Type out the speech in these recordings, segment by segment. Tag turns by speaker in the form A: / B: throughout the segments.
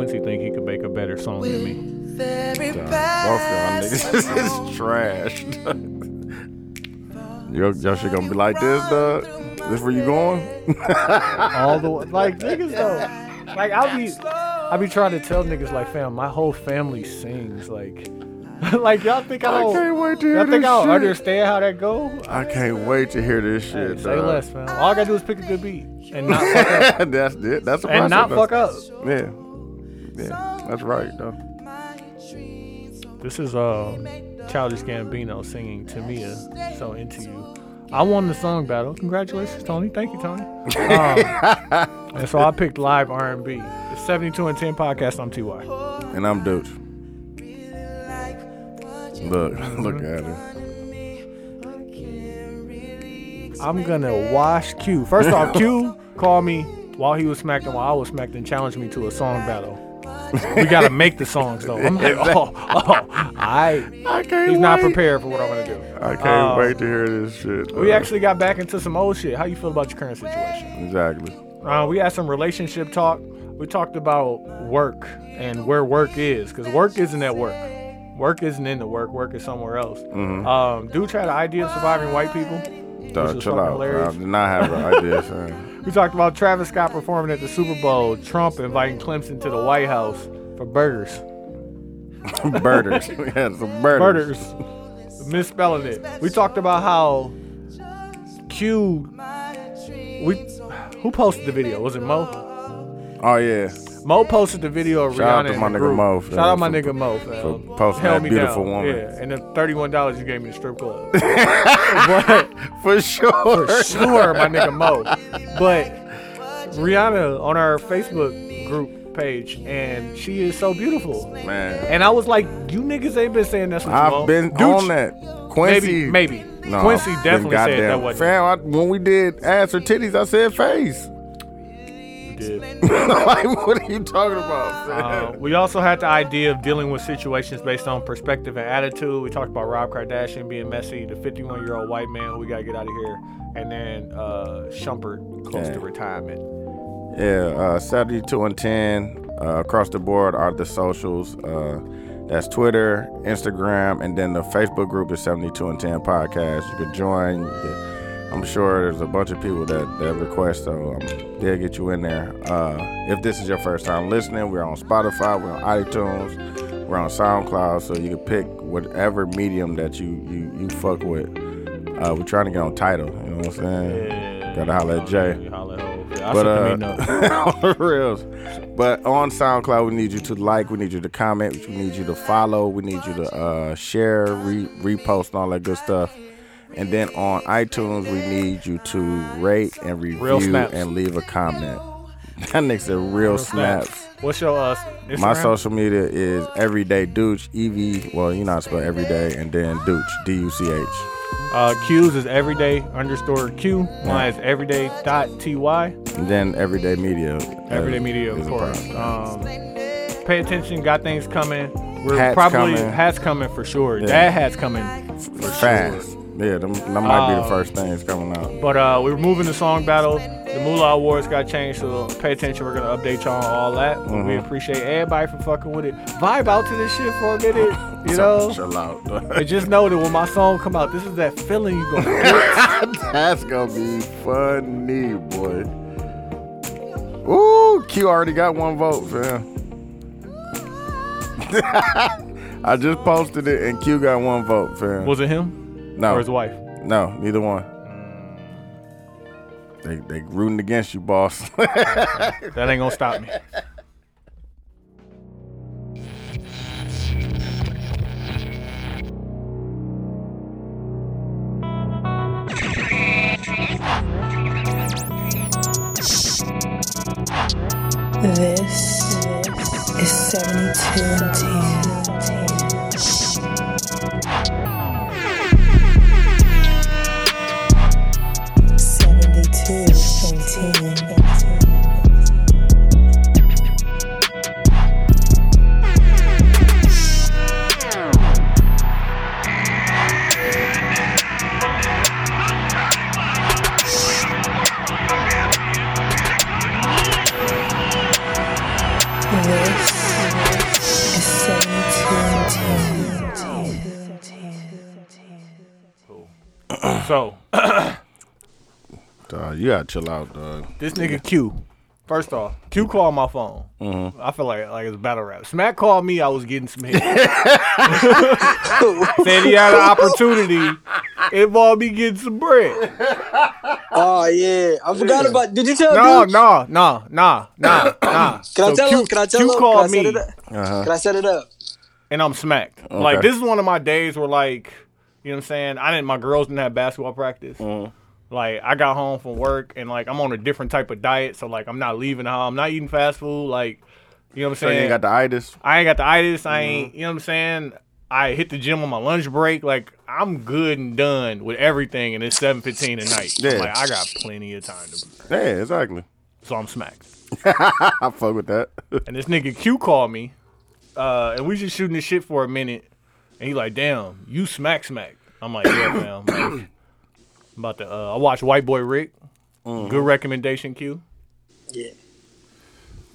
A: actually think he could make a better song than me.
B: Very
C: Both y'all
B: bad.
C: niggas is trash. Yo, y'all shit gonna be like this, dog. This where you going?
D: all the way. Like niggas though. Like I'll be I'll be trying to tell niggas like fam, my whole family sings. Like like y'all think I
C: I
D: don't
C: can't wait to hear
D: y'all
C: this
D: think Oh, I don't
C: shit.
D: understand how that go?
C: I can't wait to hear this
D: Hey,
C: shit,
D: say
C: dawg.
D: less, man. All I gotta do is pick a good beat and not fuck up.
C: that's it. That's the
D: And not
C: process.
D: fuck up.
C: Yeah, yeah, that's right though.
D: This is uh Childish Gambino singing Tamia, so into you. I won the song battle. Congratulations, Tony. Thank you, Tony. Um, and so I picked live R&B. The 72 and 10 podcast. I'm Ty.
C: And I'm Dooch. Look, look
D: Mm-hmm.
C: at her.
D: I'm gonna wash Q. First off, Q called me while he was smacked and while I was smacked and challenged me to a song battle. we gotta make the songs though. I'm like, oh, oh, I.
C: I can't.
D: He's not
C: wait.
D: prepared for what I'm gonna do.
C: I can't
D: Uh,
C: wait to hear this shit.
D: We
C: dawg.
D: actually got back into some old shit. How you feel about your current situation?
C: exactly.
D: Uh, we had some relationship talk. We talked about work and where work is, because work isn't at work. Work isn't in the work. Work is somewhere else. Um, dude had an idea of surviving white people.
C: Dog,
D: is
C: chill
D: fucking
C: out.
D: hilarious.
C: I did not have an idea, son.
D: We talked about Travis Scott performing at the Super Bowl, Trump inviting Clemson to the White House for burgers.
C: birders. We had some birders.
D: Burgers. Misspelling it. We talked about how Q. We who posted the video? Was it Mo?
C: Oh, yeah.
D: Mo posted the video of
C: Shout out
D: Rihanna
C: to
D: in
C: my
D: the
C: nigga
D: group.
C: Mo,
D: Shout out my
C: for-
D: nigga Mo fam.
C: for posting
D: Held
C: that
D: me
C: beautiful
D: down.
C: woman.
D: Yeah, and the thirty-one dollars you gave me to strip club. but
C: For sure.
D: for sure, my nigga Mo. But Rihanna on our Facebook group page, and she is so beautiful.
C: Man.
D: And I was like, you niggas ain't been saying that's what you
C: I've
D: want.
C: been
D: Dooch-
C: on that. Quincy.
D: Maybe, maybe.
C: No,
D: Quincy
C: then
D: definitely said that
C: goddamn-
D: wasn't.
C: Fam, I, when we did ass or titties, I said face.
D: You did.
C: like, what are you talking about,
D: Uh,
C: fam?
D: we also had the idea of dealing with situations based on perspective and attitude. We talked about Rob Kardashian being messy, the 51 year old white man who we got to get out of here, and then uh, Shumpert close to
C: Yeah.
D: retirement.
C: yeah, uh, 72 and 10 uh, across the board are the socials. Uh, that's Twitter, Instagram, and then the Facebook group is 72 and 10 podcast. You can join. You can- I'm sure there's a bunch of people that, that request, so um, they'll get you in there. Uh, if this is your first time listening, we're on Spotify, we're on iTunes, we're on SoundCloud, so you can pick whatever medium that you you, you fuck with. Uh, we're trying to get on title, you know what I'm saying? Gotta holler at Jay.
D: Holla at Hov. uh, Yeah, I
C: But
D: should
C: uh,
D: be known.
C: on the reals. But on SoundCloud, we need you to like, we need you to comment, we need you to follow, we need you to uh, share, re- repost, and all that good stuff. And then on iTunes, we need you to rate and
D: Real
C: review
D: snaps.
C: and leave a comment. That nigga said real, snaps.
D: What's your uh,
C: My
D: Instagram?
C: social media is everyday douche, E V. Well, you know how to spell everyday, and then douche, D U C H.
D: Uh, Q's is everyday underscore Q. Mine is everyday dot ty.
C: And then everyday media.
D: Everyday
C: uh,
D: media, of
C: is a
D: course.
C: problem.
D: Um, pay attention. Got things coming. We're
C: Hats
D: probably
C: coming.
D: hats coming for sure.
C: Yeah.
D: That hat's coming for
C: Fast.
D: sure.
C: Yeah, them, that might be the
D: Um,
C: first things coming out.
D: But uh, we're moving the song battle. The Moolah Awards got changed, so pay attention. We're gonna update y'all on all that. We appreciate everybody for fucking with it. Vibe out to this shit for a minute, you know.
C: chill out.
D: And just know that when my song come out, this is that feeling you gonna get.
C: That's gonna be funny, boy. Ooh, Q already got one vote, fam. I just posted it and Q got one vote, fam.
D: Was it him
C: no,
D: or his wife?
C: no, neither one. They they rooting against you, boss.
D: That ain't gonna stop me.
E: This is 72 and 10. Seventy-two and ten. This
D: So
C: Dog, you gotta chill out, dog.
D: this nigga Q. First off, Q called my phone. I feel like like it's a battle rap. Smack called me. I was getting some hit. Said he had an opportunity. Involved me getting some bread.
B: Oh yeah, I forgot about. Did you tell?
D: No,
B: dude?
D: no, no, no, no, no.
B: Can I tell
D: Q,
B: him? Can I tell
D: Q
B: him?
D: called
B: can I set
D: me
B: it up?
C: Uh-huh.
B: Can I set it up?
D: and I'm smacked. Like this is one of my days where like, you know what I'm saying? I didn't my girls didn't have basketball practice.
C: Mm-hmm.
D: Like I got home from work and like I'm on a different type of diet, so like I'm not leaving home. I'm not eating fast food, like you know what I'm
C: So you
D: saying?
C: ain't got the Mm-hmm. itis.
D: I ain't got the itis, I ain't you know what I'm saying? I hit the gym on my lunch break, like I'm good and done with everything and it's seven fifteen at night.
C: Yeah.
D: Like I got plenty of time to
C: Yeah, exactly.
D: so I'm smacked.
C: I fuck with that.
D: And this nigga Q called me, uh, and we just shooting this shit for a minute. And he like, damn, you smack smack. I'm like, yeah, man. I'm like, I'm about to. Uh, I watched White Boy Rick. Good recommendation, Q.
B: Yeah.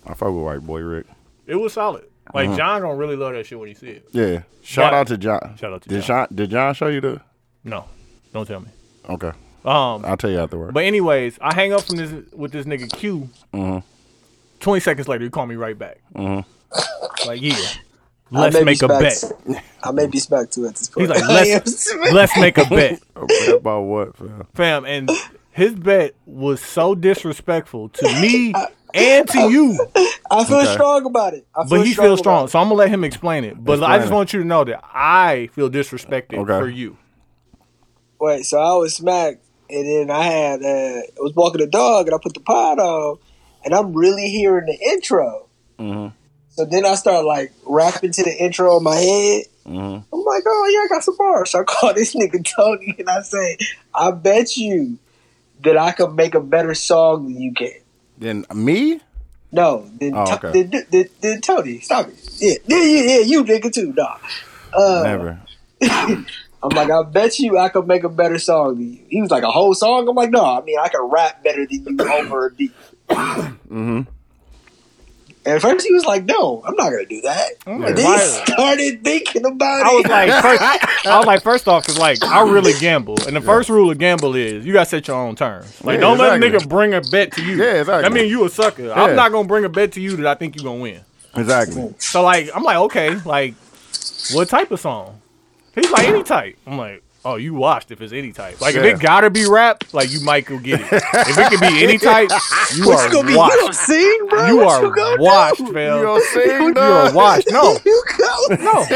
C: I fuck with white boy Rick.
D: It was solid. Like John gonna really love that shit when he see it.
C: Yeah. Shout
D: But-
C: out to John.
D: Shout out to
C: did
D: John.
C: John. Did John show you the?
D: No, don't tell me.
C: Okay,
D: Um,
C: I'll tell you afterward.
D: but anyways, I hang up from this with this nigga Q. Twenty seconds later, he called me right back. Like, yeah, let's
B: may be
D: make a
B: smacked.
D: bet.
B: I may be smacked too at this
D: He's
B: point.
D: like,
B: I am
D: let's let's make a bet.
C: But about what? fam?
D: fam, and his bet was so disrespectful to me and to you.
B: I feel
C: Okay.
B: strong about it. I feel
D: But he
B: strong
D: feels
B: about
D: strong, so I'm gonna let him explain it. But I
C: Explain
D: just
C: it.
D: want you to know that I feel disrespected
C: Okay.
D: for you.
B: it. Wait, so I was smacked, and then I had uh, I was walking the dog, and I put the pod on, and I'm really hearing the intro. Mm-hmm. So then I start like rapping to the intro in my head.
C: Mm-hmm.
B: I'm like, oh yeah, I got some bars. So I call this nigga Tony, and I say, I bet you that I could make a better song than you can.
C: Then me?
B: No, then,
C: Oh,
B: To-
C: okay.
B: then, then, then Tony, stop it. Yeah, yeah, yeah, yeah you nigga too, nah. Uh,
C: Never.
B: I'm like, I bet you I could make a better song than you. He was like, a whole song? I'm like, no, I mean, I can rap better than you over a beat.
C: Mm-hmm.
B: Mm-hmm. And at first he was like, no, I'm not going to do that.
D: like,
B: And then
D: why-
B: he started thinking
D: Mm.
B: about
D: I was
B: it.
D: like, first, I was like, first off, cause like I really gamble, and the first rule of gamble is you gotta set your own terms. Like,
C: Yeah,
D: don't let a
C: exactly.
D: nigga bring a bet to you.
C: Yeah, exactly.
D: That mean you a sucker.
C: Yeah.
D: I'm not gonna bring a bet to you that I think you gonna win.
C: Exactly.
D: So like, I'm like, okay, like, what type of song? He's like any type. I'm like, oh, you watched if it's any type. Like if
C: Yeah.
D: it gotta be rap, like you might go get it. if it can be any type, you
B: What
D: are
B: you gonna be? You don't
D: washed.
B: sing, bro?
D: You
B: What
D: are
B: gonna do?
D: washed,
C: You
D: fam.
C: gonna sing,
D: You
C: dog?
D: are washed. No,
B: You gonna-
D: no,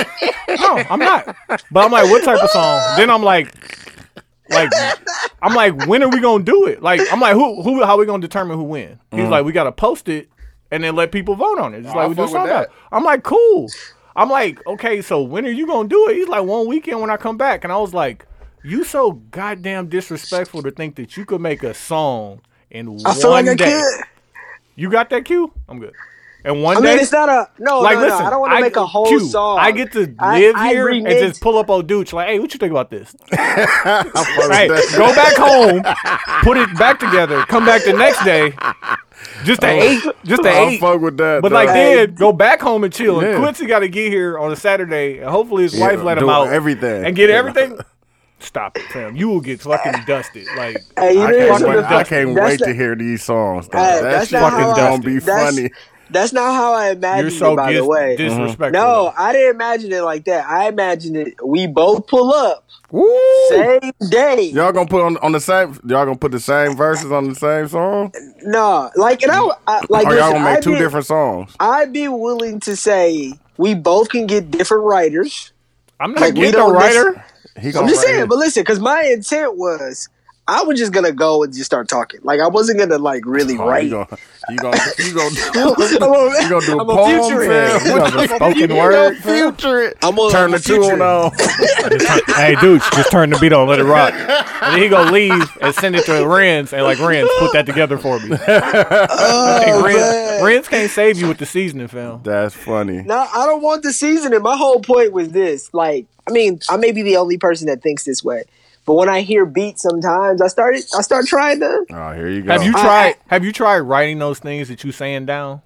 D: no, I'm not. But I'm like, what type of song? Then I'm like, like, I'm like, when are we gonna do it? Like, I'm like, who, who, how we gonna determine who win? He's like, we gotta post it and then let people vote on it. Just
C: Oh, Mm. I
D: like we do
C: fuck with
D: song
C: that.
D: battle. I'm like, cool. I'm like, okay, so when are you gonna do it? He's like, one weekend when I come back, and I was like, you so goddamn disrespectful to think that you could make a song in
B: I
D: one
B: feel like I
D: day.
B: could.
D: You got that cue? I'm good. And one
B: I
D: day,
B: mean, it's not a no.
D: like,
B: no,
D: listen,
B: no, I don't want to make a whole
D: Q,
B: song.
D: I get to
B: I-
D: live
B: I
D: here and
B: remix-
D: just pull up on Dooch. Like, hey, what you think about this?
C: I fuck with
D: Hey,
C: that.
D: go back home, put it back together, come back the next day. Just the eight, just the
C: I
D: eight.
C: Oh. fuck with that.
D: But
C: dog.
D: like then, go back home and chill.
C: Yeah.
D: And Quincy got to get here on a Saturday, and hopefully his
C: Yeah,
D: wife let him
C: do
D: out
C: everything.
D: and get
C: Yeah.
D: everything. Stop it, fam. You will get fucking dusted. Like
B: Hey, you
C: I
B: know
C: can't,
B: something?
C: wait, I can't
B: That's
C: wait
B: the-
C: to hear these songs. Dog. that
B: Hey, that's
C: shit
B: not how
C: fucking
B: I-
C: gonna be
B: that's-
C: funny.
B: That's not how I imagined
D: you're so
B: it, by
D: dis-
B: the way.
C: Mm-hmm.
D: disrespectful.
B: No, I didn't imagine it like that. I imagined it. We both pull up same day.
C: Y'all gonna put on on the same. Y'all gonna put the same verses on the same song,
B: No, like and I, I
D: oh,
B: like.
C: or y'all
B: listen,
C: gonna make
B: I'd
C: two
B: be,
C: different songs?
B: I'd be willing to say we both can get different writers.
D: I'm not
B: Like, we
D: getting a
B: don't miss-
D: writer.
C: He
B: I'm
C: gonna
B: just
C: write
B: saying,
C: it.
B: but listen, because my intent was I was just gonna go and just start talking. Like I wasn't gonna like really
C: Oh,
B: write.
C: You gonna you gonna you gonna,
B: I'm
C: you gonna do
B: gonna,
C: a
B: I'm
C: poem?
B: future
C: fam?
B: it.
C: You gonna
D: spoken
C: gonna
D: word.
C: future it.
B: I'm gonna-
C: Turn
B: I'm
C: the
B: gonna future
C: tune
B: it.
C: on.
D: hey, dude, just turn the beat on, let it rock. And then he gonna leave and send it to Renz and like Renz, put that together for me. I think Renz,
B: Oh, man.
D: Renz can't save you with the seasoning, fam.
C: That's funny.
B: No, I don't want the seasoning. My whole point was this. Like, I mean, I may be the only person that thinks this way, but when I hear beats, sometimes I started, I start trying to.
C: Oh, here you go.
D: Have you
B: I-
D: tried? Have you tried writing those things that you saying down?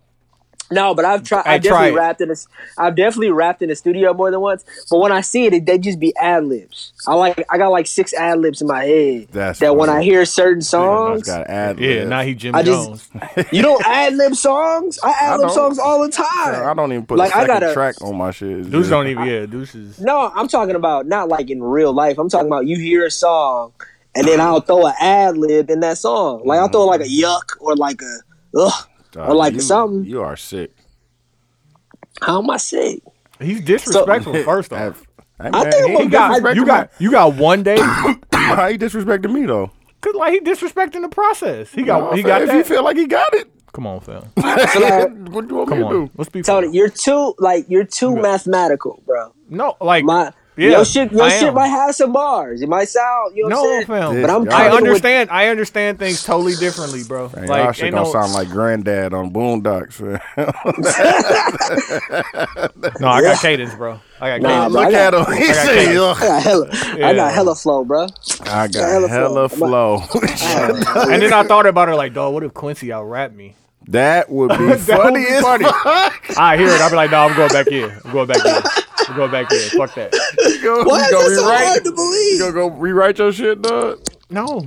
B: No, but I've tried.
D: I
B: I've definitely
D: tried.
B: rapped in a. I've definitely rapped in the studio more than once. But when I see it, it they just be ad libs. I like. I got like six ad libs in my head.
C: That's
B: that when
C: funny.
B: I hear certain
C: I've
B: songs,
C: got ad
D: Yeah,
C: libs.
D: now he Jimmy
B: I just-
D: Jones.
B: you don't ad lib songs. I ad lib
C: don't.
B: songs all the time.
C: I don't even put
B: Like,
C: a
B: I
C: second
B: gotta-
C: track on my shit. It's
D: Deuce
C: just-
D: don't even. Yeah, Deuce is.
B: No, I'm talking about not like in real life. I'm talking about you hear a song and then I'll throw an ad lib in that song. Like I'll throw like a yuck or like a ugh.
C: Dog,
B: or like
C: uh, you-
B: something.
C: You are sick.
B: How am I sick?
D: He's disrespectful. first off,
C: Hey,
B: I think I'm
C: he
B: a
D: you got
C: disrespected
D: you got you got one day.
C: my- How you disrespecting me though?
D: Cause like he disrespecting the process. He got
C: No,
D: he
C: if-
D: got
C: if
D: that.
C: you feel like he got it,
D: Come on, Phil.
B: So like,
C: what do you want
D: Come
C: me to
D: on.
C: do?
D: Let's be fair.
B: Tony, you're too like you're too mathematical, bro.
D: No, like
B: My
D: Yeah,
B: your shit your
D: I
B: shit
D: am.
B: might have some bars. It might sound you know
D: no,
B: what I'm saying?
D: fam.
C: This
B: But I'm
C: guy.
D: I
B: trying to-
D: understand. I understand things totally differently, bro.
C: Man, y'all
D: like,
C: shit
D: ain't
C: gonna
D: no,
C: sound like granddad on Boondocks. man.
D: no, I got cadence, bro. I got cadence.
B: Nah, bro, I
C: Look at
B: got-
C: him. He
D: got
C: said,
D: cake.
B: I got hella I
D: Yeah.
B: got hella flow, bro.
C: I
B: got hella
C: got hella flow.
D: And then I thought about it, like, dog, what if Quincy out rap me?
C: that would be funny as
D: funny.
C: fuck.
D: I hear it. I'll be like, no, I'm going back in. I'm going back in. I'm going back in. Fuck that.
C: You gonna,
B: Why
C: you
B: is
C: gonna
B: that so
C: rewrite-
B: hard to
C: You
B: believe?
C: gonna go rewrite your shit, dog?
D: No.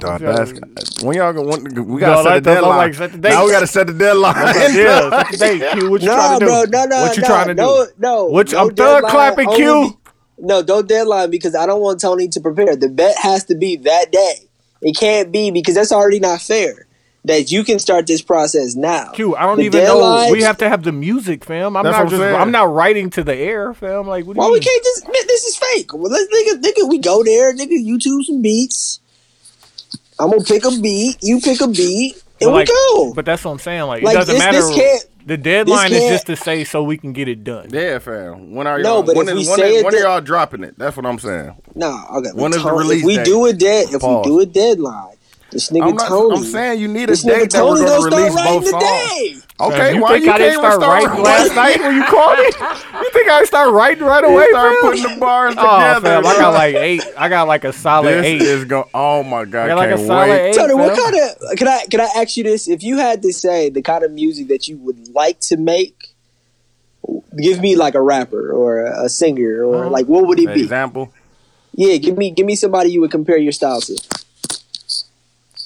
C: Dog,
D: Yeah.
C: that's when y'all gonna when, we
D: No,
C: gotta set
D: like,
C: the
D: that's- I'm
C: deadline.
D: like, set the date.
C: now we gotta set the deadline.
D: Yeah. that's the thing. Q, what you
B: No,
D: trying to
B: bro,
D: do?
B: no, no,
D: What you
B: no,
D: trying to
B: no,
D: do?
B: no.
D: What you,
B: no
D: I'm thug
B: deadline,
D: clapping,
B: only-
D: Q.
B: No, don't deadline because I don't want Tony to prepare. The bet has to be that day. It can't be because that's already not fair. That you can start this process now.
D: Q, I don't
B: The
D: even know.
B: deadline-
D: We have to have the music, fam. I'm
C: That's
D: not
C: what I'm
D: just.
C: saying.
D: I'm not writing to the air, fam. Like, what do
B: Why
D: you
B: we
D: mean?
B: can't just? man, This is fake. Well, let's nigga, nigga, we go there, nigga. YouTube some beats. I'm gonna pick a beat. You pick a beat,
D: But
B: and
D: like-
B: we go.
D: But that's what I'm saying. Like,
B: Like,
D: it doesn't
B: this-
D: matter.
B: this can't-
D: the deadline
B: this
D: is
B: can't-
D: just to say so we can get it done.
C: Yeah, fam. When are
B: No,
C: y'all?
B: but
C: when
B: if
C: is-
B: we
C: when
B: say
C: is-
B: it
C: when are
B: that-
C: y'all dropping it? That's what I'm saying.
B: nah, okay.
C: When is the
B: Tony-
C: release
B: If we
C: date?
B: do a dead, if
C: Pause.
B: we do a deadline, this nigga
C: I'm, not,
B: Tony.
C: I'm saying you need a
B: this nigga
C: date that we're
B: Tony
C: gonna
B: gonna start
C: release
B: writing
C: both songs.
B: today.
C: Okay,
D: you
C: why
D: think
C: you
D: I
C: can't
D: didn't
C: even
D: start
C: start
D: writing last night when you called me? You think I start writing right
C: You
D: away,
C: start
D: fam?
C: putting the bars together.
D: Oh, fam, I
C: bro.
D: got like eight. I got like a solid
C: this
D: eight.
C: is going. Oh my god,
D: I got like a
C: can't
D: solid
C: wait.
D: eight.
B: Tony, what
D: fam.
B: kind of can I can I ask you this? If you had to say the kind of music that you would like to make, give me like a rapper or a, a singer or
D: Uh-huh.
B: like what would it
C: An
B: be?
C: Example.
B: Yeah, give me give me somebody you would compare your style to.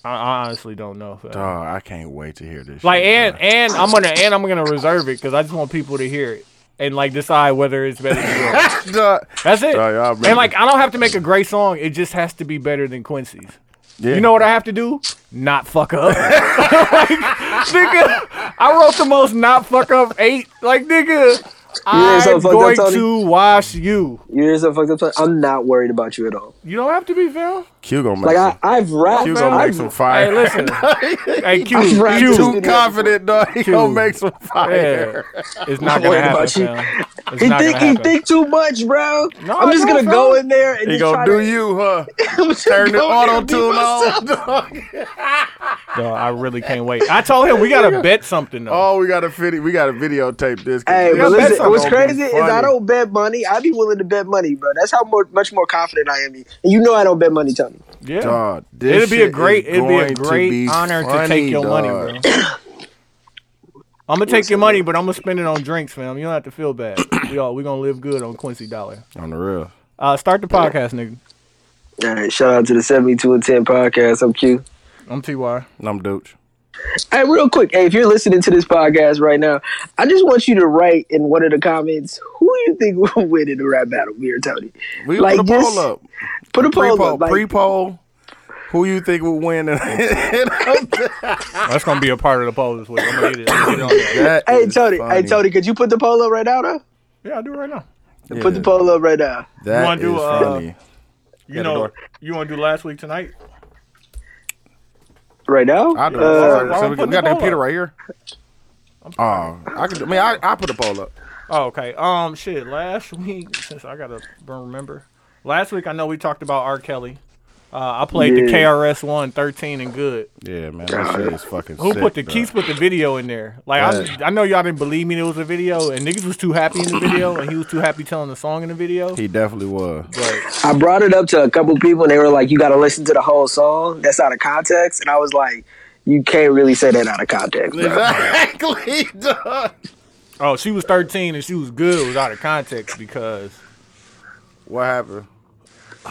D: I, I honestly don't know. fam.
C: Oh, I can't wait to hear this.
D: Like
C: shit,
D: and and I'm gonna and I'm gonna reserve it because I just want people to hear it and like decide whether it's better than yours.
C: bro. Duh.
D: That's it.
C: Sorry, I remember.
D: and like I don't have to make a great song. It just has to be better than Quincy's.
C: Yeah.
D: You know what I have to do? Not fuck up. like, nigga, I wrote the most not fuck up eight. Like, nigga,
B: ain't so
D: I'm
B: fucked up,
D: going
B: Tony.
D: to wash you.
B: You hear some fucked up? song? I'm not worried about you at all.
D: You don't have to be Phil.
C: Q gonna make.
B: Like I,
C: some,
B: I've rapped.
C: Q gonna make
B: I've,
C: some
D: Hey,
C: fire.
D: listen. hey, Q,
B: I'm right
D: Q.
B: to
C: Too
B: Dude,
C: confident, dog. He
D: Q.
C: gonna make some
D: Yeah,
C: fire.
D: it's not
B: worried
D: gonna happen,
B: about you.
D: fam. It's
B: he
D: not
B: think
D: gonna
B: he
D: happen.
B: think too much, bro.
D: No,
B: I'm just
D: no,
B: gonna
D: bro.
B: go in there and
C: He
B: just
C: gonna
B: try
C: do
B: to,
C: you, huh?
B: I'm just
C: Turn the
B: go in there
C: auto
B: and be
C: tune
B: myself.
C: on, dog.
D: Dog, I really can't wait. I told him we gotta bet something though.
C: Oh, we gotta video. We gotta videotape this. 'cause
B: Hey,
C: this
B: but
D: bet
B: listen,
D: something
B: what's
C: gonna be
B: crazy is I
C: funny.
B: don't bet money. I'd be willing to bet money, bro. That's how more, much more confident I am. in you. And you know I don't bet money, Tony.
D: yeah,
C: Dog, this
D: it'd be
C: shit
D: a great,
C: is
D: it'd be a
C: going to
D: great
C: be
D: honor to
C: funny,
D: take your money,
C: dog.
D: bro. I'm gonna take your money, but I'm gonna spend it on drinks, fam. You don't have to feel bad. We all we gonna live good on Quincy Dollar.
C: On the real.
D: Uh, start the podcast, nigga.
B: All right, shout out to the 72 and 10 podcast. I'm Q.
D: I'm Ty.
C: And I'm Dooch.
B: Hey, real quick, hey, if you're listening to this podcast right now, I just want you to write in one of the comments who you think will win in the rap battle, me or Tony.
C: We
B: Like,
C: put a poll
B: just
C: up.
B: Put a
C: Pre
B: poll
C: poll.
B: up. Like,
C: Pre poll. Who you think will win? that
D: That's gonna be a part of the poll this week. I'm gonna get it. I'm gonna get it on there.
B: hey,
C: is
B: Tony,
C: funny.
B: hey, Tony, could you put the poll up right now, though?
D: Yeah, I do it right now.
C: Yeah,
B: Put the poll up right now.
C: That
D: wanna do,
C: is
D: uh,
C: funny.
D: You
C: Get it
D: know,
C: done.
D: you want to do last week tonight?
B: Right now?
C: I do. it.
B: Uh,
C: So we,
D: put
C: we got
D: the poll
C: the computer
D: up.
C: right here. Oh, I could. I mean, I I put the poll up.
D: Oh, okay. Um, shit. Last week, since I gotta remember, last week I know we talked about R. Kelly. Uh, I played the
B: Yeah.
D: KRS One 13 and good.
C: Yeah, man, that shit is fucking.
D: Who
C: sick,
D: put the
C: dog.
D: Keith put the video in there? Like I, I know y'all didn't believe me. There was a video, and niggas was too happy in the video, and he was too happy telling the song in the video.
C: He definitely was.
D: But
B: I brought it up to a couple people, and they were like, "You got to listen to the whole song. That's out of context." And I was like, you can't really say that out of context. bro.
C: Exactly, dog.
D: Oh, she was 13 and she was good was out of context because
C: What happened?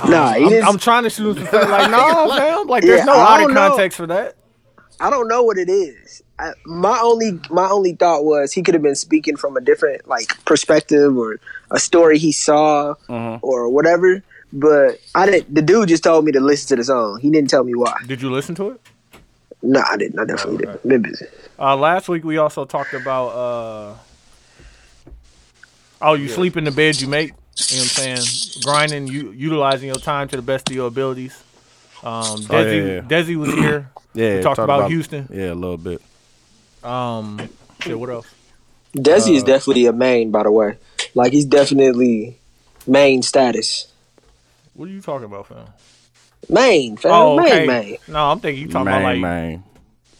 B: Nah, he
D: I'm,
B: didn't,
D: I'm trying to shoot him. Like, no, fam. Like, there's
B: Yeah,
D: no
B: I
D: out of
B: don't know.
D: context for that.
B: I don't know what it is. I, my only my only thought was he could have been speaking from a different like perspective or a story he saw
D: Mm-hmm.
B: or whatever. But I didn't. The dude just told me to listen to the song. He didn't tell me why.
D: Did you listen to it?
B: No, I didn't. I definitely didn't. Been busy.
D: Uh, last week we also talked about uh, oh, you sleep in the bed you make. You know what I'm saying? Grinding, you utilizing your time to the best of your abilities. Um, Desi,
C: Oh, yeah, yeah.
D: Desi was here.
C: Yeah,
D: we talked about, Houston.
C: Yeah, a little bit.
D: Um, shit, what else?
B: Desi
D: Uh.
B: is definitely a main, by the way. Like he's definitely main status.
D: What are you talking about, fam?
B: Main, fam,
D: Oh,
B: main,
D: okay.
B: main.
D: No, I'm thinking you talking
C: Main,
D: about like
C: main.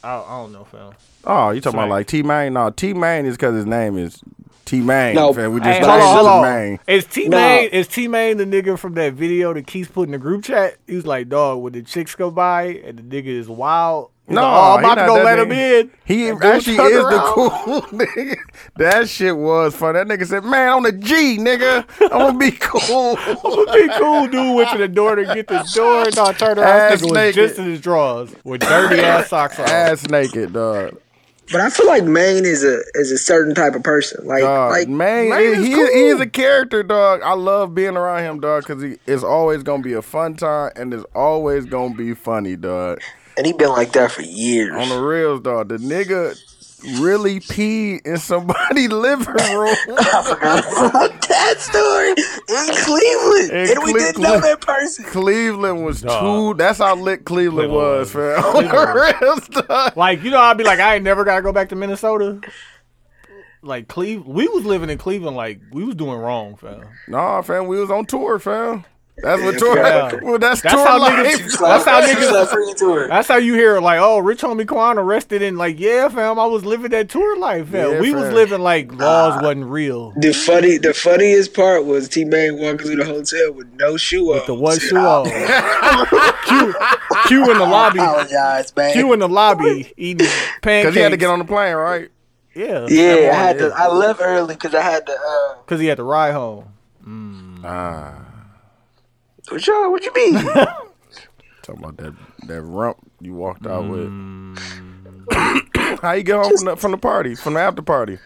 D: I, I don't know, fam.
C: Oh, you talking
D: Sorry.
C: about like T Main? No, T Main is because his name is T Main.
B: No,
C: we
D: Hey, hold
C: just named
D: on, hold
C: him
D: on.
C: Main.
D: Is T Main is T Main the nigga from that video that keeps putting the group chat? He was like, dog, when the chicks go by and the nigga is wild. he's
C: No,
D: like, oh, I'm
C: he
D: about to
C: not
D: go
C: that
D: let him
C: nigga.
D: in.
C: He
D: And dude
C: actually
D: turned
C: is the
D: around.
C: cool nigga. That shit was fun. That nigga said, "Man, on the G, nigga, I'm gonna be cool."
D: Be cool, dude. Went to the door to get the door. No, I turned around. This
C: Ass
D: nigga was
C: naked.
D: just in his drawers with dirty ass socks on.
C: Ass naked, dog.
B: But I feel like main is a is a certain type of person. Like
C: Dog,
B: like
C: man,
D: man is
C: he,
D: cool.
C: he is a character, dog. I love being around him, dog, because he it's always gonna be a fun time and it's always gonna be funny, dog.
B: and he been like that for years.
C: On the reels, dog, the nigga really peed in somebody's living room.
B: that story in Cleveland.
C: In
B: and we didn't know
C: Cleveland.
B: that person.
C: Cleveland was
D: Dog.
C: too. That's how lit Cleveland,
D: Cleveland
C: was,
D: was.
C: fam. On the reels, dog.
D: Like you know, I'd be like, I ain't never gotta go back to Minnesota. Like Cleveland, we was living in Cleveland. Like we was doing wrong, fam.
C: Nah, fam, we was on tour, fam. That's what tour.
D: Yeah.
C: Well, that's,
D: That's
C: tour
D: how
C: life.
D: niggas- That's how niggas-
B: free tour.
D: That's how you hear like, oh, Rich Homie Quan arrested and like, yeah, fam, I was living that tour life, fam.
C: Yeah,
D: we was
C: fam.
D: living like laws wasn't real.
B: The funny, the funniest part was T Main walking through the hotel with no shoe on.
D: The one shoe on. Q, Q in the lobby.
B: apologize, man.
D: Q in the lobby eating pancakes.
C: Because he had to get on the plane, right?
D: Yeah.
B: yeah, I had to. I left early because I had to. Uh,
D: Because he had to ride home.
C: Ah,
B: what y'all? What you mean?
C: Talking about that that rump you walked out
D: Mm.
C: with. How you get home from the, from the party, from the after party?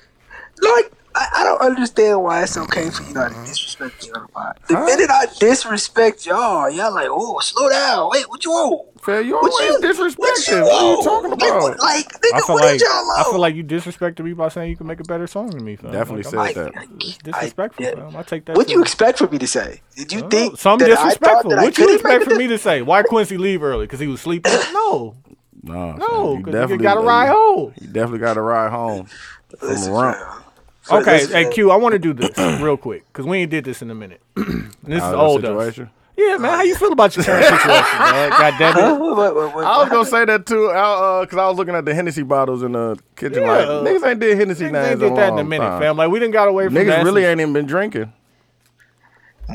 B: like I, I don't understand why it's okay for you not to disrespect the other pod. The
C: Huh?
B: minute I disrespect y'all, y'all like, oh, slow down. Wait, what you want?
C: Fam, you
B: What
C: always
B: you
C: disrespecting. What, are
B: want?
C: you talking
B: Like,
C: about?
B: what- Like, nigga,
D: I feel
B: what
D: like
B: did y'all uh,
D: I
B: want?
D: feel like you disrespected me by saying you can make a better song than me. Fam.
C: Definitely
D: like, I'm
C: said
B: I-
C: that.
D: disrespectful.
B: I did.
D: fam. I take that.
B: What do
D: to
B: you
D: the-
B: expect for me to say? Did you think
D: Uh, Some
B: that I thought
D: disrespectful.
B: that I
D: What you
B: couldn't make
D: expect
B: a
D: for me to say? Why Quincy leave early? Because he was sleeping? No,
C: No,
D: no, because you got to ride home.
C: You definitely got to ride home.
B: dis- Listen,
C: rump?
B: fam. So
D: Okay,
B: listen,
D: hey
B: fam.
D: Q, I want to do this real quick because we ain't did this in a minute. And this is
C: Out of that
D: old us.
C: situation.
D: Yeah, man, how you feel about your current situation, man? God damn it.
B: Huh? What- what- what- what-
C: I was gonna say that too, because uh 'cause I was looking at the Hennessy bottles in the kitchen.
D: Yeah.
C: Like niggas ain't did Hennessy
D: Niggas
C: names
D: ain't did that in a
C: long
D: minute,
C: time.
D: fam. Like we didn't got away from
C: Niggas
D: that.
C: really ain't even been drinking.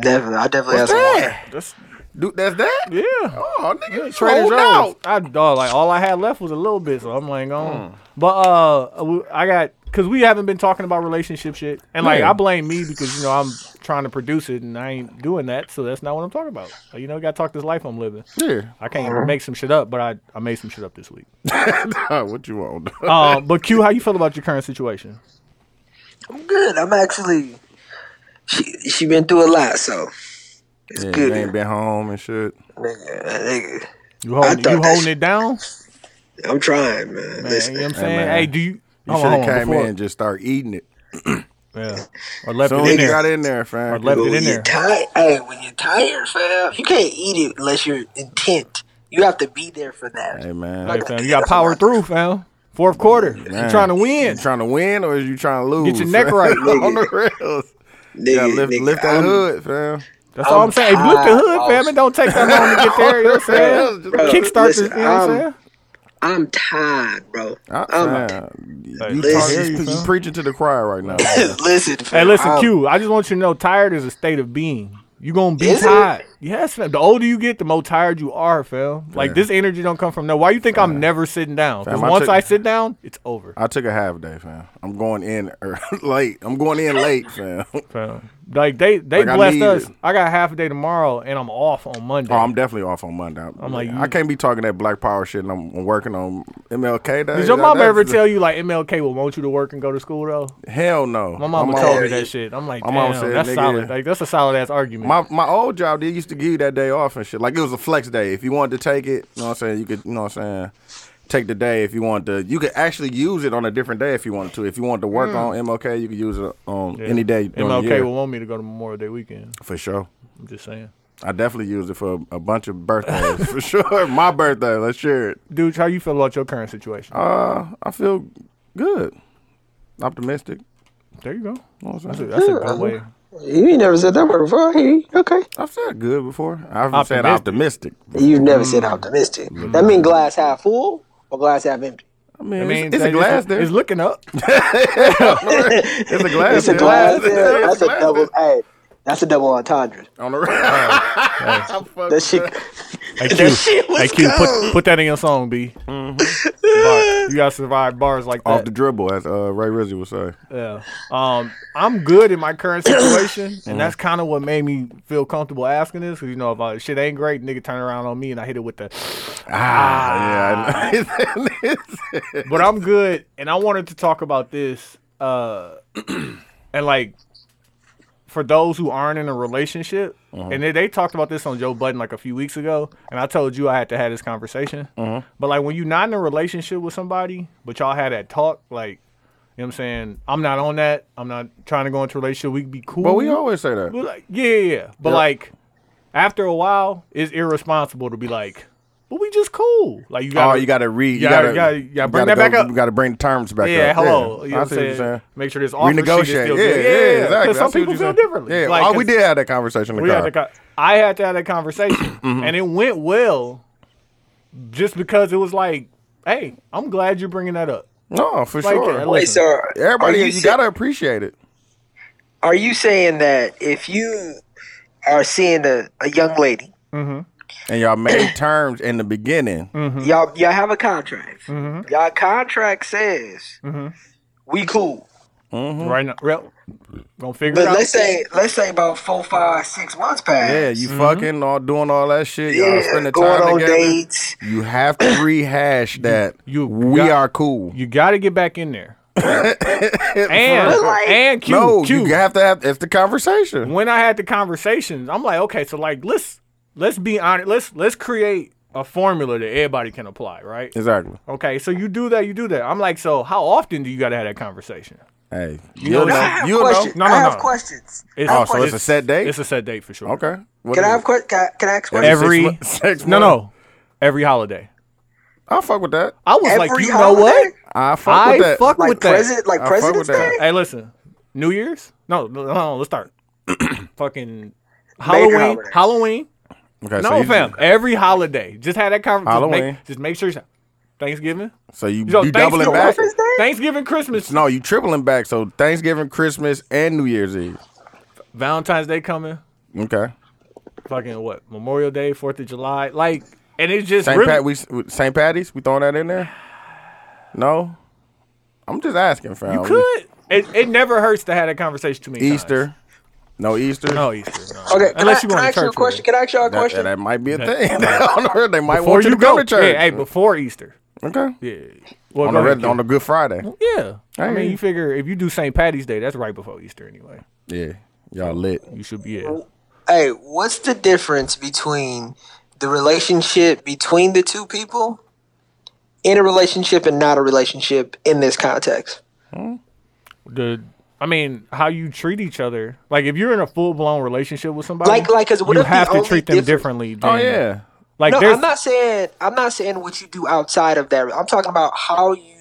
B: Definitely, I definitely have some water.
D: That's,
C: Dude, that's that.
D: yeah.
C: Oh, nigga,
D: Trader
C: sold
D: Joe's.
C: out. Hmm.
D: I dog, like all I had left was a little bit, so I'm like, on. But uh, we- I got because we haven't been talking about relationship shit, and like
C: Yeah.
D: I blame me because you know I'm trying to produce it and I ain't doing that, so that's not what I'm talking about. Like, you know, got to talk this life I'm living.
C: Yeah.
D: I
C: Uh-huh.
D: can't make some shit up, but I I made some shit up this week.
C: Nah, what you want? dog?
D: Um, but Q, how you feel about your current situation?
B: I'm good. I'm actually. She she been through a lot, so it's
C: yeah,
B: good.
C: you ain't been home and shit.
B: Nigga, nigga.
D: You
B: I
D: holding
B: thought
D: you
B: that
D: holding
B: shit-
D: it down?
B: I'm trying, man.
D: Man,
B: Listen,
D: you know what I'm
C: Hey,
D: saying?
C: man.
D: Hey, do you?
C: You
D: hold
C: should
D: on,
C: have
D: hold on,
C: came
D: before-
C: in and just start eating it.
D: Yeah, or left
C: Soon
D: it in
C: as you
D: there.
C: got in there, fam.
D: left it
B: when
D: in
B: you're
D: there.
B: tired, hey, when you're tired, fam, you can't eat it unless you're intent. You have to be there for that.
C: Hey man,
D: Hey, fam, you got power through, fam. Fourth quarter, you
C: Man.
D: trying to win.
C: you trying to win or is you trying to lose?
D: Get your neck
C: fam?
D: right, nigga.
C: on the rails.
B: Nigga,
C: You gotta lift,
B: nigga,
C: lift that
B: I'm-
C: hood, fam.
D: That's all I'm
B: I'm
D: saying. Hey, lift the
B: tired,
D: hood, fam.
B: boss.
D: It don't take that long to get there. You know what I'm saying?
C: Just-
B: Bro,
D: Kickstart this. You
B: listen,
D: know what I'm
B: I'm-
D: saying?
B: I'm tired, bro.
C: Ah, fam.
B: I'm,
D: Hey,
C: You,
B: listen.
C: talk-
D: Hear you,
C: you
D: fam.
C: preaching to the choir right now.
B: listen,
D: Hey,
B: fam,
D: listen,
B: I'm-
D: Q. I just want you to know, tired is a state of being. You gonna be
B: Is it?
D: tired. Yes, fam. The older you get, the more tired you are, fam. Like
C: Yeah.
D: this energy don't come from no. Why you think I'm never sitting down? Because
C: Fam, I
D: once
C: took-
D: I sit down, it's over.
C: I took a half day, fam. I'm going in er, late. I'm going in late, fam. Oh,
D: Fam. Like they they
C: Like, I
D: blessed
C: need-
D: us. I got half a day tomorrow, and I'm off on Monday.
C: Oh, I'm definitely off on Monday. I'm,
D: like,
C: like,
D: you-
C: I can't be talking that black power shit. and I'm working on MLK Day.
D: Did your
C: That-
D: mom
C: that's
D: ever
C: the-
D: tell you like MLK will want you to work and go to school though?
C: Hell no.
D: My mama
C: mom-
D: told me that shit. I'm like,
C: My mom
D: damn,
C: said,
D: that's
C: nigga,
D: solid.
C: yeah.
D: Like that's a solid ass argument.
C: My my old job, they used to give you that day off and shit. Like it was a flex day. If you wanted to take it, you know what I'm saying. You could, you know what I'm saying. Take the day if you want to. You could actually use it on a different day if you wanted to. If you wanted to work on MLK, you could use it on
D: Hmm. Yeah.
C: any day. during the
D: MLK
C: year.
D: will want me to go to Memorial Day weekend.
C: for sure.
D: I'm just saying.
C: I definitely used it for a, a bunch of birthdays for sure. My birthday, let's share it.
D: Dude, how you feel about your current situation?
C: Uh, I feel good, optimistic.
D: there you go.
C: You know what I'm
D: That's a,
C: saying?
D: that's a
B: Yeah.
D: good way.
B: You ain't never said that word before. Hey, okay.
C: I've said good before. I've said
D: Optimistic.
C: optimistic.
B: You've never said optimistic. That mean glass half full or glass half empty.
C: I mean,
D: I
C: it's-
D: mean,
C: it's,
D: that-
C: a glass there.
D: It's looking up.
C: It's a glass.
B: It's a
C: there.
B: glass.
C: It's
B: there. That's a
C: glass
B: double.
C: there.
B: Hey, that's a double entendre.
C: On the I'm fucking-
B: That shit.
D: Hey Q,
B: shit was
D: hey, Q put,
B: cold.
D: put that in your song, B. Bar- you gotta survive bars like
C: Mm-hmm. off the
D: that.
C: dribble, as uh, Ray Rizzy would say.
D: yeah. Um, I'm good in my current situation,
C: Mm-hmm.
D: and that's kind of what made me feel comfortable asking this. Cause you know, if I, shit ain't great, nigga turn around on me and I hit it with the.
C: Ah, yeah. I know.
D: But I'm good, and I wanted to talk about this. Uh, and like for those who aren't in a relationship,
C: Uh-huh.
D: and they, they talked about this on Joe Budden like a few weeks ago, and I told you I had to have this conversation.
C: Uh-huh.
D: But like when you're not in a relationship with somebody, but y'all had that talk, like you know what I'm saying, I'm not on that. I'm not trying to go into a relationship. We can be cool.
C: but we always say that.
D: But like, yeah, yeah, yeah. But
C: Yeah.
D: like after a while, it's irresponsible to be like, but we just cool. Like you got
C: oh, you got to read.
D: Yeah,
C: you gotta,
D: you gotta- you gotta bring
C: gotta
D: that
C: go-
D: back up.
C: You got to bring the terms back
D: yeah,
C: up.
D: hello. You know
C: I
D: what
C: see
D: I'm saying? Make sure this offer
C: Renegotiate.
D: sheet is still
C: yeah,
D: good.
C: yeah, yeah, exactly.
D: 'cause Some
C: I see what
D: people
C: you
D: feel
C: said.
D: differently.
C: Yeah,
D: Like,
C: oh, we
D: 'cause
C: did have that conversation. in the
D: we had
C: car.
D: the co- I had to have that conversation,
C: Mm-hmm.
D: and it went well, just because it was like, hey, I'm glad you're bringing that up.
C: No, for
D: Like,
C: sure.
D: like-
B: Wait, so
C: Everybody,
B: uh, are
C: you,
B: sa-
C: gotta appreciate it.
B: Are you saying that if you are seeing a, a young lady,
C: And y'all made terms in the beginning.
B: y'all y'all have a contract.
C: Mm-hmm.
B: Y'all contract says we cool.
C: Mm-hmm.
D: Right now, well, gonna figure
B: But
D: it out.
B: let's say let's say about four, five, six months pass.
C: Yeah, you fucking all doing all that shit. Y'all
B: Yeah,
C: spending
B: going
C: time
B: on
C: together.
B: dates.
C: You have to rehash that.
D: you
C: we
D: got-
C: are cool.
D: you got to get back in there, and
B: real. Like-
D: and Q,
C: no,
D: Q.
C: you have to have. It's the conversation.
D: when I had the conversations, I'm like, okay, so like let's let's be honest. Let's let's create a formula that everybody can apply, right?
C: Exactly.
D: Okay, so you do that, you do that. I'm like, so how often do you got to have that conversation?
C: Hey, you
B: No, I
C: know.
B: have
C: You know.
B: questions.
D: No, no,
B: I have
D: no.
B: questions.
D: It's,
C: Oh, so it's a set date.
D: It's a set date for sure.
C: okay. What
B: Can I
C: is
B: have
C: it?
B: que- can, I, can I ask questions?
D: Every
C: Six mo- six
D: no,
C: months?
D: no, every holiday.
C: I fuck with that.
D: I was like,
B: Every
D: you know
B: holiday?
D: what?
C: I fuck
D: I
C: with that.
D: fuck
B: like
D: with
B: president, like
C: I fuck with
B: President's
C: that.
B: Day.
D: that. Hey, listen, New Year's? No, no, no, no, let's start. Fucking
B: Major
D: Halloween.
B: holidays.
D: Halloween.
C: Okay, so
D: No,
C: you-
D: fam. Every holiday. Just had that conversation. Just
C: Halloween.
D: make, just make sure. Thanksgiving.
C: So you
D: Yo,
C: you doubling
D: Thanksgiving-
C: back.
B: Christmas Day?
D: Thanksgiving, Christmas,
C: No, you tripling back. So Thanksgiving, Christmas, and New Year's Eve.
D: Valentine's Day coming.
C: Okay.
D: Fucking what? Memorial Day, Fourth of July. Like, and it's just
C: St.
D: really,
C: Pat, we St. Patty's, we throwing that in there. No, I'm just asking, fam.
D: you could. It, it never hurts to have that conversation too many times.
C: Easter, no Easter.
D: No Easter. no.
B: Okay, can
D: Unless
B: I,
D: you
B: can
D: want
B: I
D: to
B: ask you a
D: church.
B: question? Can I ask y'all a
C: that,
B: question?
C: that might be a thing. On the red, they might
D: Before
C: want you
D: you
C: to go to church.
D: Yeah, hey, before Easter.
C: okay.
D: Yeah. Well,
C: On
D: go
C: the
D: ahead,
C: red, on the Good Friday.
D: Q. yeah. I
C: Hey.
D: mean, you figure if you do St. Patty's Day, that's right before Easter anyway.
C: Yeah, y'all lit.
D: You should be yeah.
B: hey, what's the difference between the relationship between the two people in a relationship and not a relationship in this context?
D: the. I mean, how you treat each other. Like, if you're in a full blown relationship with somebody,
B: Like- like, 'cause what
D: you
B: if the
D: have to
B: only
D: treat them
B: difference-
D: differently.
C: Oh
D: than-
C: yeah.
D: Like,
B: No,
D: there's
B: I'm not saying I'm not saying what you do outside of that. I'm talking about how you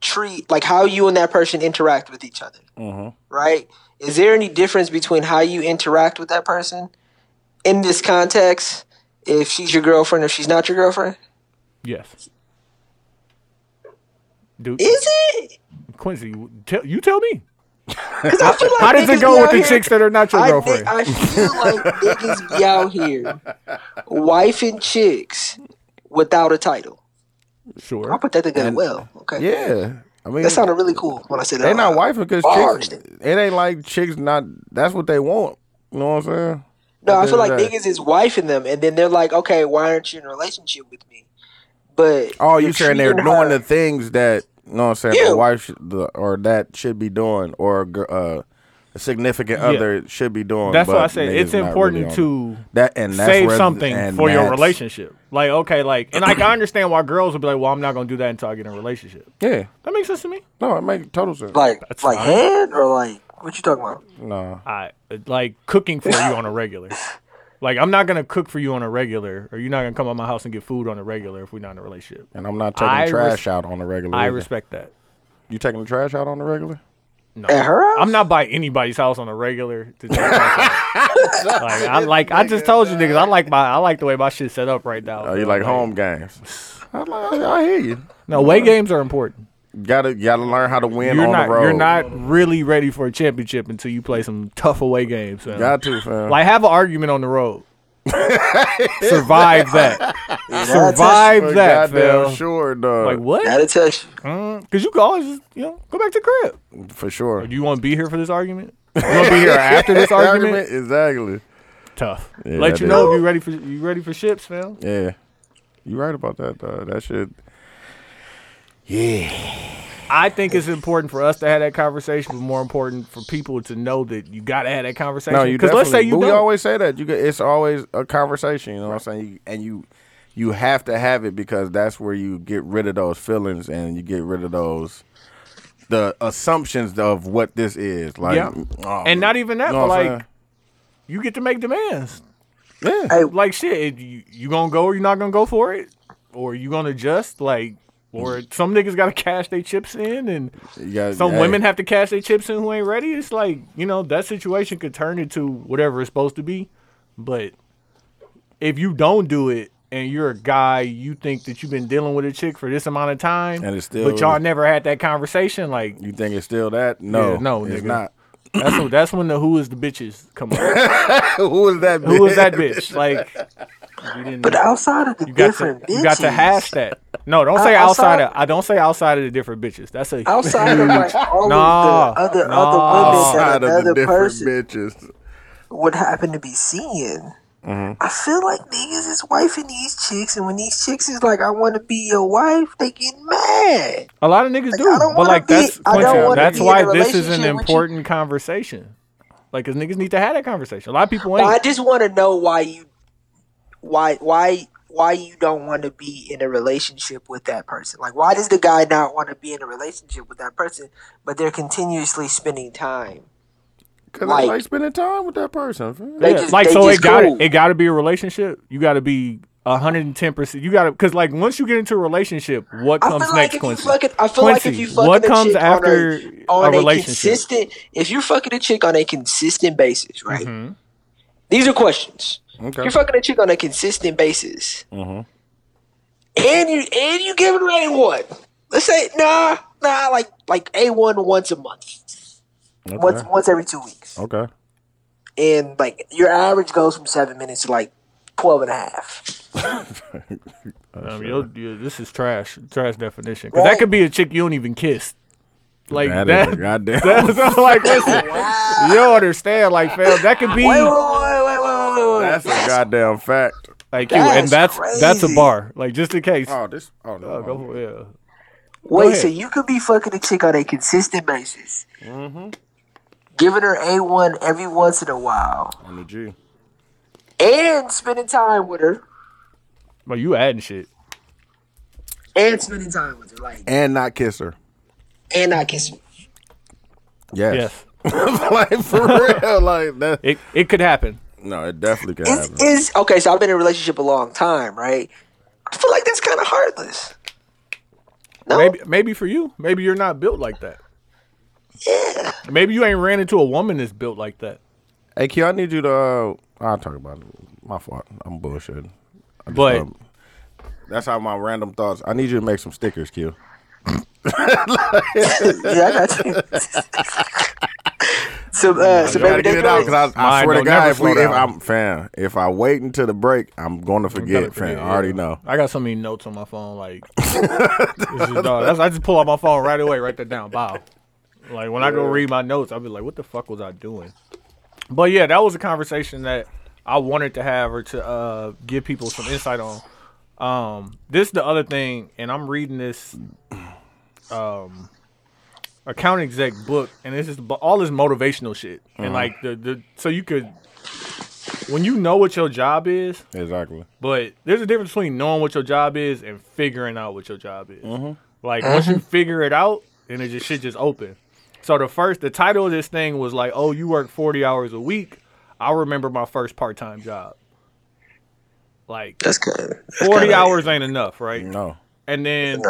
B: treat, like how you and that person interact with each other.
D: Mm-hmm.
B: Right? Is there any difference between how you interact with that person in this context? If she's your girlfriend, if she's not your girlfriend,
D: yes. Dude,
B: is it?
D: Quincy, you tell, you tell me.
B: 'Cause I feel like
D: How does
B: niggas
D: it
B: be
D: go with
B: out
D: the
B: here-
D: chicks that are not your
B: I,
D: girlfriend?
B: think, I feel like niggas be out here wifing chicks without a title. I
D: sure.
B: put that together well. Okay.
C: uh, Yeah, I mean
B: That sounded really cool when I said that.
C: They
B: out
C: not
B: loud.
C: wifing because
B: Bars.
C: chicks. It ain't like chicks not. That's what they want. You know what I'm saying?
B: No, I feel like
C: Yeah.
B: niggas is wifing them, and then they're like, okay, why aren't you in a relationship with me? But
C: Oh, you
B: you're
C: saying they're
B: treating
C: doing
B: her-
C: the things that you know what I'm saying
B: Yeah.
C: a wife should, the, or that should be doing or a gir- uh, a significant other should be doing.
D: That's why I
C: but
D: said
C: niggas
D: it's
C: not really
D: important
C: on it.
D: to
C: that and that's
D: save
C: where-
D: something
C: and
D: for your
C: that's-
D: relationship. Like, okay, like, and like, I understand why girls would be like, well, I'm not going to do that until I get in a relationship.
C: Yeah,
D: That makes sense to me.
C: no, it makes total sense.
B: like
D: That's
B: like
D: fine.
B: hand or like what you talking about?
C: no,
D: I like cooking for you on a regular. Like, I'm not going to cook for you on a regular, or you're not going to come on my house and get food on a regular if we're not in a relationship.
C: and I'm not taking
D: I
C: the trash
D: res-
C: out on the regular.
D: I
C: either.
D: respect that.
C: you taking the trash out on the regular.
D: No.
B: At her house?
D: I'm not by anybody's house on a regular. To take like, I like. I just told you niggas. I like my. I like the way my shit's set up right now.
C: Oh, you like home games? I, I, I hear you.
D: No, way games are important.
C: Gotta gotta learn how to win
D: You're
C: on
D: not.
C: the road.
D: You're not really ready for a championship until you play some tough away games. fam.
C: got to fam.
D: Like have an argument on the road. Survive that.
B: That'll
D: Survive
C: For
D: that,
C: goddamn
D: fam.
C: sure, dog.
D: Like
B: touch-
D: what?
B: That'll touch you.
D: Because you can always, just, you know, go back to crib.
C: for sure.
D: Do you want to be here for this argument? You want to be here after this argument?
C: Exactly.
D: Tough.
C: Yeah,
D: Let
C: that
D: you
C: is-
D: know if you ready for you ready for ships, fam.
C: Yeah. You right about that, dog. That shit.
D: I think it's important for us to have that conversation, but more important for people to know that you gotta have that conversation.
C: No, you
D: because
C: definitely.
D: let's say you
C: but
D: don't.
C: we always say that. You get, it's always a conversation. You know what I'm saying? You, and you you have to have it because that's where you get rid of those feelings and you get rid of those the assumptions of what this is. Like,
D: Yeah.
C: oh,
D: and not even that,
C: you know
D: but
C: what
D: like
C: I'm
D: you get to make demands.
C: saying? yeah.
B: Hey,
D: Like shit, if you, you gonna go or you not gonna go for it, or you gonna adjust like. Or
C: Mm.
D: some niggas gotta cash their chips in, and
C: You gotta-
D: some
C: hey,
D: women have to cash their chips in who ain't ready. It's like you know that situation could turn into whatever it's supposed to be, but if you don't do it and you're a guy, you think that you've been dealing with a chick for this amount of time,
C: And it's still-
D: but y'all never had that conversation. Like
C: You think it's still that? No,
D: Yeah, no,
C: it's
D: nigga.
C: not.
D: that's when, that's when the who is the bitches come up.
C: Who is that?
D: who is that bitch? Like you didn't.
B: but outside of the
D: you got to
B: different
D: you got to
B: bitches,
D: hash that. No, don't say
B: Uh,
D: outside.
B: outside-
D: of, I don't say outside of the different bitches. That's a
B: outside of like all
D: Nah,
B: of the other
D: nah.
B: other women
C: Outside
B: that
C: of the
B: another
C: different
B: person
C: bitches.
B: would happen to be seeing.
D: Mm-hmm.
B: I feel like niggas is wifing these chicks, and when these chicks is like, "I want to be your wife," they get mad.
D: A lot of niggas do,
B: I don't
D: but
B: wanna
D: like
B: be-
D: that's
B: I don't
D: Quincy,
B: wanna
D: that's
B: be
D: why
B: in a
D: this is an
B: relationship with
D: important conversation. Like, cause niggas need to have that conversation. A lot of people
B: But I
D: ain't.
B: just want to know why you, why why why you don't want to be in a relationship with that person. Like, why does the guy not want to be in a relationship with that person, but they're continuously spending time?
C: Because I
B: Like-
C: like spending time with that person. fam.
B: They
D: Yeah,
B: just-
D: like,
B: they
D: so it
B: just
D: got
B: cool.
D: to it got to be a relationship. You got to be hundred and ten percent. You got to because like once you get into a relationship, what
B: I feel
D: comes
B: like
D: next,
B: if
D: Quincy?
B: you fucking, I feel like if
D: Quincy,
B: you fucking
D: what
B: a
D: comes
B: chick
D: after
B: on
D: a
B: a, on
D: relationship?
B: consistent, if you're fucking a chick on a consistent basis, right? These are questions.
C: Okay.
B: You're fucking a chick on a consistent basis, and you and you giving her a one. Let's say nah, nah, like like a one once a month.
C: Okay.
B: once once every two weeks
C: okay.
B: and like your average goes from seven minutes to like 12 and a half
D: Um, yo, yo, this is trash. Trash definition. Cause that
B: Right.
D: could be a chick you don't even kiss. Like that.
C: That is a goddamn.
D: that's like listen, you don't understand. Like, fam, that could be.
B: wait wait wait wait wait wait, wait, wait.
C: That's a goddamn fact.
D: Like you, and that's
B: That's
D: that's a
B: crazy.
D: bar. Like just in case.
C: Oh, this. Oh no.
D: Oh, go for- yeah.
B: wait
D: ahead.
B: so you could be fucking a chick on a consistent basis
C: Mm-hmm.
B: giving her a1 every once in a while
C: on the G.
B: and spending time with her
D: But you adding shit.
B: and spending time with her like
C: And not kiss her.
B: and not kissing
C: Yes.
D: Yes.
C: like for real. Like that.
D: It it could happen.
C: No, it definitely could
B: is,
C: happen.
B: is okay so i've been in a relationship a long time right i feel like that's kind of heartless no
D: Maybe maybe for you. Maybe you're not built like that.
B: yeah
D: Maybe you ain't ran into a woman that's built like that.
C: Hey Q, I need you to. Uh, I'll talk about it. My fault. I'm bullshitting. I just,
D: But-
C: um, that's how my random thoughts. I need you to make some stickers, Q.
B: yeah i got you So, uh, so
C: You gotta
B: baby,
C: get
B: they
C: it out
B: know
C: because I,
D: Mine
C: I swear to
D: don't never
C: God, if we,
D: slow
C: if
D: down.
C: I'm fam, if I wait until the break, I'm going to forget, fam. I already know.
D: I got so many notes on my phone. Like, it's just, dog, that's, I just pull out my phone right away, write that down. Bow. Like when I go read my notes, I'll be like, "What the fuck was I doing?" But yeah, that was a conversation that I wanted to have or to uh, give people some insight on. Um, this the other thing, and I'm reading this um, account exec book, and it's just all this motivational shit,
C: Mm-hmm.
D: and like the, the so you could when you know what your job is,
C: Exactly.
D: but there's a difference between knowing what your job is and figuring out what your job is. Like once you figure it out, then it just shit just open. So the first, the title of this thing was like, "Oh, you work forty hours a week." I remember my first part time job. Like
B: That's kind of
D: forty hours ain't enough, right?
C: No.
D: And then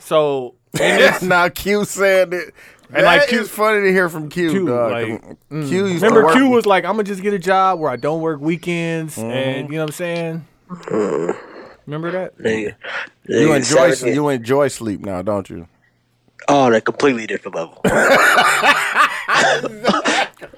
D: so and then-
C: now Q said it. And
D: And, like,
C: like
D: Q-
C: Q's funny to hear from Q,
D: Q,
C: dog.
D: like, mm.
C: Q used to
D: remember
C: work
D: Q was like, "I'm gonna just get a job where I don't work weekends," and you know what I'm saying. Remember that?
B: nigga.
C: You
B: Nigga,
C: enjoy
B: seven-
C: you enjoy sleep now, don't you?
B: Oh, on a completely different level.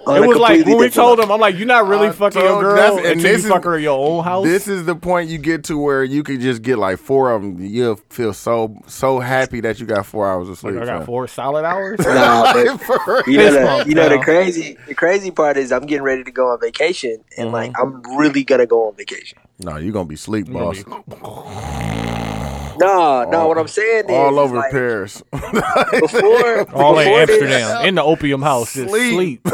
D: It was like when we told him, I'm like, "You're not really
C: I
D: fucking your
C: told-
D: girl
C: that's- and
D: until you
C: this is-
D: fuck her in your own house."
C: This is the point you get to where you could just get like four of them. You'll feel so so happy that you got four hours of sleep.
D: I
C: fam.
D: got four solid hours.
B: Nah, but
C: For real.
B: you know,
D: Fist
B: the,
D: bump,
B: you know the
D: pal.
B: crazy the crazy part is I'm getting ready to go on vacation and
C: Mm-hmm.
B: like I'm really gonna go on vacation.
C: No, you're gonna be sleep,
D: gonna
C: boss.
D: be-
B: No, no, what I'm saying is
C: All over
B: like,
C: Paris.
B: before
D: All in
B: before this-
D: Amsterdam, in the opium house, just
C: Sleep.
D: sleep.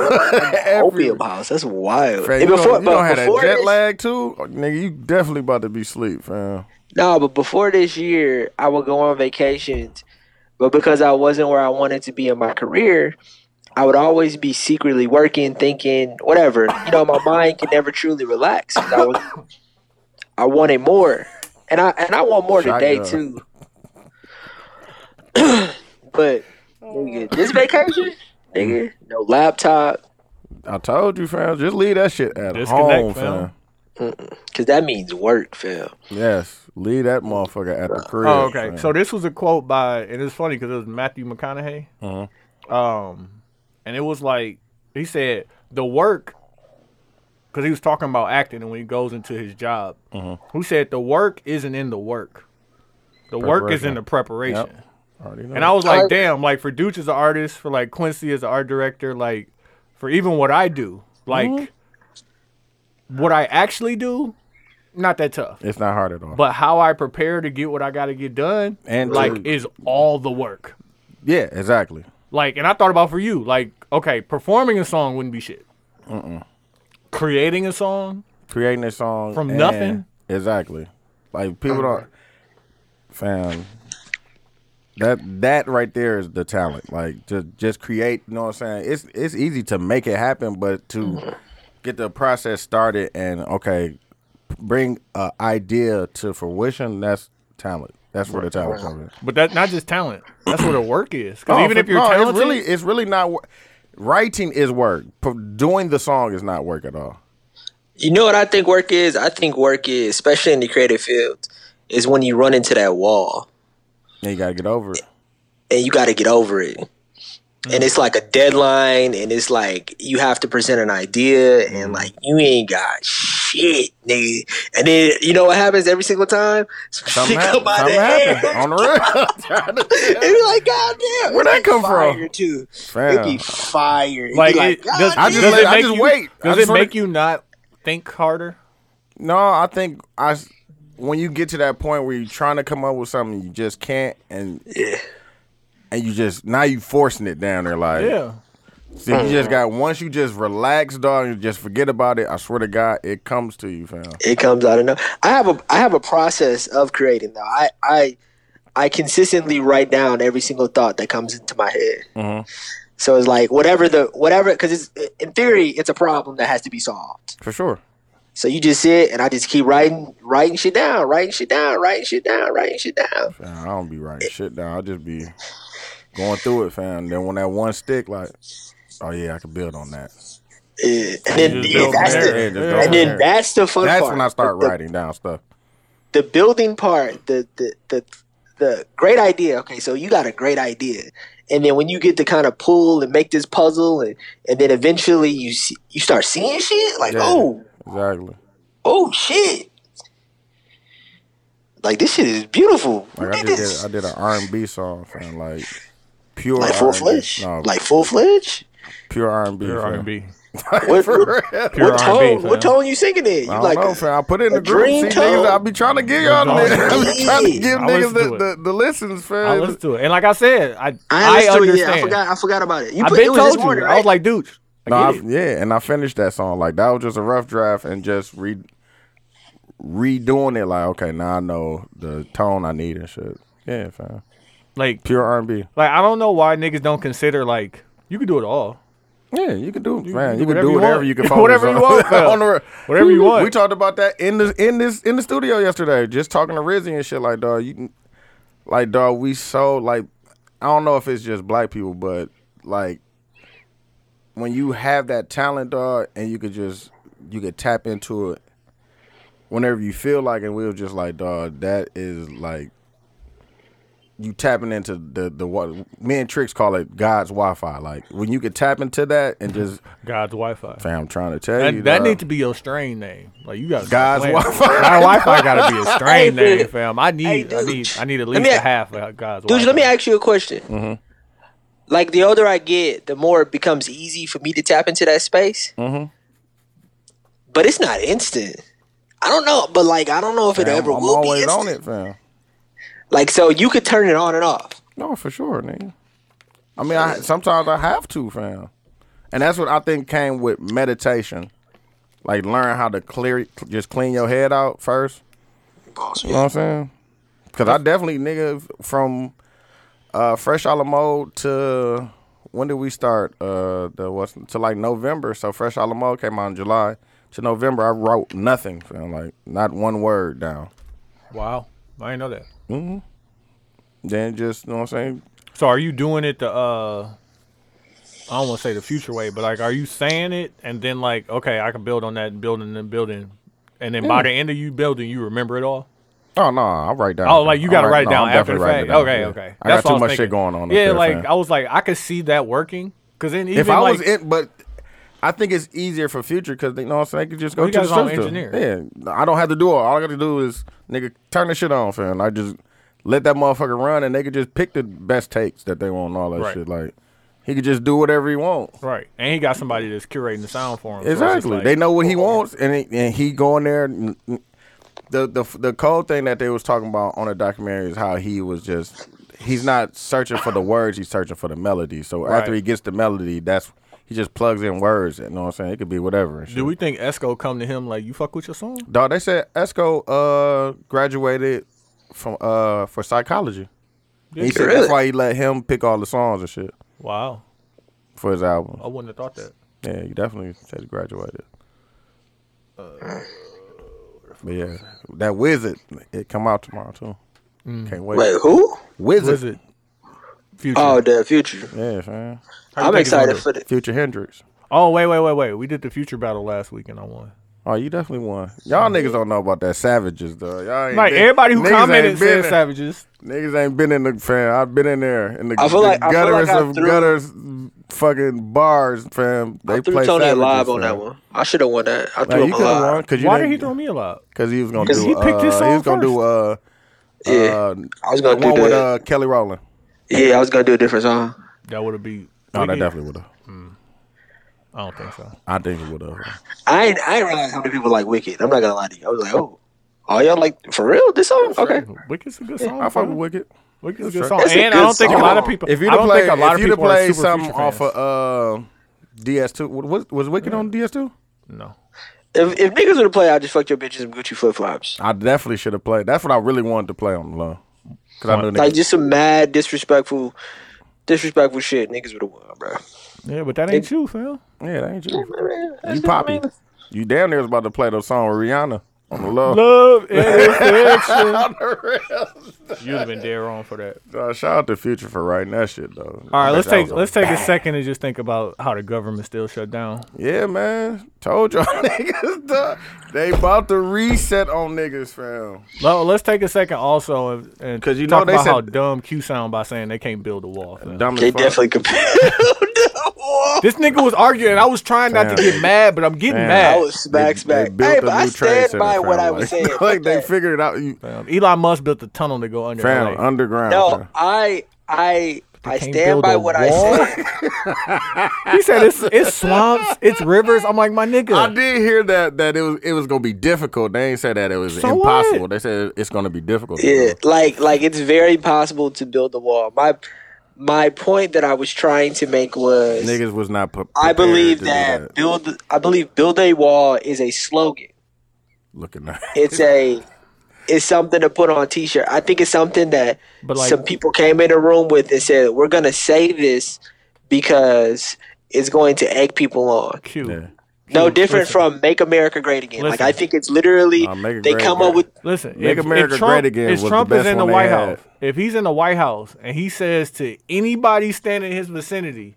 C: Every-
B: opium house. That's wild.
C: Fam,
B: And
C: you
B: before,
C: don't, you
B: but
C: don't have that
B: before
C: jet
B: this-
C: lag too, Oh, nigga. You definitely about to be sleep, fam.
B: No, but before this year, I would go on vacations, but because I wasn't where I wanted to be in my career, I would always be secretly working, thinking whatever. You know, my mind can never truly relax. 'cause I, was, I wanted more, and I and I want more today
C: Shotgun.
B: too. but nigga, this vacation, nigga, no laptop,
C: I told you, fam. Just leave that shit at
D: Disconnect,
C: home, fam.
D: fam.
B: because that means work, Phil.
C: Yes, leave that motherfucker at the crib.
D: Oh, okay.
C: fam.
D: So this was a quote by, and it's funny because it was Matthew McConaughey.
C: Uh-huh.
D: Um, and it was like he said the work, because he was talking about acting, and when he goes into his job,
C: Uh-huh.
D: who said the work isn't in the work, the work is in
C: Preparation.
D: the preparation.
C: Yep. Already know.
D: And I was like,
B: Alright.
D: damn, like for Dooch as an artist, for like Quincy as an art director, like for even what I do, like
C: Mm-hmm.
D: what I actually do, not that tough.
C: it's not hard at all.
D: But how I prepare to get what I got to get done,
C: And
D: like
C: to-
D: is all the work.
C: yeah, exactly.
D: Like, and I thought about for you, like, okay, performing a song wouldn't be shit. Creating a song,
C: Creating a song
D: From
C: and-
D: nothing?
C: Exactly. Like people don't, fam. That that right there is the talent. Like to just create. You know what I'm saying? It's it's easy to make it happen, but to get the process started and okay, bring an idea to fruition. That's talent. That's where the talent comes in.
D: but that's not just talent. That's what the work is. Because
C: No,
D: even
C: Oh, for-
D: if you're
C: no,
D: talented,
C: it's really it's really not. wor- Writing is work. P- Doing the song is not work at all.
B: You know what I think work is? I think work is, especially in the creative field, is when you run into that wall
C: And you gotta get over it.
B: and you got to get over it. And it's like a deadline, and it's like you have to present an idea,
C: Mm-hmm.
B: and like you ain't got shit, nigga. And then you know what happens every single time? Some
C: Something
B: shit come
C: happened. Something
B: out of
C: happened on the real. Trying
B: air.
C: to-
B: And you're like, God damn,
C: Where'd that come from?
B: Too. It'd
C: Fam.
B: be fire. It'd
D: like,
B: be like
D: it,
B: God
D: does,
C: I just
D: does
C: let-
D: it
C: I
D: make
C: just
D: you,
C: wait. I
D: Does
C: just
D: it
C: wanna-
D: make you not think harder?
C: no, I think I. s- When you get to that point where you're trying to come up with something you just can't, and
B: Yeah.
C: and you just now you forcing it down there, like
D: Yeah.
C: so you just got once you just relax, dog, and just forget about it. I swear to God, it comes to you, fam.
B: it comes out of no. I have a I have a process of creating though. I I I consistently write down every single thought that comes into my head. So it's like whatever the whatever because it's in theory it's a problem that has to be solved.
C: For sure.
B: So you just sit and I just keep writing writing shit down, writing shit down, writing shit down, writing shit down.
C: Fam, I don't be writing shit down. I just be going through it, fam. Then when that one stick, like, oh yeah, I can build on that.
B: Yeah. Eh, And then
D: just
B: yeah,
D: build
B: that's
D: from
C: there, yeah, just
B: the
C: go from
B: and
C: there.
B: then that's the fun
C: That's
B: part.
C: when I start
B: The- the-
C: writing down stuff.
B: the building part, the the the the great idea. Okay, so you got a great idea, and then when you get to kind of pull and make this puzzle, and, and then eventually you see, you start seeing shit like
C: Yeah.
B: oh
C: Exactly.
B: oh shit, like this shit is beautiful. Who
C: Like I
B: did
C: just
B: this?
C: did, I did an R and B song, fam. Like pure
B: like full
C: R&B.
B: fledged,
C: No,
B: like full fledged.
C: pure R and B.
D: Pure R&B.
B: What,
C: For real.
D: Pure R&B,
B: what tone?
D: fam.
B: What tone you singing in? You
C: I don't
B: like
C: know, fam. I put it in
B: a
C: the group. See,
B: dream tone?
C: niggas, I be trying to give y'all
D: No,
C: niggas. I be trying
B: yeah.
C: to give
D: I
C: niggas
D: listen
C: the,
D: to it.
C: the, the listens,
D: I
C: fam.
D: listened to it, and like I said, I I,
B: I, understood,
D: understand.
B: Yeah, I forgot. I forgot about it. You
D: I
B: put, it
D: been
B: was this
D: told you.
B: morning,
D: I
B: right?
D: was like, dude, I
C: No, I,
D: get it.
C: yeah, and I finished that song. Like that was just a rough draft and just re redoing it. Like okay, now I know the tone I need and shit. Yeah, fam.
D: like
C: Pure R and B.
D: Like I don't know why niggas don't consider like you can do it all.
C: Yeah, you can do, it, man. You,
D: you do
C: can do
D: whatever you want.
C: whatever you can focus
D: Whatever
C: on.
D: you want, fam.
C: On the re-
D: Whatever you want.
C: We talked about that in the in this in the studio yesterday, just talking to Rizzy and shit. Like, dog, you, can- like, dog, we so like, I don't know if it's just black people, but like, when you have that talent, dog, and you could just you could tap into it whenever you feel like, and we were just like, dog, that is like. You tapping into the the what me and Tricks call it God's Wi-Fi. Like when you could tap into that and just
D: God's Wi-Fi.
C: Fam, I'm trying to tell you
D: That, that
C: dawg.
D: needs to be your strain name. Like you got
C: God's Wi-Fi.
D: Wi-Fi gotta be a strain
B: Hey,
D: name,
B: dude.
D: fam. I need,
B: Hey,
D: I
B: dude.
D: need, I need at
B: Let
D: least
B: me
D: a
B: a-
D: half of God's
B: Dude,
D: Wi-Fi.
B: let me ask you a question.
C: Mm-hmm.
B: Like the older I get, the more it becomes easy for me to tap into that space.
C: Mm-hmm.
B: But it's not instant. I don't know, but like I don't know if it
C: Fam,
B: ever
C: I'm
B: will be
C: always
B: instant.
C: on it, fam.
B: Like so, you could turn it on and off.
C: No, for sure, nigga. I mean, I sometimes I have to, fam, and that's what I think came with meditation. Like learn how to clear, just clean your head out first. You know what I'm saying? Because I definitely, nigga, from uh, Fresh Alamo to when did we start? Uh, the what's to like November. So Fresh Alamo came out in July. To November, I wrote nothing, fam. Like not one word down.
D: Wow, I didn't know that.
C: Then just, you know what I'm saying?
D: So are you doing it the? uh I don't want to say the future way, but like, are you saying it and then like, okay, I can build on that, building and building, and then
C: Hmm.
D: by the end of you building, you remember it all.
C: Oh no, I'll write down.
D: Oh, like you
C: I'll
D: gotta write it
C: no,
D: down
C: I'll
D: after the
C: definitely write
D: fact.
C: it down,
D: Okay,
C: yeah.
D: okay.
C: I got
D: what
C: too
D: was
C: much
D: thinking.
C: shit going on. up
D: Yeah,
C: there,
D: like
C: fam.
D: I was like, I could see that working. Cause then even
C: if I
D: like,
C: was in, but I think it's easier for future because you know what I'm saying. I could just go
D: Well, you
C: to the
D: guys are
C: system.
D: engineers.
C: Yeah, I don't have to do it. All I got to do is nigga turn the shit on, fam. I just let that motherfucker run, and they could just pick the best takes that they want and all that
D: Right.
C: shit. Like he could just do whatever he wants.
D: right, and he got somebody that's curating the sound for him. so it's just
C: Exactly.
D: like- oh,
C: they know what he wants, and he, and he going there. and- and The the the cold thing that they was talking about on the documentary is how he was just he's not searching for the words, he's searching for the melody. So after
D: Right.
C: he gets the melody, that's he just plugs in words. You know what I'm saying? It could be whatever. and
D: Do
C: shit.
D: we think Esco come to him like you fuck with your song?
C: Dog, they said Esco uh graduated from uh for psychology. And he said
B: Really?
C: that's why he let him pick all the songs and shit
D: Wow,
C: for his album.
D: I wouldn't have thought that.
C: Yeah, you definitely said he graduated.
B: Uh,
C: but yeah, that wizard it come out tomorrow too.
D: Mm.
C: Can't wait.
B: Wait, who?
C: Wizard.
D: Is it future?
B: Oh, the future.
C: Yeah, fam.
D: you
B: I'm
D: think it's
B: excited
D: gonna
B: for the
C: Future Hendrix.
D: Oh wait, wait, wait, wait. We did the future battle last week and I won.
C: Oh, you definitely won. Y'all niggas don't know about that savages though. Y'all ain't
D: Mm. Like
C: been-
D: everybody who
C: niggas
D: commented
C: ain't been
D: said
C: in-
D: savages.
C: Niggas ain't been in the fam. I've been in there in the,
B: I feel
C: the
B: like- I feel
C: gutters
B: like I
C: of
B: threw-
C: gutters, fucking bars, fam. They
B: I threw
C: play
B: Tony
C: savages,
B: alive on
C: fam.
B: that one. I should have won that. I
C: Like,
B: threw
C: you
B: him
C: could have won
B: alive.
C: because you
D: Why
C: didn't,
D: did he throw me a lot?
C: Because he was gonna
B: 'Cause
C: do.
D: he picked
C: uh,
D: his
C: He
D: song
C: was gonna do. Uh,
B: Yeah,
C: uh,
B: I was gonna
C: the one
B: do
C: with
B: that.
C: uh, Kelly Rowland.
B: yeah, I was gonna do a different song.
D: That would have beat.
C: No, that
D: Wicked?
C: definitely would have.
D: I don't think so.
C: I think it would have.
B: I ain't, I ain't realize how many people like Wicked. I'm not gonna lie to you. I was like, oh, all y'all like for real this song? Okay.
D: Wicked's a good song.
C: I fuck
D: bro.
C: with Wicked.
D: Wicked's a
C: That's
D: good song,
B: right. It's a
D: and I
B: good
D: don't think a lot of
B: song.
D: people.
C: If
D: If
C: you'd
D: you
C: have
D: don't
C: played,
D: think a lot
C: if
D: of
C: you'd have
D: people are
C: played
D: super
C: something
D: Future
C: off
D: fans.
C: of uh, DS2, was was Wicked on DS2?
D: no.
B: If, if niggas would have played, I just fucked your bitches and Gucci flip flops.
C: I definitely should have played. That's what I really wanted to play on the low. Cause I knew niggas.
B: Like just some mad disrespectful, disrespectful shit. Niggas would have won, bro.
D: Yeah, but that ain't you, fam.
C: yeah, that ain't you. You poppy. You damn near was about to play the song with Rihanna. on the low.
D: Love intersection.
C: On the real.
D: You'd have been dead wrong for that.
C: Uh, shout out to Future for writing that shit though.
D: All right,
C: Bet
D: let's
C: that
D: take
C: was a
D: let's take a
C: bang.
D: second and just think about how the government still shut down.
C: Yeah, man. Told y'all niggas, dog. They about to reset on niggas, fam.
D: No, let's take a second also and- and
C: 'Cause you
D: talk
C: know they
D: about how
C: said-
D: dumb Q sound by saying they can't build a wall. fam.
C: Dumb as
B: They
C: fuck.
B: definitely compared the wall.
D: This nigga was arguing. I was trying not to
C: Fam.
D: get mad, but I'm getting
C: Fam.
D: mad.
B: I was smack
C: They- they
B: smack.
C: built
B: Hey,
C: a
B: but I
C: new trade
B: stand
C: center,
B: by what
C: fam.
B: I was saying.
C: Like,
B: Fuck
C: like they
B: that.
C: figured it out. You,
D: Fam, Elon Um, Musk built a tunnel to go under.
C: fam,
D: LA.
C: underground.
B: No,
C: fam.
B: I I I
D: can't
B: stand
D: build
B: by
D: a
B: what
D: wall?
B: I said.
D: he said it's it's swamps, it's rivers. I'm like my
C: I
D: nigga.
C: did hear that that it was it was gonna be difficult. They ain't said that it was
D: So
C: impossible.
D: what?
C: They said it's gonna be difficult.
B: Yeah, like like it's very possible to build a wall. My my point that I was trying to make was
C: niggas was not. Pre-
B: I
C: prepared
B: believe
C: to do
B: that, build I believe build a wall is a slogan.
C: Looking at
B: It's a it's something to put on a t-shirt. I think it's something that
D: But like,
B: some people came in the room with and said, "We're going to say this because it's going to egg people on."
D: Q.
C: Yeah.
B: No
D: Dude,
B: different
D: Hmm, listen.
B: from Make America Great Again. Like
D: Listen.
B: I think it's literally
C: Nah, Make It
B: they
C: Great
B: come
C: Again.
B: up with
D: Listen,
C: Make
D: if,
C: America
D: if Trump,
C: Great Again
D: if
C: was the
D: Trump
C: best
D: is in the
C: one they
D: White
C: had.
D: House, if he's in the White House and he says to anybody standing in his vicinity,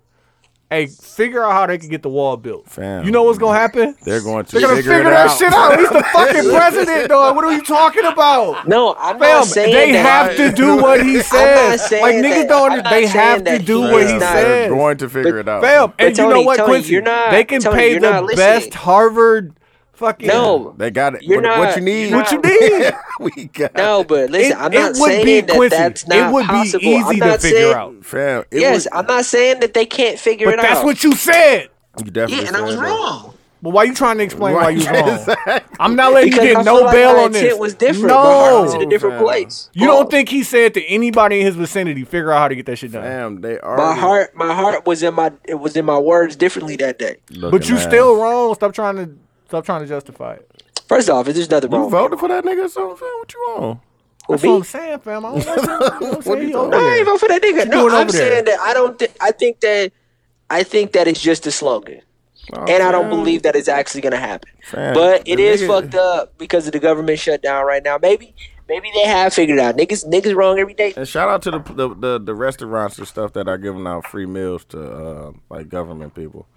D: "Hey, figure out how they can get the wall built,"
C: Fam.
D: you know what's gonna happen?
C: They're going to
D: They're gonna
C: figure,
D: figure,
C: it
D: that
C: out.
D: shit out. He's the fucking president, dog. What are you talking about?
B: No, I'm
D: Fam,
B: not saying
D: they
B: that.
D: have to do what he says.
B: saying
D: Like niggas
B: that-
D: don't.
B: I'm
D: under-
B: not
D: They
B: saying
D: have to
B: that
D: do
B: he
D: what
B: is
D: he
B: not-
C: They're
D: says.
C: going to figure it out.
D: Fam, and you know
B: Tony,
D: what,
B: Tony,
D: Quincy?
B: you're not-
D: they can
B: Tony,
D: pay
B: you're
D: the
B: not
D: best
B: listening.
D: Harvard fucking.
B: No,
C: They got it.
B: You're
C: what,
B: not-
C: what you need?
B: you're
D: What you need?
C: we got
B: no, but listen,
D: It-
B: I'm
D: it
B: not
D: would
B: saying
D: be,
B: that
D: Quincy,
B: that's
D: it
B: not
D: would be
B: possible.
D: easy
B: I'm
D: to
B: not
D: figure
B: saying,
D: out.
C: fam. It
B: Yes,
C: was,
B: I'm not saying that they can't figure
D: But
B: it
D: that's
B: out.
D: what you said.
C: you definitely
B: yeah, and I was
C: said that.
B: wrong.
D: But why you trying to explain
C: Why-
D: why you wrong?
C: Exactly.
D: I'm not letting
B: Because
D: you
B: I
D: get
B: feel
D: no
B: like
D: bail
B: my
D: on this.
B: intent was different. My heart was in
D: No,
B: a different
C: fam.
B: place.
D: you don't
B: Pause.
D: think he said to anybody in his vicinity, figure out how to get that shit done.
C: Damn, they are.
B: my heart, my heart was in my it was in my words differently that day.
D: But you still wrong. Stop trying to stop trying to justify it.
B: First off, there's nothing
C: You
B: wrong
C: voted for that nigga or something, fam? What you on?
B: with
D: That's what I'm
B: me.
D: saying, fam. I don't like that. You know what I'm
C: What
D: saying?
C: you
D: He over
C: talking
B: I
D: there.
B: ain't vote for that nigga. No,
D: doing
B: I'm
D: over there?
B: saying that I don't. Th- I think that I think that it's just a slogan.
C: Oh,
B: and I don't
C: fam.
B: believe that it's actually gonna happen.
C: Fam,
B: But it
C: the
B: is
C: nigga-
B: fucked up because of the government shutdown right now. Maybe, maybe they have figured it out. Niggas, niggas wrong every day.
C: And shout out to the the, the the restaurants and stuff that are giving out free meals to uh, like government people.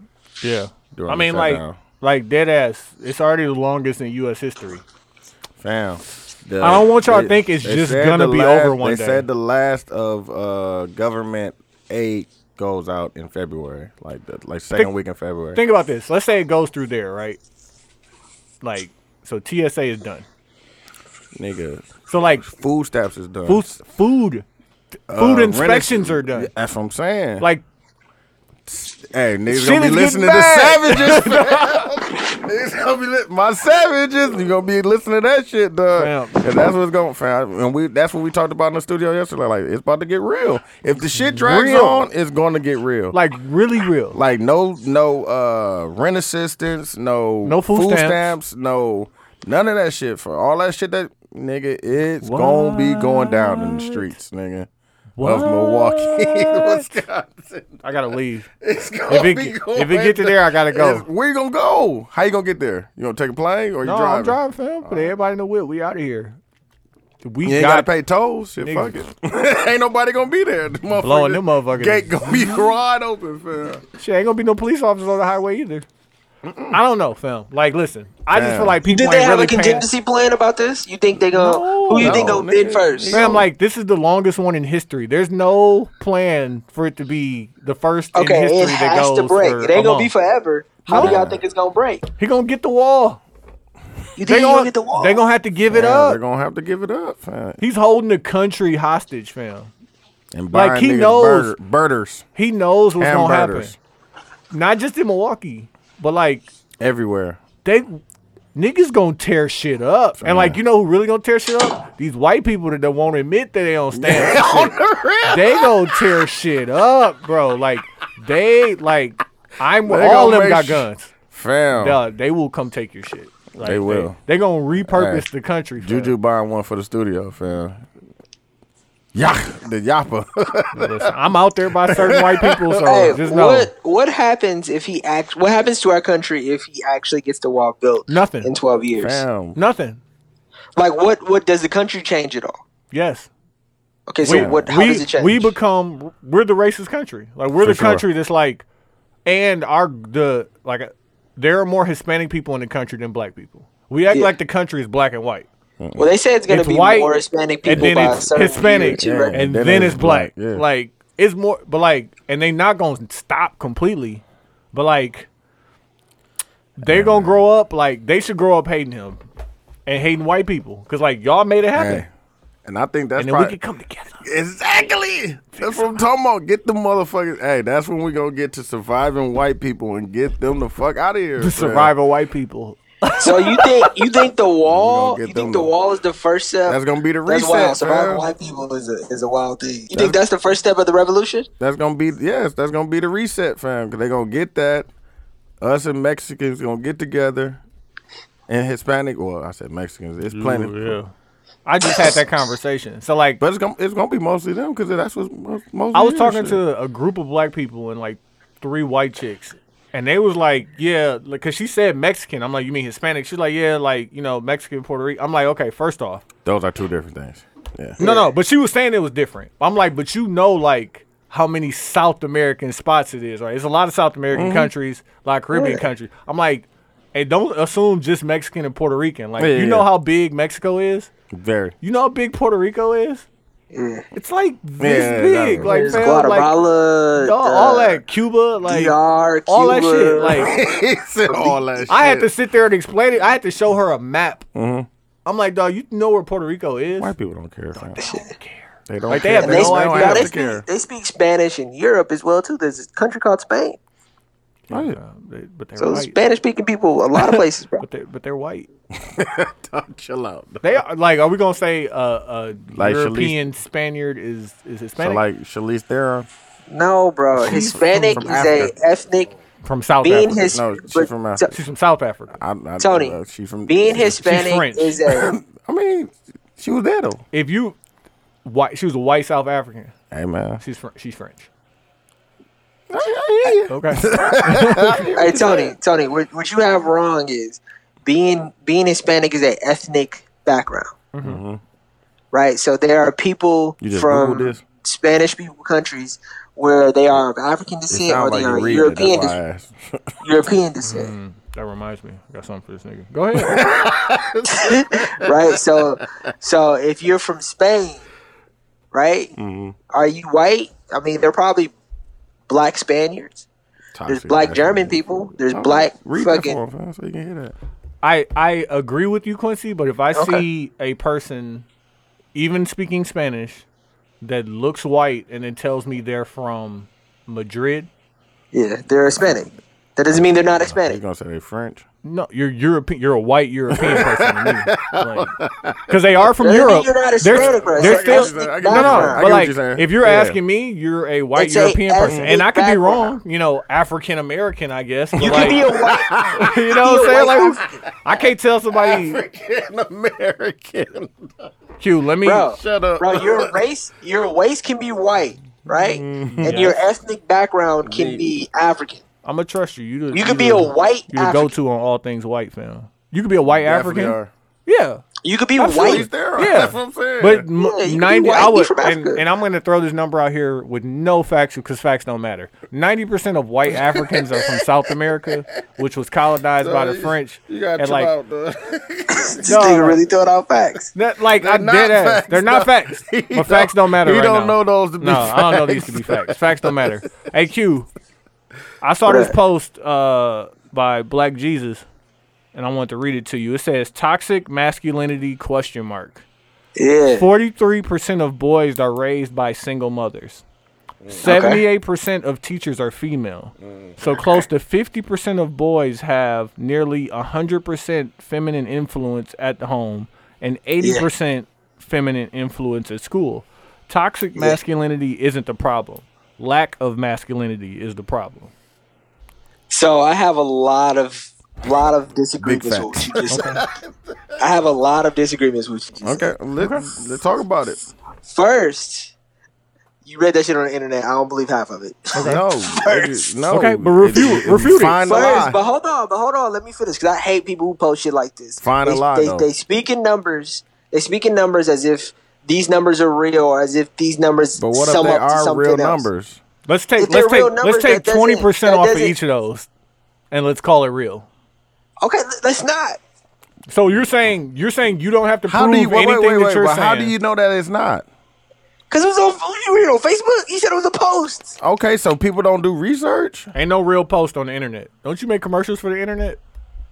D: Yeah.
C: during
D: I
C: the
D: mean, like,
C: shutdown.
D: like dead ass. It's already the longest in U.S. history.
C: Fam. The-
D: I don't want y'all to think it's
C: they
D: just
C: said
D: gonna
C: the
D: be
C: last-
D: over one
C: they
D: day.
C: said the last of uh, government aid goes out in February, like the, like second
D: Think-
C: week in February.
D: Think about this. Let's say it goes through there, right? Like, so TSA is done.
C: Nigga,
D: So like,
C: food stamps is done.
D: food, food,
C: Uh,
D: food
C: rent is-
D: inspections are done.
C: That's what I'm saying.
D: Like,
C: hey, niggas
D: shit
C: gonna be
D: is
C: listening to
D: getting
C: savages. fam. niggas gonna be li- my savages. You gonna be listening to that shit, dog.
D: Fam.
C: And that's what's going, fam. And we that's what we talked about in the studio yesterday. Like it's about to get real. If the shit drags
D: Real.
C: on, it's gonna get real.
D: like really real.
C: Like no no uh rent assistance, no
D: No food stamps.
C: no none of that shit for all that shit that nigga it's gonna be going down in the streets, nigga. Of Milwaukee, Wisconsin.
D: I gotta leave.
C: It's gonna
D: If it,
C: be
D: get-
C: going
D: if it get to there, I gotta
C: down.
D: go.
C: It's- Where you gonna go? How you gonna get there? You gonna take a plane or you
D: No,
C: driving? Uh.
D: I'm driving, fam. But everybody know what we out of here. We
C: You ain't
D: got
C: gotta pay tolls. Shit, fuck
D: Niggas-
C: it. ain't nobody gonna be there. The motherfucker-
D: Blowing them motherfuckers.
C: Gate gonna be wide open, fam.
D: shit. Ain't gonna be no police officers on the highway either. I don't know, fam. Like, listen, I just
C: Fam.
D: feel like people
B: Did
D: ain't
B: they have
D: really
B: a contingency plan about this? You think they go?
D: No.
B: who you
D: No,
B: think go bid
C: nigga.
B: first?
D: Paying. Fam, like this is the longest one in history. There's no plan for it to be the first in
B: okay,
D: history
B: it
D: that
B: has
D: goes
B: to break.
D: for
B: It ain't
D: a
B: gonna be
D: month.
B: forever. How do
D: No.
B: y'all think it's gonna break?
D: He gonna get the wall.
B: You think
D: They
B: you gonna
D: gonna,
B: get the wall?
D: they gonna have to give it
C: Yeah, they're
D: up.
C: gonna have to give it up, fam.
D: He's holding the country hostage, fam.
C: And
D: Like,
C: buying
D: he
C: niggas
D: knows-
C: burger- birders
D: He knows what's gonna happen.
C: Hamburgers.
D: Not just in Milwaukee, but like
C: everywhere.
D: they niggas gonna tear shit up. And like you know who really gonna tear shit up? These white people that don't want to admit that they don't stand. for shit. they gonna tear shit up, bro. Like they like I'm
C: They
D: all
C: gonna
D: them
C: make
D: got
C: sh-
D: guns.
C: Fam.
D: Duh, they will come take your shit. Like,
C: They will.
D: They, they gonna repurpose
C: Hey,
D: the country. fam.
C: Juju buying one for the studio, fam. Yah, the yapper.
D: Listen, I'm out there by certain white people, so
B: Hey,
D: just know
B: what what happens if he act? What happens to our country if he actually gets the wall built
D: Nothing.
B: in twelve years?
C: fam.
D: nothing.
B: Like what? What does the country change at all?
D: Yes.
B: Okay, so what? How
D: we,
B: does it change?
D: we become we're the racist country. Like we're
C: For
D: the
C: sure.
D: country that's like, and our the like uh, there are more Hispanic people in the country than black people. We act
B: Yeah.
D: like the country is black and white.
B: well, they say it's going to
D: it's
B: be
D: white,
B: more Hispanic people
D: and then
B: by a
D: it's
B: certain
D: Hispanic,
B: year, right?
D: and
C: Yeah,
D: then,
C: then
D: it's
C: it's black,
D: black.
C: yeah.
D: Like it's more, but like, and they not gonna stop completely, but like, they're gonna grow up. Like they should grow up hating him and hating white people because like y'all made it happen,
C: Hey. And I think that's
D: and then we can
C: probably
D: come together.
C: exactly. That's what I'm talking about. Get the motherfuckers. Hey, that's when we gonna get to surviving white people and get them the fuck out of here.
D: The
C: man.
D: survival white people.
B: So you think you think the wall?
C: gonna get
B: You
C: them
B: think the
C: though.
B: wall is the first step?
C: That's gonna be the
B: That's
C: reset.
B: wild. Surviving
C: fam.
B: white people is a is a wild thing. You think that's the first step of the revolution?
C: That's gonna be yes. That's gonna be the reset, fam. Cause they gonna get that. Us and Mexicans gonna get together, and Hispanic. Well, I said Mexicans. It's plenty.
D: I just had that conversation. So like,
C: But it's gonna it's gonna be mostly them because that's what's most. mostly
D: I was
C: your
D: talking
C: shit.
D: to a group of black people and like three white chicks, and they was like, "Yeah," like, cause she said Mexican. I'm like, "You mean Hispanic?" She's like, "Yeah, like you know Mexican, Puerto Rican." I'm like, "Okay, first off,
C: Those are two different things. Yeah.
D: no, no," but she was saying it was different. I'm like, "But you know, like how many South American spots it is, right? It's a lot of South American
C: Mm-hmm.
D: countries, a lot of Caribbean countries." I'm like, "Hey, don't assume just Mexican and Puerto Rican. Like,
C: Yeah, yeah,
D: you know
C: yeah.
D: how big Mexico is."
C: Very.
D: You know how big Puerto Rico is? It's like this
C: Yeah,
D: big,
C: that-
D: like,
B: There's
D: fam, like all,
B: Guatemala, the
D: all that Cuba, like
B: DR,
D: all that shit.
B: Cuba.
D: Like
C: he said all that. Shit.
D: I had to sit there and explain it. I had to show her a map.
C: Mm-hmm.
D: I'm like, dog, you know where Puerto Rico is?
C: White people don't care. Fam.
D: care.
C: They don't.
D: Like, they
C: care.
D: have
B: And they,
D: No,
B: speak,
D: I
C: don't
D: no,
C: have
B: they,
C: to care.
B: speak, they speak Spanish in Europe as well too. There's a country called Spain,
C: Oh, yeah.
D: Uh, they- but they're
B: so
D: white.
B: Spanish speaking people a lot of places, bro.
D: But they're, but they're white.
C: Chill out.
D: They are like. Are we gonna say uh, uh,
C: Like Shalice-
D: European Spaniard is is Hispanic
C: So like Charlize Theron.
B: No, bro.
C: She's
B: Hispanic
C: from- from
B: is a
C: Africa.
B: ethnic
D: from South
B: being
D: Africa?
B: his
C: No, she's
B: but-
C: from Africa.
D: She's from South Africa.
C: I, I,
B: Tony,
C: uh, she from
B: being
C: she-
B: Hispanic
D: French.
B: is a
C: I mean, she was there though.
D: If you white, she was a white South African.
C: Hey man.
D: She's fr- she's French.
C: I, I hear you.
D: Okay.
B: Hey Tony, Tony, what, what you have wrong is being being Hispanic is a ethnic background, right? So there are people
C: Mm-hmm. You just Googled
B: from
C: this?
B: Spanish people countries where they are of African descent or
C: Sound
B: they
C: like
B: are
C: you read
B: European
C: it. That's why
B: des-
C: I asked.
B: European descent,
D: That reminds me. I got something for this nigga. Go ahead.
B: right? So so if you're from Spain, right?
C: Mm-hmm.
B: Are you white? I mean, they're probably black Spaniards. There's
C: Toxic
B: black
C: ass
B: German
C: nigga.
B: people. There's
C: Oh,
B: black
C: Read
B: fucking.
C: that for 'em, fam, so you can hear that.
D: I I agree with you, Quincy. But if I
B: Okay.
D: see a person, even speaking Spanish, that looks white and then tells me they're from Madrid,
B: Yeah, they're Hispanic. That doesn't mean they're not
C: He's
B: Hispanic.
C: gonna say they French.
D: no, you're European. You're a white European person to me. Because they are from
B: Doesn't mean
D: Europe.
B: you're not
D: They're,
B: Hispanic, bro.
D: they're
B: It's
D: still
B: an ethnic
C: I get
D: no,
C: what you're
D: no.
C: saying. I
B: background.
D: But
C: get what
D: like,
C: you're saying.
D: if you're
C: Yeah.
D: asking me, you're a white
B: It's a
D: European person, and I
B: ethnic
D: could be wrong.
B: background.
D: You know, African American, I guess. But
B: You
D: like,
B: can be a white.
D: you know what
B: be a
D: I'm saying?
B: white
D: Like, I can't tell somebody.
C: African American.
D: Q, let me.
B: Bro,
C: Shut up.
B: bro, your race, your race can be white, right? And your ethnic background can be African.
D: I'm gonna trust you. You, the,
B: You could be a
D: the-
B: white
D: You the
B: African.
D: go to on all things white, fam. You could be a white
C: Definitely
D: African.
C: are.
D: Yeah,
B: You could be
D: Absolutely.
B: white.
C: Charlize Theron.
D: Yeah.
C: That's what I'm saying.
D: but m-
B: you could be
D: ninety.
B: white,
D: I
B: you
D: would,
B: from
D: and,
B: Africa.
D: and I'm gonna throw this number out here with no facts because facts don't matter. Ninety percent of white Africans are from South America, which was colonized by the
C: you-
D: French.
C: you gotta
D: and
C: chill
D: like,
C: out, dude.
B: This
D: No,
B: nigga
D: no.
B: really throwing out facts.
D: That, like I
C: not
D: dead ass.
C: facts,
D: They're not
C: no.
D: facts.
C: He
D: But facts don't matter.
C: he
D: right
C: don't
D: now.
C: know those to be
D: No, I don't know these
C: facts.
D: to be facts. Facts don't matter. Hey Q, I saw this
B: Right.
D: post uh, by Black Jesus, and I want to read it to you. It says toxic masculinity question mark.
B: Yeah.
D: Forty three percent of boys are raised by single mothers.
B: Mm,
D: Seventy eight percent of teachers are female. So close to fifty percent of boys have nearly hundred percent feminine influence at the home and eighty percent feminine influence at school. Toxic masculinity isn't the problem. Lack of masculinity is the problem.
B: So I have a lot of lot of
C: Big
B: disagreements with
C: facts.
B: what you just said. I have a lot of disagreements with you. Just said.
C: Okay, let's, let's talk about it.
B: First, You read that shit on the internet. I don't believe half of it.
C: No, nigga,
B: First.
C: no.
D: Okay, but refute it, refute it.
C: Find a
B: First,
C: lie.
B: but hold on, but hold on. Let me finish because I hate people who post shit like this.
C: Find a
B: they,
C: lie,
B: They,
C: though.
B: they speak in numbers. They speak in numbers as if these numbers are real, or as if these numbers.
C: But what if
B: sum
C: they
B: up to
C: are
B: something
C: real
B: else.
C: numbers?
D: Let's take
B: If they're
D: let's
B: real
D: take
B: numbers,
D: let's take
B: that doesn't-
D: twenty percent
B: that
D: off of
B: doesn't-
D: each of those, and let's call it real.
B: Okay, l- let's not.
D: So you're saying you're saying you don't have to
C: How
D: prove
C: do you wait?
D: anything
C: Wait, wait,
D: that
C: wait.
D: you're
C: But
D: saying.
C: how do you know that it's not?
B: Cause it was on you read it on Facebook. You said it was a post.
C: Okay, so people don't do research.
D: Ain't no real post on the internet. Don't you make commercials for the internet?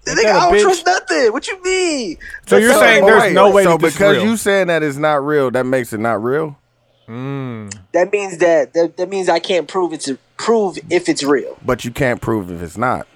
B: Nigga,
D: that a
B: I don't
D: bitch?
B: trust nothing. What you mean?
D: So you're
B: not
D: saying
B: a
C: But
D: there's
B: post.
D: no way
C: So
D: that this is
C: because
D: real.
C: you saying that it's not real, that makes it not real.
B: that means that, that that means I can't prove it's prove if it's real.
C: But you can't prove if it's not.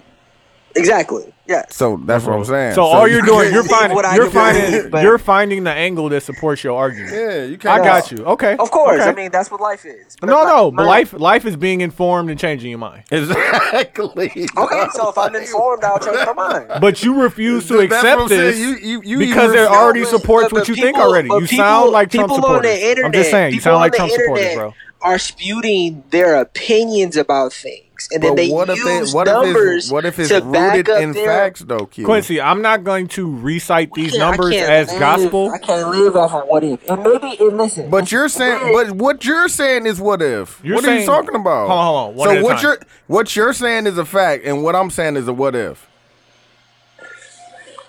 B: Exactly. Yes.
C: So that's what I'm saying.
D: Mm-hmm. So, all you're doing, you're
B: believe
D: finding,
B: what I
D: you're
B: do
D: finding,
B: believe, but-
D: you're finding the angle that supports your argument.
C: Yeah, you
D: I
C: can't.
D: got you. Okay,
B: Of course.
D: okay.
B: I mean that's what life is. But
D: no,
B: my-
D: no, but
B: my-
D: life, life is being informed and changing your mind.
C: Exactly.
B: Okay, so if I'm informed, I'll change my mind.
D: But you refuse to
C: That's what I'm
D: accept
C: saying.
D: this
C: You- you- you
D: because
C: even-
D: it already
B: No, but-
D: supports
B: but-
D: what
B: but
D: you think
B: people-
D: already.
B: but
D: You
B: people-
D: sound like Trump
B: people on
D: supporters.
B: the internet.
D: I'm just saying, you
B: people
D: sound
B: on
D: like
B: the
D: Trump
B: internet
D: supporters, bro.
B: Are spewing their opinions about things, and then
C: But
B: they
C: what if
B: use
C: they, what if
B: numbers
C: it's, what if it's
B: to back
C: rooted
B: up
C: in
B: their,
C: facts though, Q?
D: Quincy, I'm not going to recite
B: I
D: these
B: can't- I
D: numbers
B: can't
D: as
B: live-
D: gospel.
B: I can't live off of what if. And maybe, and listen,
C: But you're saying, but what you're saying is what if?
D: You're
C: what are you
D: saying-
C: talking about?
D: Hold on, hold on, one at
C: So
D: a
C: what
D: time.
C: you're what you're saying is a fact, and what I'm saying is a what if.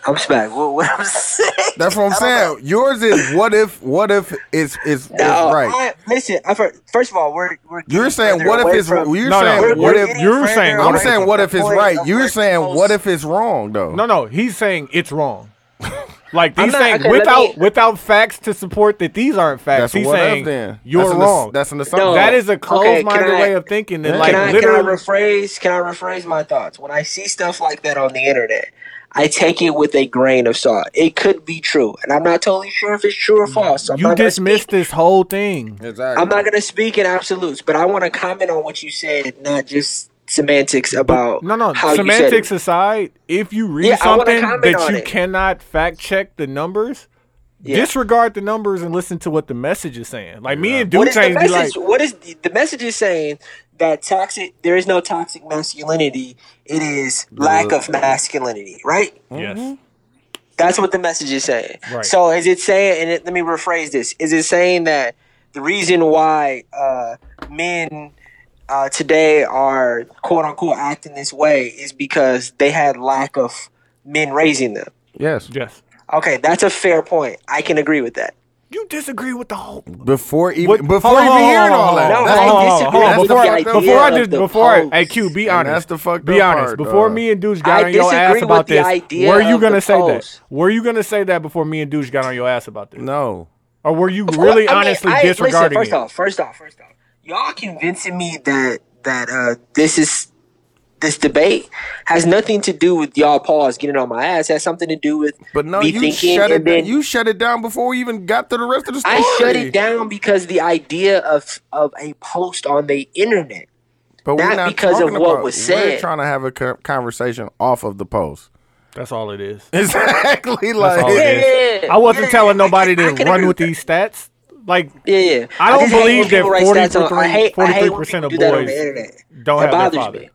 B: I'm smack. What, what I'm saying?
C: That's what I'm
B: I don't know.
C: saying. Yours is what if? What if is is is right?
B: I, listen. I've heard, first of all, we're we're.
C: You're
B: getting
C: saying
B: further
C: what if
B: away
C: it's-
B: from-
C: you're
D: No, no,
C: saying
B: we're-
C: what
B: we're
C: if-
B: getting
D: you're
B: further
D: saying
B: away
D: what
C: I'm
D: if-
B: from
C: saying what
B: the
C: if it's
B: point
C: right.
B: of
C: You're
B: where
C: saying
B: people
C: what if it's wrong though.
D: No, no, he's saying it's wrong. Like
B: I'm
D: these
B: not-
D: saying
B: okay, let
D: without
B: me-
D: without facts to support that these aren't facts.
C: that's a
D: he's
C: what
D: saying
C: if. Then
D: you're
C: that's an ass-
D: wrong.
C: that's an
B: No.
C: assumption.
D: that is a closed-minded
B: can I-
D: way of thinking. That
C: Can
D: like
B: can I,
D: literally,
B: can I rephrase? Can I rephrase my thoughts? When I see stuff like that on the internet, I take it with a grain of salt. It could be true, and I'm not totally sure if it's true or false. So I'm
D: you
B: not gonna
D: dismissed
B: speak-
D: this whole thing.
C: exactly.
B: I'm not going to speak in absolutes, but I want to comment on what you said, not just semantics about
D: No, no.
B: how
D: Semantics
B: You said it.
D: aside, if you read
B: Yeah, I wanna
D: something
B: comment
D: that
B: on
D: you
B: it.
D: cannot fact check the numbers,
B: Yeah.
D: disregard the numbers and listen to what the message is saying. Like me and
B: What
D: Duke
B: is the
D: Chain be like,
B: message? what is the, the message is saying that toxic? There is no toxic masculinity. It is lack of masculinity, right?
D: yes,
B: That's what the message is saying.
D: Right.
B: So is it saying? And it, let me rephrase this: Is it saying that the reason why uh, men uh, today are quote unquote acting this way is because they had lack of men raising them?
C: yes.
D: yes.
B: Okay, that's a fair point. I can agree with that.
D: You disagree with the whole.
C: Before even
D: What-
C: before
D: hold on,
C: even
D: hold on,
C: hearing
D: hold
C: all
D: on,
C: that.
B: hold on,
C: That's
B: hold
C: the-
B: on,
D: Hold
B: disagree
D: on, hold on.
B: with
D: Before
B: the
D: I,
B: idea
D: before I
B: of
D: did,
B: the
D: before I,
B: post.
D: hey Q, be
C: And
D: honest.
C: that's the fucked
D: Be
C: up
D: honest.
C: part,
D: before
C: dog.
D: me and Douche
B: I
D: got on your
B: disagree
D: ass
B: with
D: about
B: the
D: this,
B: idea
D: were you
B: of
D: gonna
B: the
D: say
B: post.
D: that? Were you gonna say that before me and Douche got on your ass about this,
C: No.
D: or were you really
B: I mean,
D: honestly
B: I- listen,
D: disregarding
B: first
D: it?
B: off, first off, first off, y'all convincing me that that uh, this is this debate has nothing to do with y'all pause getting on my ass. Has something to do with
C: But no,
B: me
C: you
B: thinking
C: shut it.
B: and then
C: you shut it down before we even got to the rest of the story.
B: I shut it down because the idea of of a post on the internet.
C: But
B: Not because of
C: talking
B: what
C: about-
B: was
C: We're
B: said.
C: trying to have a co- conversation off of the post.
D: That's all it is.
C: Exactly.
D: That's
C: Like
D: all it is.
B: Yeah, yeah,
D: I wasn't
B: yeah,
D: telling
B: I
D: nobody
B: can- I
D: to
B: can
D: run
B: agree
D: with
B: with
D: these stats. Like
B: Yeah, yeah.
D: I don't
B: just hate when
D: believe that
B: people write stats on- I hate- I hate when
D: 43% of
B: people do that on the
D: boys
B: internet.
D: don't have
B: That
D: their
B: bothers
D: father.
B: me.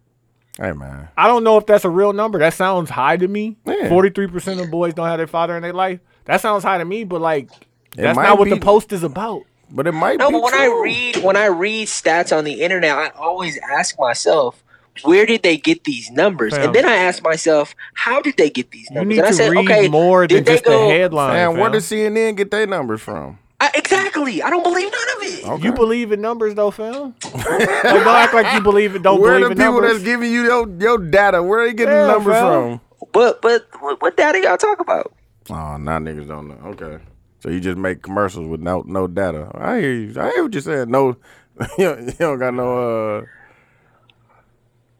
C: hey man.
D: I don't know if that's a real number. That sounds high to me.
C: Yeah.
D: Forty three percent of boys don't have their father in their life. That sounds high to me, but like that's
C: might
D: not what the
C: be-
D: post is about.
C: But it might
B: No,
C: be
B: but when
C: true.
B: I read when I read stats on the internet, I always ask myself, where did they get these numbers?
D: Fam.
B: And then I ask myself, how did they get these
D: You
B: numbers?
D: need
B: and I
D: to
B: said,
D: read
B: okay,
D: more than
B: did they
D: just
B: go-
D: the headline.
C: And where
D: fam.
C: did CNN get their numbers from?
B: I, exactly. I don't believe none of it.
C: Okay.
D: you believe in numbers though, fam? like, don't act like you believe it. Don't
C: where
D: believe
C: the
D: in
C: people
D: numbers.
C: that's giving you your, your data? Where are they getting
D: Yeah,
C: the numbers
D: fam.
B: But but what, what data y'all talk about?
C: from? Oh, now niggas don't know. Okay. So you just make commercials with no no data. I hear you. I hear what you're saying. No, you don't, you don't got no uh,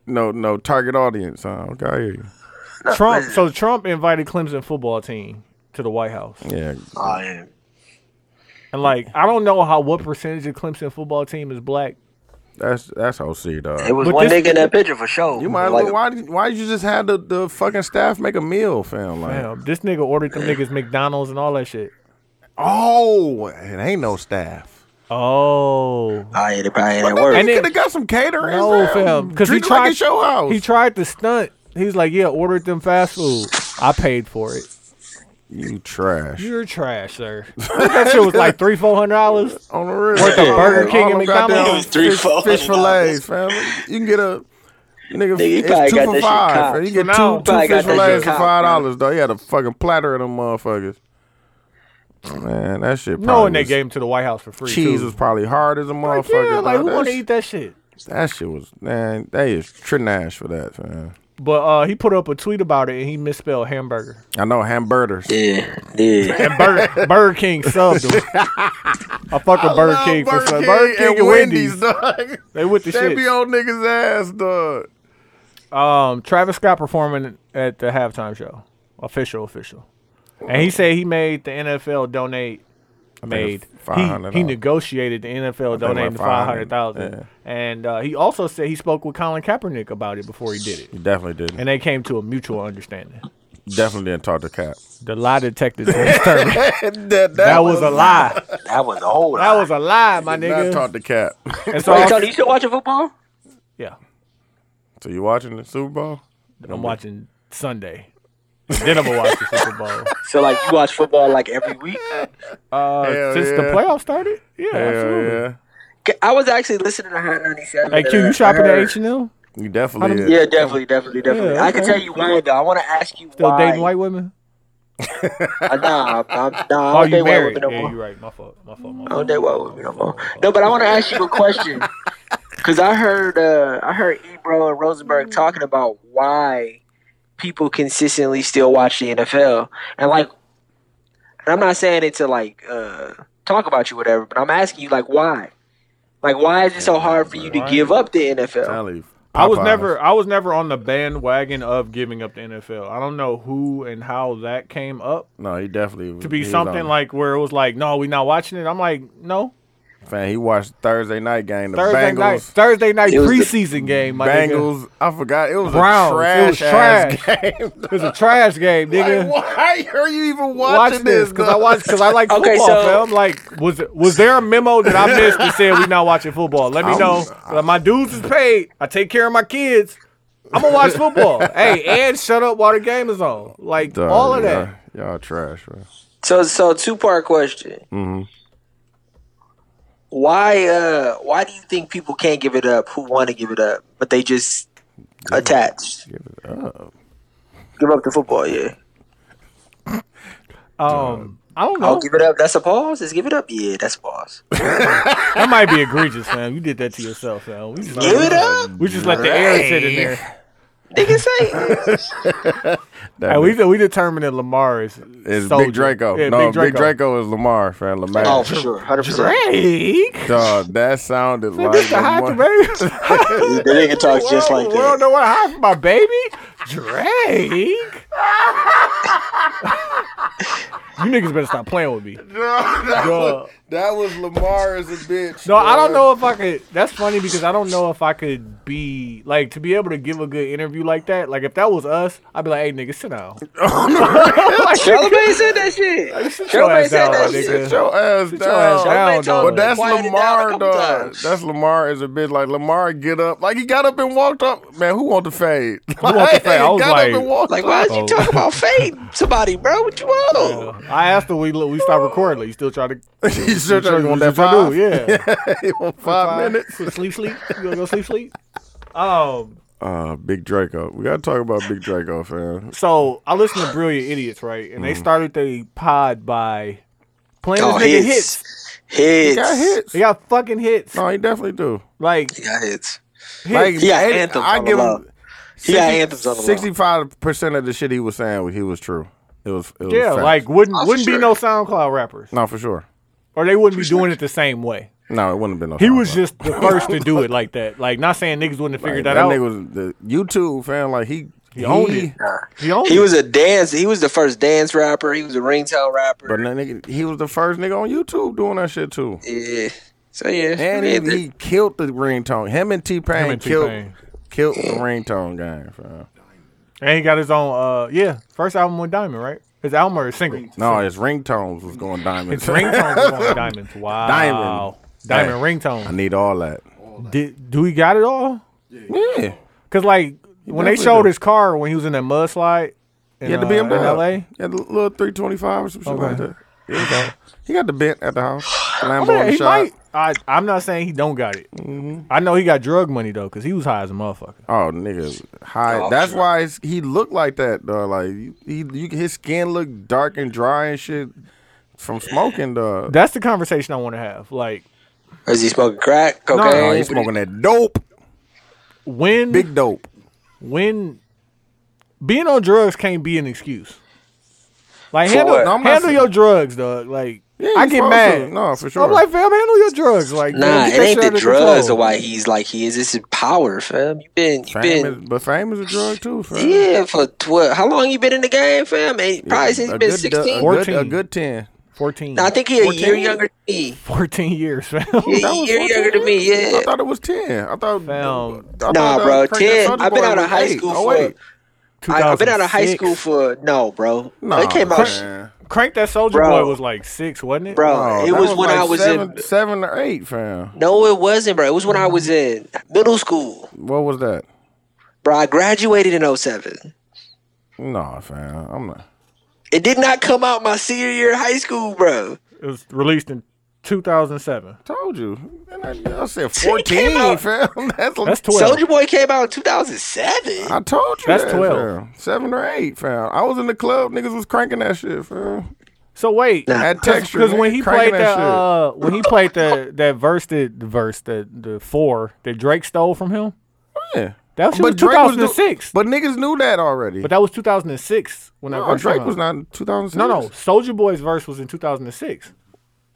C: no no target audience. Huh? Okay, I hear you.
D: Trump. So Trump invited Clemson football team to the White House,
C: Yeah,
B: Oh, yeah.
D: and like I don't know how what percentage of Clemson football team is black.
C: that's that's OC dog.
B: It was
D: But
B: one
D: this-
B: nigga in that picture for sure.
C: You might as well. Why? did- Why did you just have the, the fucking staff make a meal, fam? Like,
D: Damn, this nigga ordered them niggas McDonald's and all that shit.
C: oh, it ain't no staff.
D: Oh.
B: I ain't, it probably ain't
C: Maybe
B: work.
D: And
C: he
D: it-
C: could have got some catering.
D: No, fam. Because he
C: Treat it like
D: tried
C: it's your house.
D: He tried to stunt. He was like, "Yeah, ordered them fast food. I paid for it.
C: you trash.
D: You're trash, sir. that shit was like three, four hundred dollars.
C: On the real.
D: Worth of Burger King
C: All
D: and
C: them goddamn
D: McDonald's.
B: Three,
C: fish-
B: four
C: Fish
B: hundred
C: fillets, fam. You can get a. Nigga,
B: Nigga, you
C: it's
B: probably
C: two
B: got that
C: for
B: shit
C: five.
B: cocked.
C: fam. You get
D: For now,
C: two, two
B: probably
C: fish
B: got that shit
C: fillets for
B: cocked,
C: five dollars, though. He had a fucking platter of them motherfuckers. Man, that shit.
D: No, and
C: Probably
D: they
C: was-
D: gave him to the White House for free.
C: cheese
D: too.
C: was probably hard as a
D: like,
C: motherfucker.
D: yeah, like
C: dog.
D: who
C: That
D: want to
C: sh-
D: eat that shit?
C: That shit was man. They is trinash for that, man.
D: But uh, he put up a tweet about it and he misspelled hamburger.
C: I know hamburgers.
B: Yeah, yeah.
D: And Burger, Burger King subbed him. I fuck with Burger King for some. Burger King and Wendy's.
C: dog.
D: They with the
C: They
D: shit.
C: be on niggas' ass, dog.
D: Um, Travis Scott performing at the halftime show. Official, official. And he said he made the NFL donate. Made
C: it's
D: he, he
C: $500.
D: negotiated the NFL
C: like
D: donating five hundred thousand,
C: $500,
D: and uh, he also said he spoke with Colin Kaepernick about it before he did it,
C: You definitely didn't.
D: and they came to a mutual understanding.
C: definitely didn't talk to Cap.
D: The lie detector determined that,
C: that, that,
D: was a lie.
B: That was a whole
D: That
B: lot.
D: was a lie, my
C: Did not
D: nigga.
C: talk to Cap.
D: And so,
B: Wait, Tony, you still watching football?
D: yeah,
C: so you watching the Super Bowl?
D: I'm watching Sunday. Then I'm gonna watch the Super Bowl.
B: So like you watch football like every week?
D: Uh,
C: Hell
D: since the
C: yeah.
D: playoffs started, yeah,
C: Hell
D: absolutely.
C: yeah.
B: Okay, I was actually listening to Hot 97.
D: Hey Q,
B: and, uh,
D: you shopping
B: I
D: at
B: heard-
D: H and M?
C: You definitely is.
B: Yeah, definitely, definitely, definitely.
D: Yeah,
B: I can
D: okay.
B: tell you why though. I want to ask you
D: Still
B: why.
D: dating white women?
B: Uh, nah, I'm, nah, I
D: Oh,
B: don't
D: you
B: date white
D: married?
B: women no
D: yeah,
B: more.
D: you right. My fault. My fault. My
B: I
D: fault.
B: don't date white women no more. No, but I want to ask you a question because I heard uh, I heard Ebro and Rosenberg talking about why people consistently still watch the NFL and like, and I'm not saying it to like uh, talk about you whatever, but I'm asking you like why, like why is it so hard for you to give up the NFL?
C: Probably
D: I was
C: Popeyes.
D: never. I was never on the bandwagon of giving up the NFL. I don't know who and how that came up
C: No, he definitely was-
D: to be
C: he was on
D: something
C: it.
D: like where it was like, no, we not watching it. I'm like, no.
C: Fan, he watched Thursday night game. The
D: Thursday
C: Bengals.
D: night, Thursday night
B: It was the
D: preseason game, my nigga.
C: Bengals. I forgot it was
D: Browns.
C: a
D: It
C: trash,
D: was
C: ass game.
D: It was a trash game, nigga.
C: Like, why are you even watching,
D: Watching
C: this?
D: this because I watch because I like
B: Okay,
D: football,
B: so-
D: fam. Like, was was there a memo that I missed that said we not watching football? Let me
C: I'm-
D: know. Like, my dudes is paid. I take care of my kids. I'm gonna watch football. hey, and shut up while the game is on. Like
C: Dog,
D: all of that.
C: y'all- Y'all trash, bro.
B: So so two part question.
C: Mm-hmm.
B: Why uh why do you think people can't give it up who want to give it up but they just attached?
C: Give it up.
B: Give up the football, yeah.
D: Um, I don't
B: I'll
D: know.
B: Oh, give it up. That's a pause. Just give it up. Yeah, that's a pause.
C: Uh,
D: That might be egregious, man. You did that to yourself, man. We just, let-
B: give it up,
D: we just let the air sit in there.
B: nigga. Say it.
C: That
D: Hey, we
C: is-
D: we determined that Lamar is
C: is
D: soldier.
C: Big Draco.
D: Yeah,
C: no,
D: Big Draco.
C: is Lamar, fam. Lamar.
B: oh, for sure, hundred percent.
D: Drake.
C: Dog, that sounded like
D: This the hot
C: Lamar.
D: baby.
B: The nigga talks just like
D: We don't
B: that.
D: know what happened, my baby. Drake. you niggas better stop playing with me.
C: that,
D: Dog.
C: was, that was Lamar as a bitch.
D: No, I don't
C: dog.
D: know if I could. That's funny because I don't know if I could be like to be able to give a good interview like that. Like if that was us, I'd be like, "Hey, nigga, sit down." Like,
B: Charlamagne said that shit.
D: your
B: Charlamagne
D: ass
B: said
D: down,
B: that
D: my
B: shit.
D: nigga.
C: Sit your ass
D: your ass
C: down.
D: down. dog.
B: Charlamagne told
D: But
B: him to
C: That's
B: quiet it down a
C: Lamar,
B: couple
C: dog.
B: times.
C: That's Lamar as a bitch. Like Lamar, get up. Like he got up and walked up. Man, who want the fade? Who
D: want the fade? I was
C: got
D: like- oh,
C: up and walked
B: Like,
C: up.
B: why is you talking about fate? Somebody, bro, what you want?
D: I asked him, "We we stopped recording. Like, you still try to
C: you sure
D: try
C: you want
D: to
C: that five?
D: do? Yeah,
C: you want five minutes?
D: Quick sleep, sleep. You gonna go sleep, sleep? Um,
C: Uh, Big Draco. We gotta talk about Big Draco, fam.
D: so I listen to Brilliant Idiots, right? And they
C: Mm-hmm.
D: started the pod by playing
B: Oh,
D: this nigga
B: hits.
D: hits.
B: Hits.
C: He got hits.
D: They got fucking hits.
C: No, he definitely do.
D: Like
B: He got hits.
D: hits.
C: Like
B: He got
C: and
B: anthems
C: I
B: on the
C: give
B: low.
C: him.
B: He got anthems on the low.
C: Sixty-five percent of the shit he was saying, he was true. It was. It was
D: yeah,
C: facts.
D: like wouldn't
B: Oh, for
D: wouldn't be
B: sure.
D: no SoundCloud rappers,
C: no, for sure.
D: or they wouldn't be doing it the same way.
C: No, it wouldn't have been no.
D: He was
C: SoundCloud.
D: just the first to do it like that. Like not saying niggas wouldn't have figured
C: Like,
D: that, out.
C: nigga was the YouTube fan. Like he, he,
D: owned it. he, owned
B: He
D: it.
B: was a dance. He was the first dance rapper. He was a ringtone rapper.
C: But that nigga, he was the first nigga on YouTube doing that shit too.
B: yeah. So yeah.
C: And
B: yeah,
C: he, he killed the ringtone. Him and T
D: Him
C: Pain
D: and
C: killed
D: T-Pain.
C: killed the ringtone game. Fam.
D: and he got his own. Uh, yeah, first album with Diamond, right? His album or his single.
C: No, his ringtones was going diamonds.
D: Ringtones was on Diamonds. Wow.
C: Diamond.
D: Diamond
C: I
D: ringtone.
C: need all that.
D: Did, do we got it all?
C: Yeah.
D: Cause like when they
C: definitely
D: showed
C: do.
D: his car when he was in that mudslide in,
C: He had the
D: uh,
C: BMW.
D: in L.A.
C: He had a little 325 or some shit like
D: Okay. Oh,
C: that. He got, he got the bent at the house. Lambo
D: Yeah,
C: in the
D: he
C: shop.
D: might. I, I'm not saying he don't got it.
C: Mm-hmm.
D: I know he got drug money though, cause he was high as a motherfucker.
C: Oh, nigga, high.
B: Oh,
C: That's why it's, he looked like that, though. Like he, you, his skin looked dark and dry and shit from smoking, though.
D: That's the conversation I want to have. Like
B: Is he smoking crack,
D: no,
B: cocaine?
C: Oh, he's smoking that dope,
D: when
C: big dope.
D: when being on drugs can't be an excuse. Like
B: For
D: handle,
B: what?
C: No, I'm not
D: handle
C: saying-
D: your drugs, dog. Like
C: Yeah,
D: I
C: you
D: get
C: supposed
D: mad.
C: to. No, for sure.
D: I'm like, fam, handle your drugs. Like
B: Nah,
D: man, get
B: it
D: that shit
B: ain't the
D: under
B: drugs or
D: control.
B: why he's like he is. This is power, fam. You been, you
C: Fame
B: been,
C: is, but fame is a drug too, fam.
B: yeah, for what? How long you been in the game, fam? And probably since
C: a
B: he's been
C: good, A
B: sixteen.
D: or-
C: good, a
D: 14.
C: good ten.
D: Fourteen.
B: Nah, I think he a year
C: 14?
B: younger than me.
D: 14 years, fam.
B: He a
C: That was
B: year
C: 14?
B: younger than me.
C: I
B: Yeah.
C: thought it was ten. I thought.
D: Fam.
C: I thought
B: Nah,
C: that
B: bro,
C: Crack
B: 10.
C: Soldier
B: I've been
C: Boy
B: out of
C: was
B: high
C: eight.
B: school
C: Oh,
B: for-
C: wait.
B: I, I've been out of high
D: 2006.
B: school for no, bro.
C: Nah,
B: it came out,
C: man.
D: Crank that Soldier
B: Bro.
D: Boy was like six, wasn't it?
B: bro.
C: Oh,
B: it
C: that
B: was, when
C: like
B: I was
C: seven,
B: in.
C: seven or eight, fam.
B: No, it wasn't, bro. It was when I was
C: Mm-hmm.
B: in middle school,
C: What was that?
B: bro. I graduated in 07.
C: No, fam. I'm not.
B: It did not come out my senior year of high school, bro.
D: It was released in 2007.
C: Told you. And I, I said
B: It came
C: 14,
B: out-
C: fam. That's,
D: That's 12.
B: Soldier Boy came out in 2007.
C: I told you.
D: That's
C: that,
D: 12.
C: fam. Seven or eight, fam. I was in the club. Niggas was cranking that shit, fam.
D: so wait,
B: Nah.
C: At texture.
D: because
C: nigga,
D: when he
C: cranking
D: played that, uh, when he played that that verse that the verse that the four that Drake stole from him, uh,
C: shit. Yeah.
D: that shit was
C: Drake do-
D: 2006.
C: but niggas knew that already.
D: but
C: But
D: that was 2006 when that
C: no,
D: verse
C: Drake
D: came
C: was
D: out.
C: not in 2006.
D: No, no, Soldier Boy's verse was in 2006.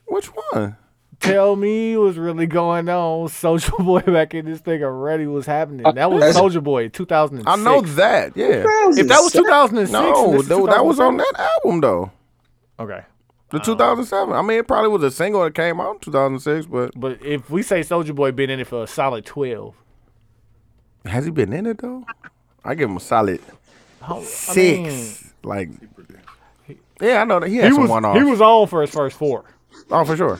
C: Which one?
D: Tell me what's really going on, Soldier Boy back in this thing already was happening. That was
B: That's-
D: Soldier Boy 2006.
C: I know that. Yeah.
D: If that was 2006, and
C: No,
D: this is
C: though, that was on
D: 2007.
C: that album though.
D: Okay.
C: The
D: Oh.
C: 2007. I mean, it probably was a single that came out in 2006, but
D: But if we say Soldier Boy been in it for a solid twelve,
C: has he been in it though? I give him a solid
D: how- I mean,
C: six. like, yeah, I know that he had
D: he
C: some
D: was
C: one off.
D: he was on for his first four,
C: oh, for sure.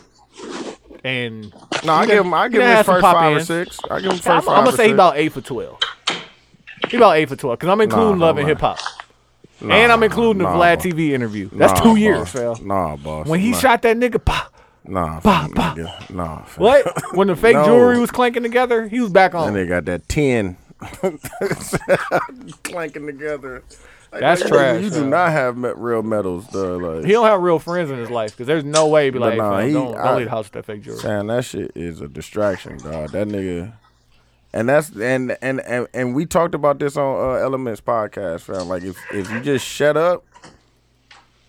D: and
C: No, I give him. I give
D: done had
C: him his
D: some
C: first
D: pop
C: five or
D: ins.
C: six. I give him first
D: I'm,
C: five.
D: I'm
C: or
D: gonna say
C: six.
D: he about eight for twelve. He about eight for twelve because I'm including
C: Nah,
D: Love and
C: nah.
D: Hip Hop, and I'm including the
C: nah,
D: Vlad
C: boy.
D: TV interview. That's
C: Nah,
D: two years,
C: boss.
D: fam.
C: Nah, boss.
D: When he
C: nah,
D: shot that nigga, pop,
C: nah,
D: bah,
C: fam,
D: bah.
C: nigga, nah. fam.
D: what? When the fake
C: No.
D: jewelry was clanking together, he was back
C: And
D: on.
C: they got that ten clanking together. Like,
D: That's
C: nigga,
D: trash,
C: You do
D: fam.
C: not have me- real medals, though. Like,
D: He don't have real friends in his life because there's no way he'd be like,
C: But nah,
D: "Fam,
C: he-
D: don't, don't
C: I-
D: leave the house with that fake jewelry.
C: Man, that shit is a distraction, dog. That nigga, and that's and and and, and we talked about this on uh, Elements podcast, fam. Like if if you just shut up,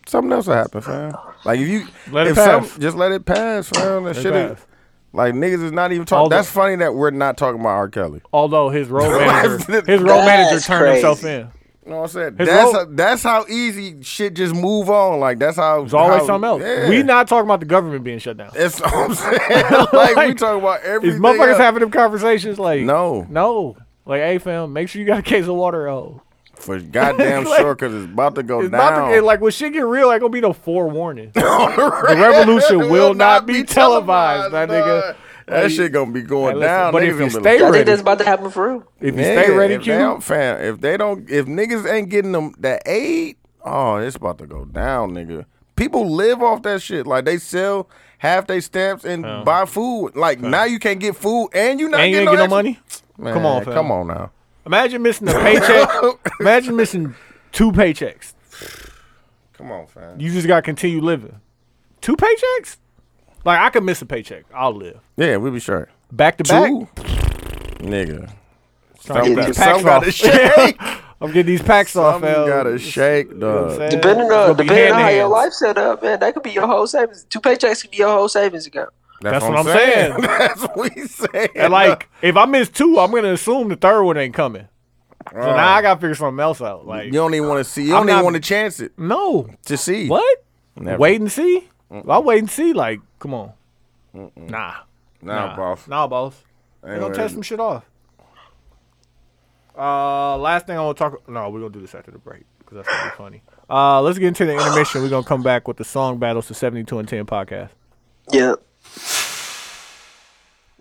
C: something else will happen, fam. Like if you
D: Let it
C: if
D: pass.
C: just let it pass, fam. That
D: Let it
C: shit, is,
D: pass.
C: like niggas is not even talking.
D: All the-
C: that's funny that we're not talking about R. Kelly.
D: Although his road manager, his road
B: That's
D: manager turned
B: crazy.
D: himself in.
C: You know what I'm saying?
D: His
C: that's
D: role-
C: how, that's how easy shit just move on. Like that's how
D: It's always
C: how-
D: something else.
C: yeah.
D: We not talking about the government being shut down.
C: That's what I'm saying. like, we
D: Like,
C: talking about
D: Is
C: everything.
D: motherfuckers
C: else.
D: having them conversations like
C: No.
D: no, like hey fam, make sure you got a case of water. Oh,
C: for goddamn
D: Like,
C: sure because it's about to go
D: it's
C: down.
D: about to get like when shit get real, like gonna be no forewarning. the revolution will, not be televised, my nigga.
C: dog. That
D: Like,
C: shit gonna be
D: hey,
C: going
D: listen,
C: down.
D: but
C: Niggas
D: if you
C: gonna be
D: stay
C: like,
B: I
D: ready,
B: think that's about to happen for real.
D: if you
C: "Nigga,
D: stay ready,
C: if they
D: Q,
C: don't, fam, if they don't, if niggas ain't getting them that aid, oh, it's about to go down, nigga. People live off that shit. Like they sell half they stamps and buy food. Like now you can't get food and you not
D: and you
C: getting
D: ain't get no
C: extra-
D: money.
C: Man,
D: Come on, fam.
C: come on now.
D: Imagine missing a paycheck. Imagine missing two paychecks.
C: Come on, fam.
D: You just gotta continue living. Two paychecks? Like I could miss a paycheck, I'll live
C: Yeah, we be sure.
D: back to back.
C: Two, nigga.
D: Trying to
C: Some
D: get
C: got,
D: these packs
C: some got to
D: off.
C: shake.
D: I'm getting these packs off.
C: Some
D: fam.
C: got to shake,
D: what I'm
C: dog.
D: saying?
B: Depending
D: It's gonna
B: on
D: be
B: depending on how your
D: hand-to-hands.
B: life set up, man, that could be your whole savings. Two paychecks could be your whole savings account.
D: That's what I'm saying.
C: That's what we saying.
D: And like, if I miss two, I'm gonna assume the third one ain't coming. So
C: Uh.
D: now I gotta figure something else out. Like,
C: you don't even want to see. You
D: I'm
C: don't even
D: not-
C: want to chance it
D: no,
C: to see.
D: what?
C: Never.
D: Wait and see. I wait and see. Like, come on. Nah,
C: Nah, boss.
D: nah, boss. They gonna
C: Anyway.
D: test some shit off. Uh, last thing I want to talk. No, we're gonna do this after the break because that's gonna be funny. Uh, let's get into the intermission. We're gonna come back with the song battles to 72 and 10 podcast.
B: Yeah.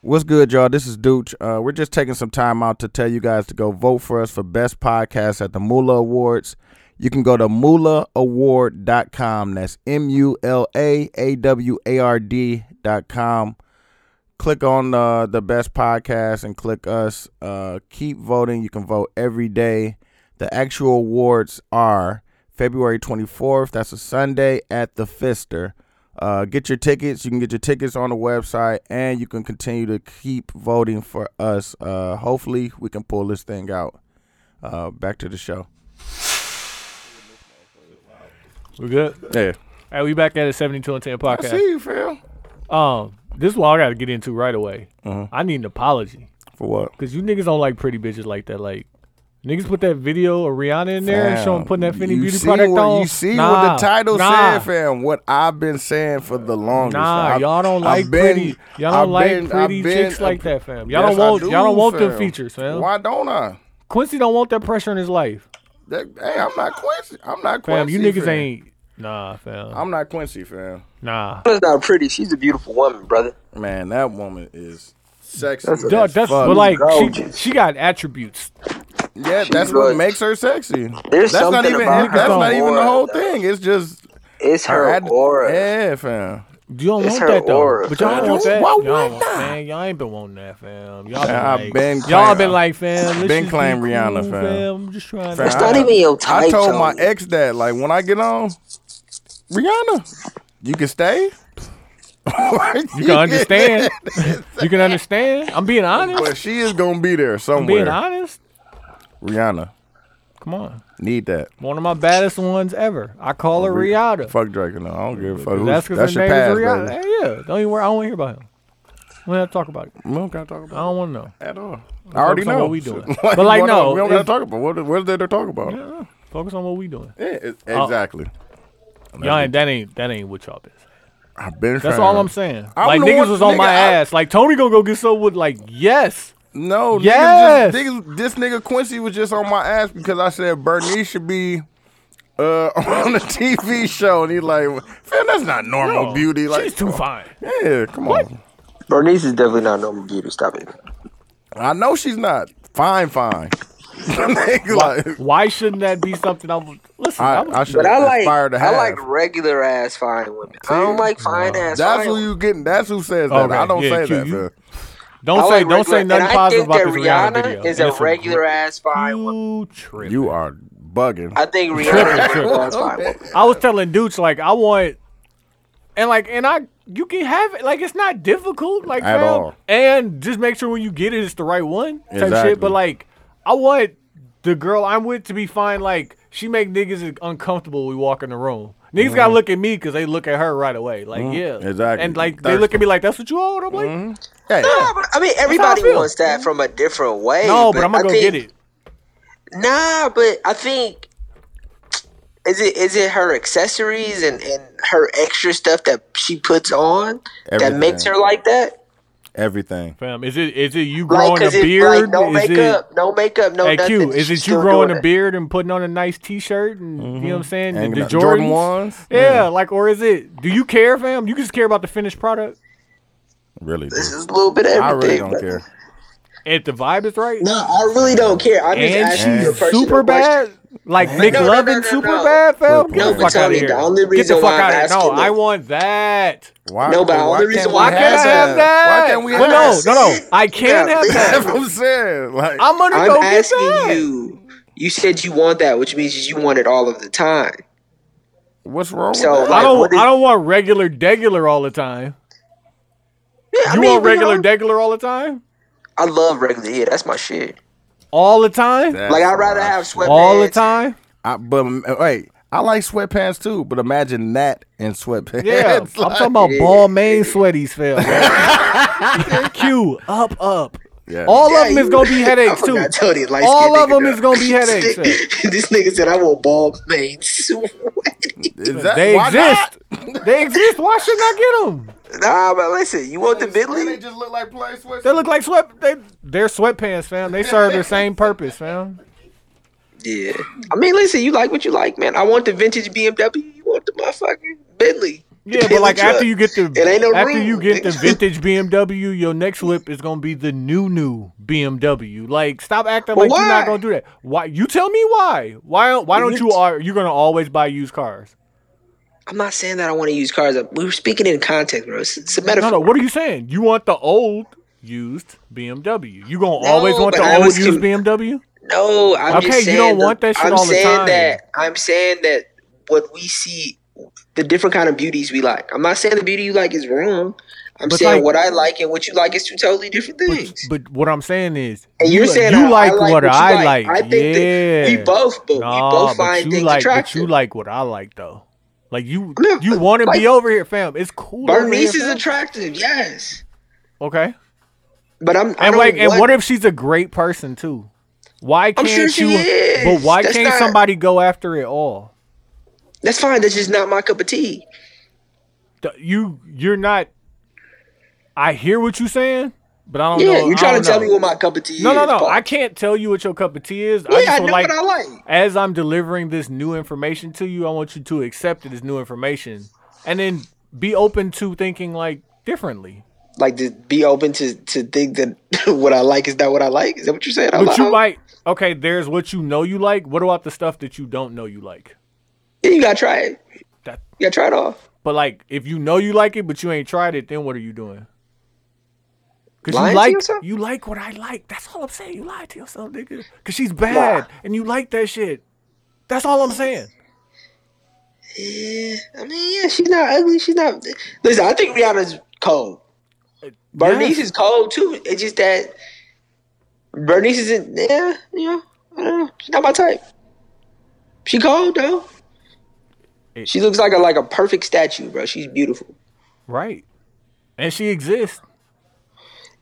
C: What's good, y'all? This is Dooch. Uh, we're just taking some time out to tell you guys to go vote for us for Best Podcast at the Mula Awards. You can go to mulaaward.com. That's M U L A A W A R D.com. Click on uh, the Best Podcast and click us. Uh, keep voting. You can vote every day. The actual awards are February 24th. That's a Sunday at the Fister. Uh, get your tickets. You can get your tickets on the website, and you can continue to keep voting for us. Uh, hopefully, we can pull this thing out. Uh, back to the show.
D: We good?
C: Yeah.
D: Hey, we back at it. 72 and 10
C: I
D: podcast.
C: see you, Phil.
D: Um, this is what I got to get into right away.
C: Uh-huh.
D: I need an apology
C: For what?
D: because you niggas don't like pretty bitches like that. Like niggas put that video of Rihanna in there and showing
C: Fam,
D: putting that Fenty
C: you
D: Beauty
C: see
D: product
C: what,
D: on.
C: You see
D: Nah,
C: what the title
D: nah.
C: said, fam. What I've been saying for the longest.
D: Nah,
C: I've-
D: y'all don't like
C: I've been-
D: pretty. Y'all don't
C: I've
D: like
C: been-
D: pretty
C: I've been-
D: chicks like that, fam. Y'all
C: Yes,
D: don't want.
C: I do,
D: y'all don't want them
C: fam.
D: features, fam.
C: Why don't I?
D: Quincy don't want that pressure in his life,
C: That, hey, I'm not Quincy. I'm not
D: fam.
C: Quincy.
D: you niggas
C: fam.
D: ain't. Nah, fam.
C: I'm not Quincy, fam.
D: nah.
B: She's not pretty. She's a beautiful woman, brother.
C: Man, that woman is sexy.
B: That's a-
C: as
D: Duh, that's
C: fuck.
D: but like she,
B: gorgeous.
D: she got attributes.
C: Yeah, that's
B: She's
C: what
B: good.
C: makes her sexy.
B: There's
C: that's not
B: something
C: even
B: about
C: that's
D: her
C: not even the
B: aura,
C: whole
B: though.
C: thing. It's just
B: It's her
C: ad-
B: aura.
C: Yeah, fam.
D: You don't
B: It's
D: want
B: her
D: that though.
B: aura,
D: but y'all
B: fam.
D: don't want that.
C: Why
D: y'all
C: would
D: don't want-
C: I?
D: Man, y'all ain't been wanting that, fam. Y'all been,
C: Man, I've
D: like,
C: been
D: y'all
C: claiming-
D: been like, fam. Let's
C: been
D: just be
C: claiming Rihanna,
D: cool,
C: fam.
D: I'm just trying.
C: Fam,
D: to,
B: It's not even your
C: I
B: type.
C: told my
B: Tony.
C: ex that like when I get on, Rihanna, you can stay.
D: you can understand. you can understand. I'm being honest.
C: but she is gonna be there
D: I'm being
C: somewhere.
D: honest.
C: Rihanna,
D: Come on,
C: need that.
D: one of my baddest ones ever. I call her Rihanna.
C: Fuck Drake, no, I don't give a fuck. Who's,
D: That's
C: that's
D: because her
C: your
D: name
C: past,
D: is Rihanna.
C: baby.
D: Hey, yeah, don't even worry. I don't want to hear about him. We don't have to talk about it.
C: We don't gotta talk
D: I
C: about
D: don't want to know.
C: it at all. I already
D: focus on
C: know
D: what we doing.
C: Like,
D: But, like,
C: what
D: no,
C: else- we don't gotta
D: if-
C: talk about what. What is there to talk about? Yeah,
D: Yeah, focus on what we doing.
C: it- exactly.
D: Y'all ain't that ain't that ain't what y'all been. saying.
C: I've been.
D: That's
C: trying.
D: all I'm saying.
C: I'm
D: like
C: the
D: niggas
C: one-
D: was on
C: nigga,
D: my
C: I-
D: ass. Like Tony gonna go get some with like yes.
C: No,
D: Yes!
C: niggas just, niggas, this nigga Quincy was just on my ass because I said Bernice should be uh, on the TV show, and he like, man, that's not normal
D: No,
C: Oh, beauty. Like,
D: she's too fine.
C: yeah, come on.
B: Bernice is definitely not normal beauty. Stop it.
C: I know she's not fine, fine. Nigga, like,
D: Why shouldn't that be something I'm listen,
C: I,
D: I, am
C: I should
B: But I like
C: aspire to have.
B: I like regular ass fine women. I don't like fine ass.
C: that's
B: fine
C: who
B: women.
C: you getting. That's who says that.
D: Okay,
C: I don't
D: yeah,
C: say
D: Q,
C: that.
D: you-
C: man.
D: don't
B: I
D: say
B: like
D: don't say
B: regular-
D: nothing
B: and
D: positive
B: I
D: about this
B: think
D: Rihanna,
B: that Rihanna,
D: video.
B: is a
D: It's
B: regular ass fine woman.
D: you tripping.
C: You are bugging.
B: I think Rihanna is a
D: tripping.
B: regular ass fine woman.
D: I was telling dudes like I want and like and I you can have it like it's not difficult like
C: At
D: fam.
C: all.
D: and just make sure when you get it it's the right one type
C: Exactly.
D: shit but like I want the girl I'm with to be fine like she make niggas uncomfortable when we walk in the room niggas gotta look at me because they look at her right away like yeah
C: Mm-hmm. Exactly.
D: and like they look at me like that's what you want I'm like
B: Mm-hmm.
C: Hey,
B: Yeah, but, I mean, everybody
D: feel.
B: wants that from a different way.
D: no but, I'm gonna
B: I
D: go
B: think,
D: get it
B: Nah, but I think is it is it her accessories and and her extra stuff that she puts on
C: Everything.
B: that makes her like that.
C: everything.
D: fam is it is it you
B: Like,
D: growing a
B: it,
D: beard
B: like no
D: is it
B: makeup, no makeup, no
D: Hey
B: nothing.
D: Q, is
B: She's
D: it you
B: still
D: growing
B: doing
D: a
B: it.
D: beard and putting on a nice T-shirt Mm-hmm. and you know what I'm saying?
C: Ain't
D: The, the
C: no- Jordan
D: Jordans?
C: ones?
D: Yeah, like or is it? Do you care, fam? You just care about the finished product.
C: Really? dude.
B: This is a little bit of everything.
C: I really don't
B: but-
C: care.
D: If the vibe is right,
B: No, I really don't care. I'm just
D: and
B: asking you a
D: she's
B: personal
D: super
B: question.
D: bad, like Nick
B: no, no,
D: Lovin,
B: no, no,
D: super
B: no.
D: bad, fam. Get
C: No,
D: the
C: but
D: fuck out of
B: Tony,
D: here.
B: the only
D: Get the
B: reason
D: fuck
B: why I'm
D: out of here. No,
B: asking
D: I
B: that-
D: want that.
C: Why?
B: No, but the
C: why
B: only
C: can't
B: reason
C: we
D: Why
B: Why
D: can't I have that?
C: Why can't we
D: But
C: have
D: no,
C: that?
D: no, no. I can't
B: Yeah,
D: have
C: That's what
D: that.
C: I'm saying. Like,
D: I'm gonna
B: I'm
D: go get
B: asking
D: that.
B: you. You said you want that, which means you want it all of the time.
C: what's wrong
B: So,
C: with that?
D: I
B: Like,
D: don't.
B: what is-
D: I don't want regular degular all the time.
B: Yeah, I
D: You
B: mean,
D: want
B: we
D: regular
B: all-
D: degular all the time?
B: I love regular. Yeah, that's my shit.
D: All the time?
C: That's
B: Like I'd
C: what
B: rather
C: I-
B: have sweatpants.
D: All the time?
C: I, but uh, wait, I like sweatpants too. But imagine that in sweatpants.
D: Yeah, I'm
C: Like,
D: talking about ball main sweaties, fam. Q up, up.
C: Yeah.
D: All of
B: Yeah,
D: them is
B: you-
D: gonna be headaches
B: I
D: too.
B: forgot, Tony, light-skinned
D: All of
B: nigga
D: them
B: now.
D: is gonna be headaches. fam.
B: this nigga said I want ball main sweat.
C: Is that-
D: They
C: why
D: exist.
C: not?
D: They exist. Why shouldn't I get them?
B: Nah, but listen, you want the
C: They
B: Bentley?
C: just look like plain sweatshirts.
D: They look like sweat. They they're sweatpants, fam. They serve their same purpose, fam.
B: Yeah. I mean, listen, you like what you like, man. I want the vintage BMW. You want the motherfucking Bentley?
D: Yeah, but
B: Hit
D: like
B: the truck.
D: after you get the
B: It ain't no
D: after
B: ring,
D: you get the
B: nigga.
D: vintage BMW, your next whip is gonna be the new new BMW. Like, stop acting
B: But
D: like you're
B: why?
D: not gonna do that. Why? You tell me why? Why? Why don't
B: You
D: you are you gonna always buy used cars?
B: I'm not saying that I want to use cars. We were speaking in context, bro. It's, it's a metaphor.
D: No, no. What are you saying? You want the old used BMW? You gonna
B: No,
D: always want
B: but
D: the
B: I
D: old
B: was
D: used
B: con-
D: BMW?
B: No, I'm
D: Okay,
B: just
D: you
B: saying.
D: don't want that shit
B: I'm
D: all the
B: saying
D: time.
B: that I'm saying that what we see, the different kind of beauties we like. I'm not saying the beauty you like is wrong. I'm
D: But
B: saying
D: like-
B: what I like and what you like is two totally different
D: But,
B: things.
D: but what I'm saying is,
B: and you're
D: you,
B: saying
D: you
B: I,
D: like,
B: I like
D: what,
B: you
D: I like.
B: I think
D: yeah.
B: that we both, but
D: Nah,
B: we both
D: but
B: find
D: you
B: things
D: like, But
B: attractive.
D: you like what I like though. Like you,
B: I mean,
D: you want to
B: like-
D: be over here, fam. It's cool. over
B: Bernice
D: here,
B: is
D: fam.
B: attractive, yes,
D: okay.
B: but I'm I
D: And
B: don't
D: like, and
B: want-
D: what if she's a great person too? Why
B: I'm
D: can't
B: sure she
D: you?
B: is.
D: But why
B: That's
D: can't
B: not-
D: somebody go after it all?
B: That's fine. That's just not my cup of tea.
D: Th- You, you're not. I hear what you're saying, but I don't know.
B: yeah,
D: I
B: you're trying
D: don't
B: to tell
D: know.
B: me what my cup of tea
D: No,
B: is.
D: no, no.
B: Paul.
D: I can't tell you what your cup of tea is. I
B: Yeah,
D: just
B: I
D: would
B: know
D: like,
B: what I like.
D: as I'm delivering this new information to you, I want you to accept it as new information and then be open to thinking like differently.
B: like to be open to to think that what I like is not what I like. Is that what you're saying? out
D: But you
B: loud?
D: like, okay, there's what you know you like. What about the stuff that you don't know you like?
B: Yeah, you gotta try it.
D: That,
B: You gotta try it all.
D: but like, if you know you like it, but you ain't tried it, then what are you doing? Cause
B: Lying
D: you
B: to
D: like
B: yourself?
D: you like what I like. That's all I'm saying. You lied to yourself, nigga. Cause she's bad, and you like that shit. That's all I'm saying.
B: Yeah, I mean, yeah, she's not ugly. She's not. Listen, I think Rihanna's cold.
D: Uh,
B: Bernice
D: Yes.
B: is cold too. It's just that Bernice isn't. Yeah, you know, I don't know. She's not my type. She cold though.
D: It-
B: She looks like a like a perfect statue, bro. She's beautiful.
D: Right. And she exists.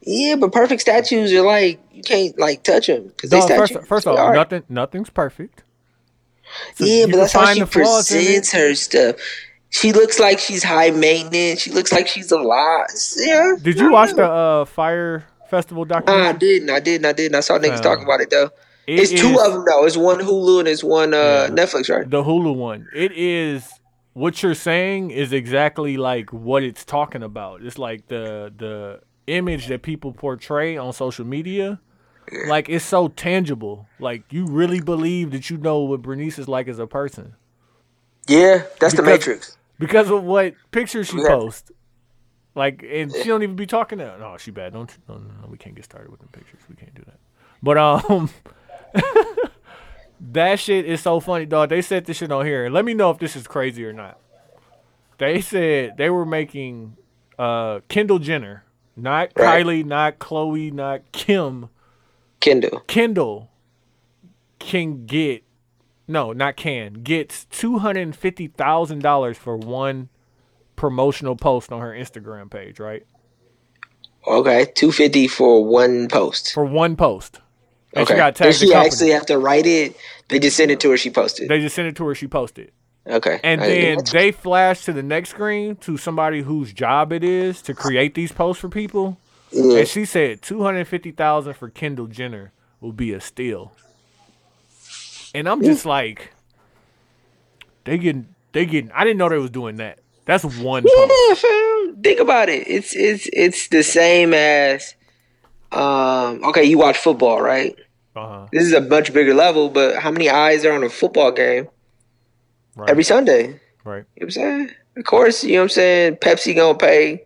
B: Yeah, but perfect statues are like you can't like touch them because they
D: Dog, first,
B: statues.
D: first
B: They
D: off,
B: are.
D: nothing nothing's perfect. So
B: yeah,
D: you
B: but
D: can
B: that's how
D: find
B: she
D: the flaws in it.
B: presents her stuff. She looks like she's high maintenance. She looks like she's alive. Yeah.
D: Did you watch the uh, Fire Festival
B: Nah, I
D: documentary?
B: didn't. I didn't. I didn't. I saw niggas
D: Uh,
B: talking about it though.
D: It
B: it's two
D: is
B: of them though. It's one Hulu and it's one uh, Netflix, right?
D: The Hulu one. It is what you're saying is exactly like what it's talking about. It's like the the image that people portray on social media. Like it's so tangible. Like you really believe that you know what Bernice is like as a person.
B: Yeah, that's the
D: Because-
B: Matrix.
D: because of what pictures she
B: Yeah.
D: posts. Like, and she don't even be talking to. No, she bad. Don't. No, no, no, we can't get started with the pictures. We can't do that. But um, that shit is so funny, dog. They said this shit on here, and let me know if this is crazy or not. They said they were making uh Kendall Jenner, not
B: Right.
D: Kylie, not Chloe, not Kim.
B: Kendall.
D: Kendall can get no, not can gets two hundred and fifty thousand dollars for one promotional post on her Instagram page, right?
B: Okay, two fifty for one post.
D: For one post. And
B: Okay.
D: she got
B: Did
D: tagged. the
B: she
D: company.
B: actually have to write it? They just sent it to her. She posted.
D: they just sent it to her. She posted,
B: okay.
D: and
B: I-
D: then they flash to the next screen to somebody whose job it is to create these posts for people.
B: Yeah.
D: And she said two hundred fifty thousand for Kendall Jenner will be a steal. And I'm just like, they getting, they getting. I didn't know they was doing that. That's one post.
B: Yeah, fam. Think about it. It's it's it's the same as um okay, you watch football, right?
D: Uh-huh.
B: This is a much bigger level, but how many eyes are on a football game
D: Right.
B: every Sunday? You know
D: right.
B: what I'm saying? Of course, you know what I'm saying? Pepsi gonna pay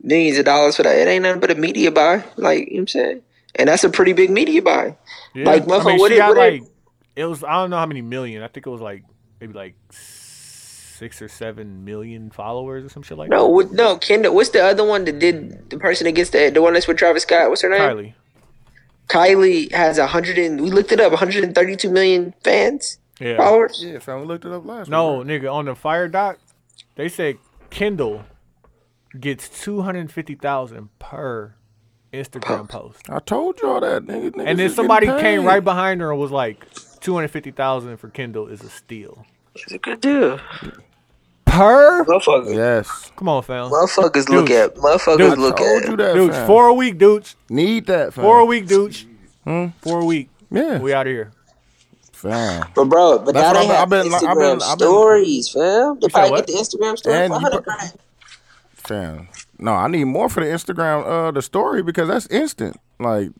B: millions of dollars for that. It ain't nothing but a media buy. Like, you know what I'm saying? And that's a pretty big media buy.
D: Yeah.
B: Like,
D: I
B: motherfucker,
D: mean,
B: what
D: she
B: it-
D: got
B: what it-
D: like, it was. I don't know how many million. I think it was like maybe like six or seven million followers or some shit like
B: No, what, no, Kendall. What's the other one that did the person against the the one that's with Travis Scott? What's her
D: that.
B: name?
D: Kylie.
B: Kylie has a hundred and we looked it up, 132 million fans,
D: Yeah.
B: followers.
C: Yeah, fam, we looked it up last.
D: No, nigga, on the fire doc, they said Kendall gets two hundred fifty thousand per Instagram post,
C: I told y'all that, nigga. Niggas
D: and then
C: is getting
D: somebody
C: paid.
D: came right behind her and was like, two hundred fifty thousand for Kendall is a steal.
B: It's a good deal.
D: Per?
B: Motherfuckers,
C: Yes,
D: Come on, fam.
B: motherfuckers look
D: Dudes.
B: at motherfuckers
D: Dudes.
B: look
C: told
B: at.
C: you that.
D: Dudes,
C: fam.
D: four a week, dudes.
C: need that. Fam.
D: Four a week, dudes. Four a week.
C: Yeah,
D: We out here.
C: Fam.
B: But bro, but
C: That's
B: now
C: what
B: they
C: I've
B: have
C: been- I've been-
B: Instagram
C: I've been- I've been-
B: stories, fam. They
D: You said
B: probably
D: what?
B: get the Instagram story
C: And
B: for
C: you
B: 100
C: put-
B: grand.
C: Fam. No, I need more for the Instagram uh the story because that's instant. Like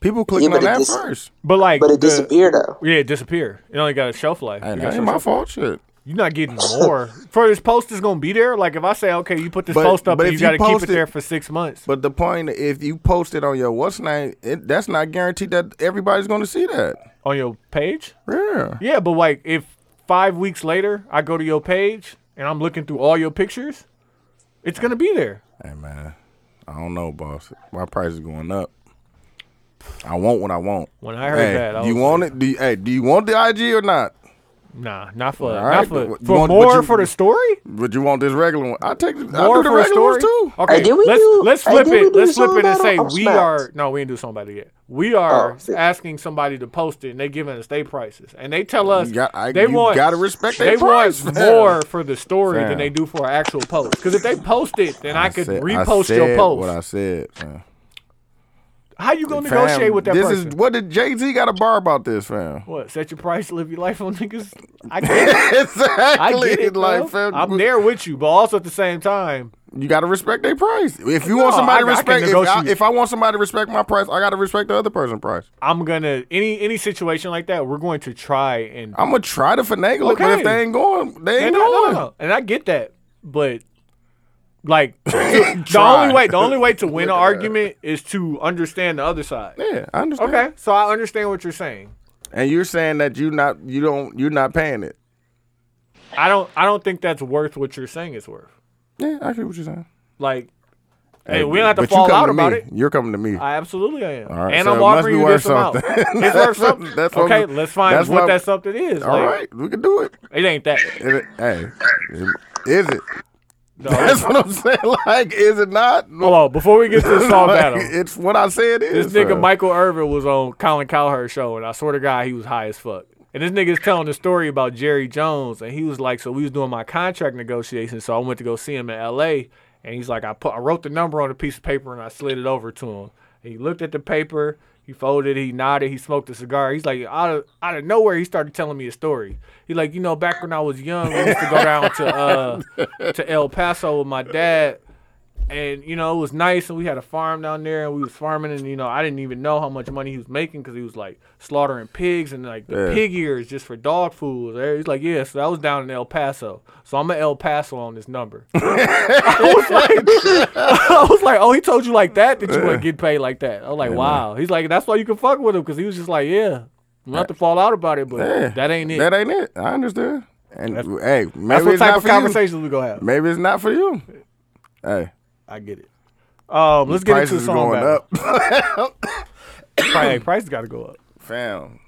C: people clicking
B: but
C: on
B: it
C: that
B: dis-
C: first.
D: But like,
B: But it
D: the-
B: disappeared though.
D: Yeah, it disappeared. It only got a shelf life.
C: Hey,
D: It got
C: that
D: a
C: ain't
D: shelf
C: my fault shit.
D: You're not getting more for this post is gonna be there. Like if I say, okay, you put this
C: But-
D: post up,
C: but
D: and
C: if
D: you
C: you
D: got to keep
C: post
D: it
C: it-
D: there for six months.
C: But the point if you post it on your what's name, it, that's not guaranteed that everybody's gonna see that.
D: on your page.
C: Yeah.
D: Yeah, but like if five weeks later I go to your page and I'm looking through all your pictures, it's gonna be there.
C: Hey man. I don't know, boss. My price is going up. I want what I want.
D: When I heard
C: hey,
D: that, I
C: do you
D: was
C: want it? Do you, hey, do you want the IG or not?
D: Nah, not for
C: All
D: not
C: right,
D: for, for
C: but- but- but
D: more
C: you-
D: for the story.
C: But you want this regular one? I take. The, I
D: More
C: do the
D: for a
C: regular
D: story
C: ones too.
D: Okay,
B: Hey, did we
D: let's
B: do-
D: let's
B: hey,
D: flip
B: did we
D: it.
B: do
D: Let's flip
B: song
D: it and
B: battle?
D: say
B: I'm
D: we
B: smacked.
D: are no, we didn't do somebody yet. We are
C: Oh,
B: shit.
D: asking somebody to post it, and they giving us their prices, and they tell us
C: You got- I-
D: they
C: you
D: want
C: gotta respect their
D: they
C: price,
D: want
C: fam.
D: more for the story
C: Fam.
D: than they do for an actual post. Because if they post it, then I, could
C: said-
D: repost
C: said
D: your post.
C: What I said. man.
D: How you gonna
C: Fam,
D: negotiate with that
C: this
D: person?
C: is what did Jay Z got a bar about this, fam?
D: What set your price, live your life on niggas. I get it. I
C: exactly.
D: get it,
C: like,
D: bro.
C: fam,
D: I'm there with you, but also at the same time,
C: You gotta respect their price. If you want
D: No,
C: somebody to
D: I- I can
C: respect, if, I,
D: negotiate.
C: if I want somebody to respect my price, I gotta respect the other person's price.
D: I'm gonna any any situation like that, we're going to try and
C: I'm gonna try to finagle it, but
D: Okay.
C: if they ain't going, they
D: And
C: ain't
D: no, no,
C: going.
D: no, no. And I get that, but like the
C: Try.
D: only way the only way to win an
C: Look at that.
D: argument is to understand the other side.
C: Yeah, I understand.
D: Okay, so I understand what you're saying.
C: And you're saying that you not, you don't, you're not paying it.
D: I don't I don't think that's worth what you're saying it's worth.
C: Yeah, I get what you're saying.
D: Like, hey, we don't have to
C: but you
D: fall
C: coming
D: out
C: to
D: about
C: me.
D: it.
C: You're coming to me.
D: I absolutely I am,
C: All right,
D: and
C: so
D: I'm
C: it must
D: offering
C: be
D: you
C: worth
D: this amount.
C: something.
D: It's worth something.
C: That's what
D: okay,
C: I'm-
D: let's find
C: that's
D: what
C: what-
D: that something is.
C: All
D: like,
C: right, we can do it.
D: It ain't that.
C: It- hey, is it?
D: No.
C: That's what I'm saying. Like, is it not?
D: Hold on, before we get to the song
C: Like,
D: battle,
C: It's what I say it
D: This
C: is.
D: nigga
C: so.
D: Michael Irvin was on Colin Cowherd's show, and I swear to God, he was high as fuck. And this nigga's telling the story about Jerry Jones, and he was like, "So we was doing my contract negotiations, so I went to go see him in L.A." And he's like, "I put, I wrote the number on a piece of paper, and I slid it over to him. And he looked at the paper, he folded, it, he nodded, he smoked a cigar. He's like, out of out of nowhere, he started telling me a story. He's like, you know, back when I was young, I used to go down to uh, to El Paso with my dad." and you know it was nice and we had a farm down there and we was farming and you know i didn't even know how much money he was making because he was like slaughtering pigs and like the
C: Yeah.
D: pig ears just for dog food Eh, he's like yeah so that was down in el paso so i'm at el paso on this number i was like i was like oh he told you like that that you would get paid like that i was like wow he's like that's why you can fuck with him because he was just like yeah not to fall out about it but
C: Yeah,
D: that ain't it
C: That ain't it. I understand. And hey, maybe
D: that's what
C: it's not
D: type of
C: for you.
D: conversations we gonna have
C: Maybe it's not for you. Hey,
D: i get it um, let's get into the
C: prices
D: song
C: going
D: battle.
C: up,
D: Price, price got to go up.
C: fam.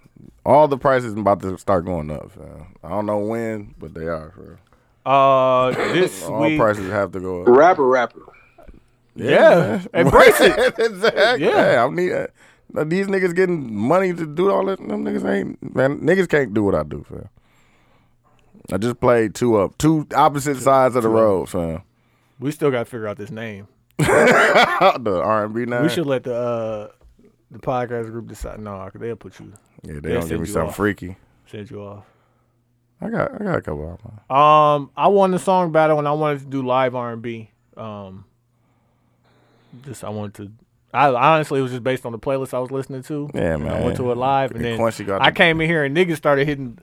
C: All the prices about to start going up. Fam. I don't know when, but they are. Fam.
D: Uh, this
C: All
D: week,
C: prices have to go up.
B: Rapper, rapper.
D: yeah, embrace it.
C: exactly.
D: Yeah.
C: Yeah, I need. Uh, these niggas getting money to do all that. Them niggas ain't man. Niggas can't do what I do, fam. I just played two up, two opposite sides of the road, fam.
D: We still got to figure out this name.
C: the R and B now.
D: We should let the uh the podcast group decide. No, 'cause they'll put you
C: Yeah, they
D: they'll
C: don't give
D: send
C: me
D: you
C: something
D: off.
C: freaky.
D: send you off.
C: I got, I got a couple of them.
D: Um, I won the song battle and I wanted to do live R and B. Um, just I wanted to. I honestly it was just based on the playlist I was listening to.
C: Yeah,
D: And I
C: man.
D: went to it live and
C: And
D: then
C: Quincy got
D: I
C: the-
D: came in here and niggas started hitting.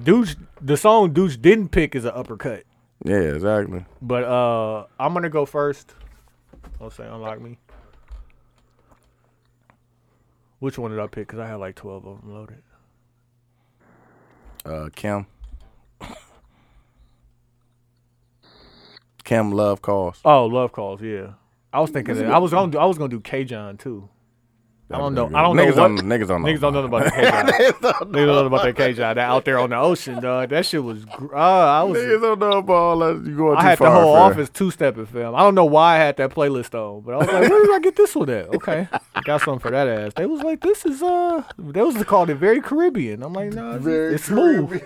D: Douche, the song Douche didn't pick is an uppercut.
C: Yeah, exactly.
D: But uh I'm gonna go first. Don't say unlock me. Which one did I pick? Cause I had like twelve of them loaded.
C: Uh, Kim. Kim Love Calls.
D: Oh, love calls. Yeah, I was thinking that I was gonna do, I was gonna do K John too. I don't know. I don't know what
C: niggas Don't, niggas don't know.
D: niggas don't know about the K John. Niggas don't know about that K John. That out there on the ocean, dog. That shit was. gr- Uh, I was.
C: Niggas don't know about all that. You going
D: I
C: too
D: had the
C: far,
D: whole
C: fam.
D: office two stepping film. I don't know why I had that playlist on, but I was like, where did I get this one at? Okay. Got something for that ass. They was like, this is uh they was called it very Caribbean. I'm like, nah, it's,
C: Very
D: it's smooth.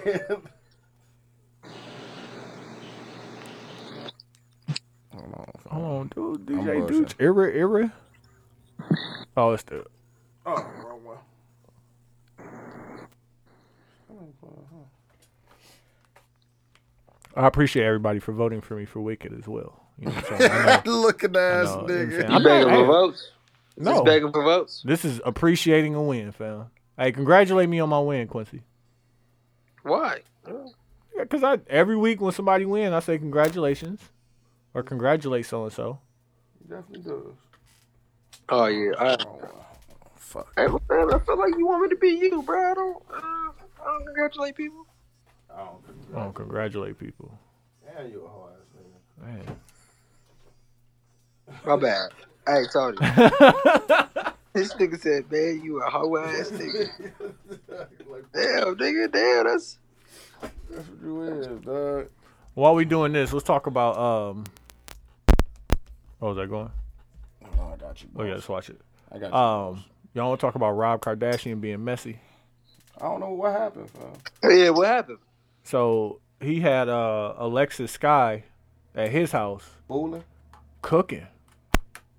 D: Hold on, dude.
C: I'm
D: DJ
C: bullshit.
D: Dooch. Era, era.
C: Oh,
D: Oh, it's the. I appreciate everybody for voting for me for Wicked as well. You know what I'm saying? I know-
C: Looking ass
D: know,
C: nigga.
D: I'm
F: You
D: not-
F: begging
D: hey.
F: for votes? Is this
D: No.
F: begging for votes?
D: This is appreciating a win, fam. Hey, congratulate me on my win, Quincy.
F: Why?
D: Because I every week when somebody wins, I say congratulations or congratulate so and so.
F: Oh yeah. I,
C: Fuck.
F: hey, well, man, I feel like you want me to be you, bro. I don't. Uh, I don't congratulate people.
D: I don't congratulate people. Man.
F: My bad. I ain't told you. this nigga said, "Man, you a hoe ass nigga." damn, nigga, damn. That's
D: While we doing this, let's talk about um. Oh, is that going?
C: I got you.
D: Oh yeah, let's watch it.
C: I got you.
D: Um, y'all want to talk about Rob Kardashian being messy?
C: I don't know what happened, fam.
F: yeah. What happened?
D: So he had uh Alexis Sky at his house
C: Fooling.
D: cooking.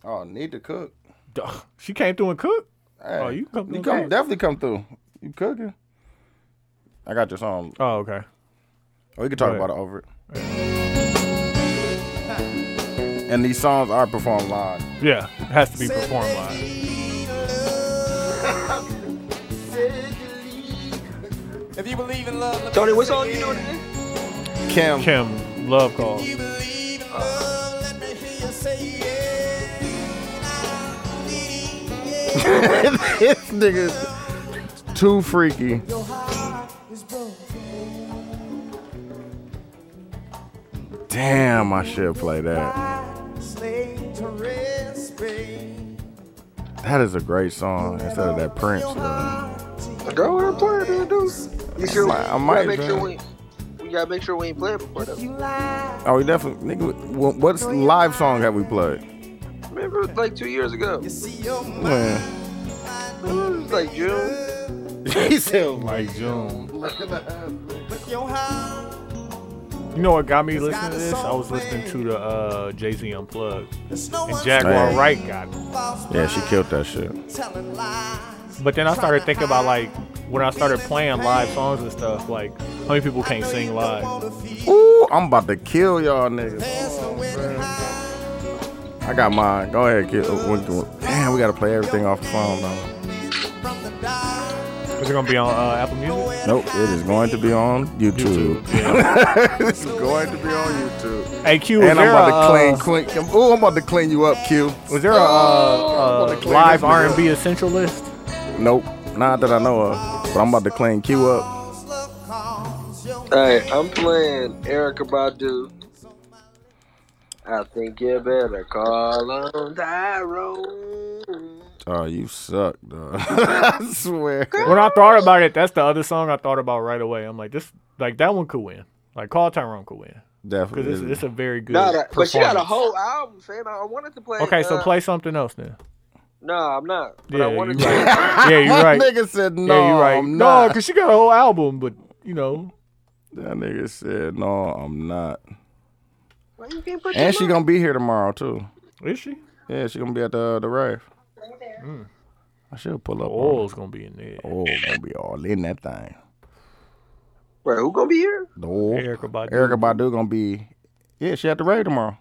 C: Oh, need to cook.
D: Duh, She came through and cooked.
C: Hey,
D: Oh, you come through
C: You come,
D: cooking.
C: definitely come through. You cooking? I got your song.
D: Oh, okay.
C: Oh, we can talk
D: Right.
C: about it over it. And these songs are performed live.
D: Yeah, it has to be performed live.
G: If you believe in love, let me
F: Tony, what
G: say
F: song you doing
G: it.
F: today?
C: Kim,
D: Kim, love call.
G: You believe
C: Uh.
G: in love, let me hear you say it.
C: this nigga's too freaky.
G: Your heart is broken.
C: Damn, I should play that.
G: Slave to rest, babe.
C: That is a great song instead of that Prince. Though.
F: Girl, what I'm playing, man, dude. You sure?
C: might- I
F: we
C: might,
F: gotta make sure
C: bro.
F: we. We gotta make sure we ain't playing before that.
C: Oh, we definitely. Nigga, wh- what live song have we played?
F: Remember, like two years ago. It
G: See your mind
C: Man.
F: was like June.
C: he said,
D: Like June.
G: with your heart.
D: You know what got me listening to this? I was listening to the uh, Jay Z Unplugged.
G: There's no
D: And
G: one
D: Jaguar
C: Man.
D: Wright got me.
G: false
C: yeah, she
G: pride,
C: killed that shit.
G: telling lies.
D: But then I started thinking about like when I started playing live songs and stuff, like how many people can't sing live?
C: Ooh, I'm about to kill y'all niggas.
G: There's no way to hide.
C: I got mine. Go ahead, kid. Uh, we- we- Damn, we gotta play everything off the phone though.
G: From the dark,
D: Is it gonna be on uh, Apple Music?
G: nowhere to
C: Nope, it is going to be on YouTube. it's going to be on YouTube.
D: Hey Q, was
C: And I'm
D: there
C: about to
D: a,
C: clean,
D: uh,
C: clean. Kim- Ooh, I'm about to clean you up, Q.
D: was there a, uh, uh,
C: clean
D: live
C: this nigga
D: R&B essential list?
C: Nope, not that I know of. But I'm about to clean Q up.
G: Lost love calls your
F: Hey, I'm playing Erica Badu. I think you better call on Tyrone.
C: Oh, you suck, dog. I swear.
D: When I thought about it, that's the other song I thought about right away. I'm like, this, like that one could win. Like Call Tyrone could win because
C: Definitely.
D: it's, it's a very good.
F: Nah, that- but she got a
D: performance.
F: whole album, fam. I wanted to play.
D: Okay, so
F: uh,
D: play something else then.
F: No, I'm not. But
D: Yeah,
F: I
D: you're
F: wanted
D: right.
F: to.
D: Yeah, you're
C: My
D: right.
C: nigga said no.
D: yeah, you're right.
C: I'm
D: No,
C: not.
D: because she got a whole album, but you know,
C: that nigga said no. I'm not.
F: Why you can't put
C: And
F: your
C: she
F: mouth-
C: gonna be here tomorrow too.
D: is she?
C: Yeah, she gonna be at the the rave. I should pull up. on her.
D: Oil's gonna be in there.
C: Oh, gonna be all in that thing.
F: Wait, who gonna be here?
C: The oil.
D: Erica Badu.
C: Erica Badu gonna be. Yeah, she at the rave tomorrow.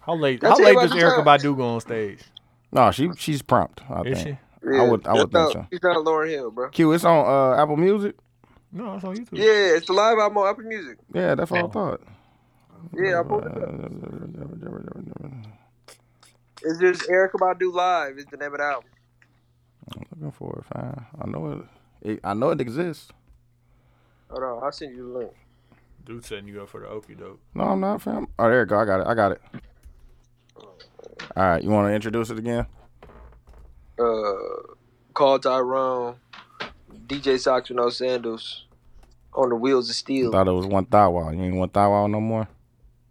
D: How late? how
F: That's
D: late
F: everybody
D: does Erica
F: trying.
D: Badu go on stage?
C: No, she she's prompt. I
D: Is
C: think.
D: she?
C: I would I would think
F: That's
C: so.
F: not- She's not Lauren Hill, bro.
C: Q, it's on uh, Apple Music.
D: No, it's on YouTube.
F: Yeah, it's the live album on Apple Music.
C: Yeah, that's what
D: Oh.
C: I thought.
F: Yeah, I pulled
C: Uh,
F: it up.
C: I'm
F: It's just Erica Badu live. Is the name of the album.
C: looking for it. Fine. I know it, it. I know it exists.
F: Hold on, I'll send you the link.
D: Dude setting you up for the okie doke.
C: No, I'm not, fam. Oh, there you go. I got it. I got it. All right, you want to introduce it again?
F: uh, Call Tyrone, DJ Socks with no sandals, on the wheels of steel.
C: Thought it was one thigh wall. You ain't one thigh wall no more.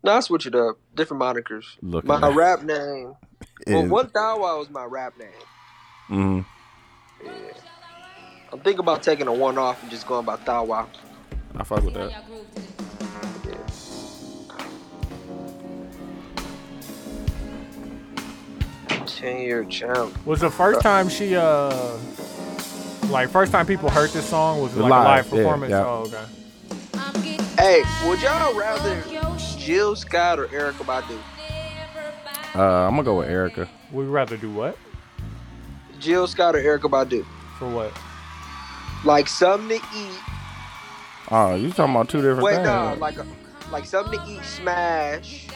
F: Now I switch it up, different monikers.
C: Look
F: my
C: at that.
F: rap name, well,
C: Is-
F: One Thou Wow was my rap name.
C: Mhm.
F: I'm thinking about taking a one off and just going by Thou Wow.
C: I fuck with that.
F: Ten year challenge.
D: Was the first time she uh, like first time people heard this song was it
C: The
D: like a
C: live,
D: live
C: yeah,
D: performance?
C: yeah.
D: Oh, okay.
F: Hey, Hey, would y'all rather Jill Scott or Erica Badu?
C: Uh, I'm gonna go with Erica.
D: We'd rather do what?
F: Jill Scott or Erica Badu?
D: For what?
F: Like something to eat.
C: Oh, you talking about two different
F: Wait,
C: things?
F: no, like a, like something to eat. Smash.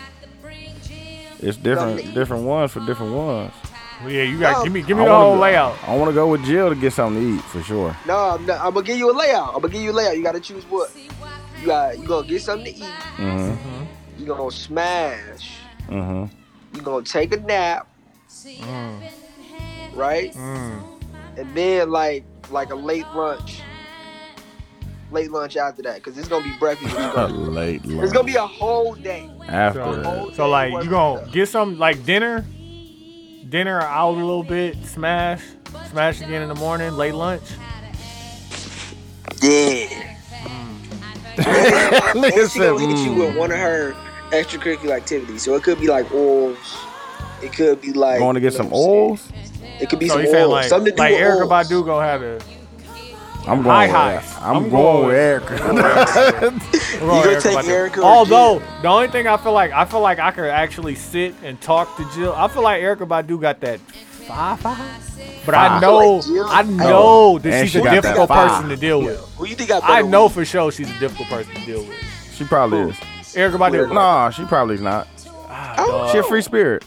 C: it's different, different ones for different ones.
D: Well, yeah, you got
F: No,
D: give me give me
C: I
D: the
C: wanna
D: whole
C: go-
D: layout.
C: I want to go with Jill to get something to eat for sure.
F: No, I'm, not, I'm gonna give you a layout. I'm gonna give you a layout. You gotta choose what. You got. You gonna get something to eat.
C: Mm-hmm.
F: You gonna smash.
C: Mm-hmm.
F: You gonna take a nap. Right. And then like like a late lunch. Late lunch after that, cause it's gonna be breakfast. It's gonna,
C: Late
F: it's gonna be a whole day.
C: after that.
D: So like you gonna get some like dinner, dinner out a little bit, smash, smash again in the morning, late lunch.
F: Yeah.
C: Nigga
F: And she
C: said,
F: gonna hit you
C: mm.
F: with one of her extracurricular activities. So it could be like oils. It could be like
C: Going to get
F: you know
C: some
F: what I'm saying?
C: oils.
F: It could be
D: So
F: some
D: you saying
F: oils.
D: like
F: Something to do
D: like
F: with
D: Erica
F: oils.
D: Badu gonna have it.
C: I'm
D: High
C: going.
D: highs.
C: With, I'm,
D: I'm
C: going,
D: going
C: with Erica.
D: We're going
F: gonna
D: Erykah
F: take
D: Badu.
F: Erykah or
D: Although the only thing I feel like I feel like I could actually sit and talk to Jill. I feel like Erica Badu got that five five. But I
C: Five.
D: know
F: Like Jill?
D: I know that
C: And
D: she's
C: she
D: a
C: got that
D: difficult
C: five.
D: person to deal with.
F: Who you think got better?
D: I know for sure she's a difficult person to deal with.
C: she probably is.
D: Erica Badu.
C: Nah, she probably's not.
D: Ah,
C: she a free spirit.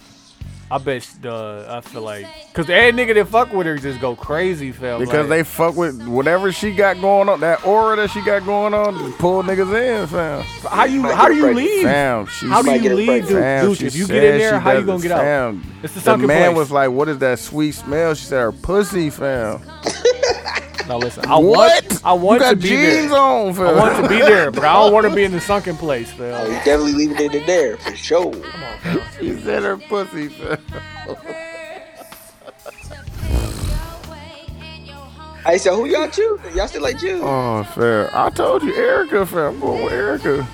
D: I bet she- uh, I feel like because every nigga that fuck with her just go crazy, fam. like,
C: Because they fuck with whatever she got going on, that aura that she got going on, just pull niggas in, fam.
D: how you how do you leave?
C: Fam, she
D: How do
F: might
D: you
F: get a
D: leave,
F: break.
D: dude?
C: Fam,
D: Dude,
C: she
D: if you
C: said
D: get in there,
C: she
D: how you
C: doesn't-
D: gonna get out?
C: fam,
D: It's the
C: the
D: sunken
C: man
D: place.
C: was like, "What is that sweet smell?" She said, "Her pussy, fam."
D: Now listen, I
C: what?
D: want I want
C: you got
D: to be
C: jeans
D: there.
C: on, fam.
D: I want to be there, but I don't want to be in the sunken place,
F: Oh, you
D: fam.
F: definitely leaving it in there for sure.
C: she said her pussy, fam.
F: Hey, so who y'all choosing? Y'all still like Jews?
C: Oh, fam. I told you, Erica, fam. I'm going with Erica.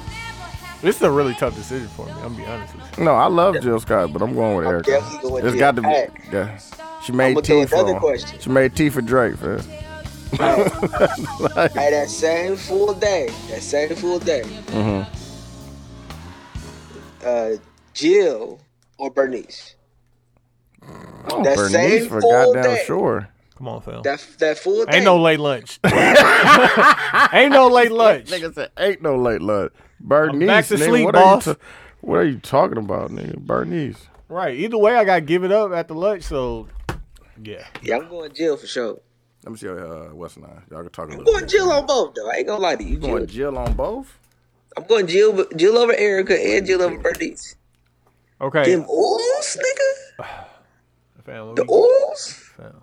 D: This is a really tough decision for me. I'm gonna be honest with you.
C: No, I love Jill Scott, but I'm going with Erica.
F: definitely going with
C: It's
F: Jill.
C: got to be.
F: Hey.
C: Yeah. She made
F: I'ma do
C: tea for
F: another
C: him.
F: question.
C: She made tea for Drake, fam.
F: Hey, that same full day, that same full day.
C: Mm-hmm.
F: Uh, Jill or Bernice?
C: Oh,
F: That
C: Bernice
F: same
C: for
F: full
C: goddamn
F: day.
C: sure.
D: Come on, fam.
F: That that full day.
D: Ain't no late lunch. Ain't no late lunch.
C: Nigga said, "Ain't no late lunch." Bernice,
D: back to
C: nigga,
D: sleep,
C: what
D: boss.
C: Are you ta- what are you talking about, nigga? Bernice.
D: Right. Either way, I gotta give it up after lunch. So, yeah.
F: Yeah, I'm going Jill for sure.
C: Let me see. Uh, what's nine? Y'all can talk a little.
F: I'm going Jill on both though. I ain't gonna lie to you.
C: You going
F: Jill.
C: Jill on both?
F: I'm going Jill, Jill over Erica and Jill over Bernice.
D: Okay.
F: Them oils, nigga.
D: Fam, let
F: The
D: me-
F: oils.
D: fam.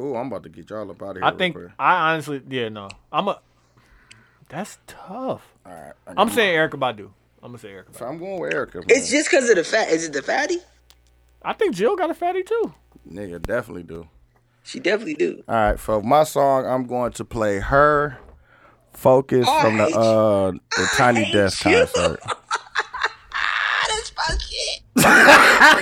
C: Ooh, I'm about to get y'all up out of here.
D: I
C: real
D: think
C: quick.
D: I honestly, yeah, no. I'm a. That's tough.
C: All right, I
D: I'm
C: got-
D: saying Erica Badu. I'm gonna say Erica. Badu.
C: So I'm going with Erica. man.
F: It's just because of the fat. Is it the fatty?
D: I think Jill got a fatty too.
C: nigga definitely do.
F: She definitely do.
C: All right, for my song, I'm going to play her. Focus from the uh the Tiny Desk concert.
F: That's my shit.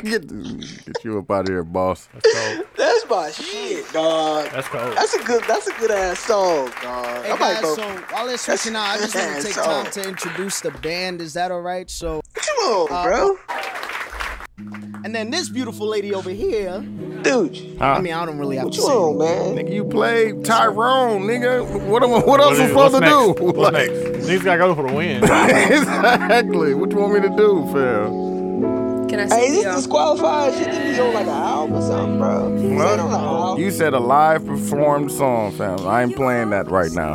C: get, get you up out of here, boss.
D: That's cold.
F: That's my Ah, shit, dog.
D: That's cold.
F: That's a good. That's a good ass song, dog.
H: Hey
F: I might
H: guys,
F: go.
H: so while it's switching out, I just want
F: Yeah,
H: to take
F: so-
H: time
B: uh,
H: to introduce the band. Is that all right? So,
F: Come on, bro.
H: and then this beautiful lady over here.
F: Dude,
H: I mean, I don't really have to
F: come
H: say.
F: on, man.
C: Nigga, you played Tyrone, nigga. What am I-
D: What
C: what else am I
D: is-
C: supposed to
D: what's next?
C: do?
D: What's
C: Like-
D: next? Niggas gotta go for the win.
C: exactly. What you want me to do, fam?
I: Can I
F: Hey,
I: see
F: is
I: y'all?
F: this disqualified shit? This be on like an album or something, bro. Is that on an album?
C: You said a live performed song, fam. I ain't playing that right now.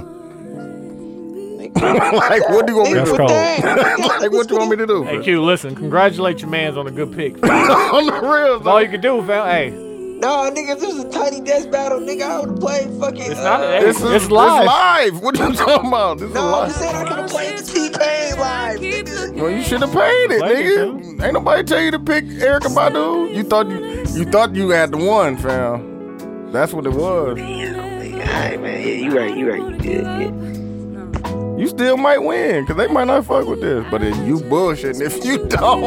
C: like, what do you want me to
D: That's
C: do?
D: cold.
C: Like, what you want me to do?
D: Hey
C: fam?
D: Q, listen. Congratulate your man's on a good pick. That's
C: On the real,
D: all
C: though.
D: you can do, fam. Hey,
F: Nah, nigga, if this was a tiny death battle, nigga, I would have played fucking.
D: it's not.
F: uh,
D: Hey,
C: This
D: it's,
C: is it's
D: live.
C: live. What you talking about? This is
F: No, I'm just
C: live.
F: saying I could have played the T Pain live, nigga.
C: Well, you should have paid it,
D: Play it,
C: nigga. Ain't nobody tell you to pick Erica Badu. You thought you you thought you had the one, fam. That's what it was.
F: Alright, man. Yeah, you right. You right. You did. Yeah.
C: You still might win, cause they might not fuck with this. But if you bullshitting, if you don't,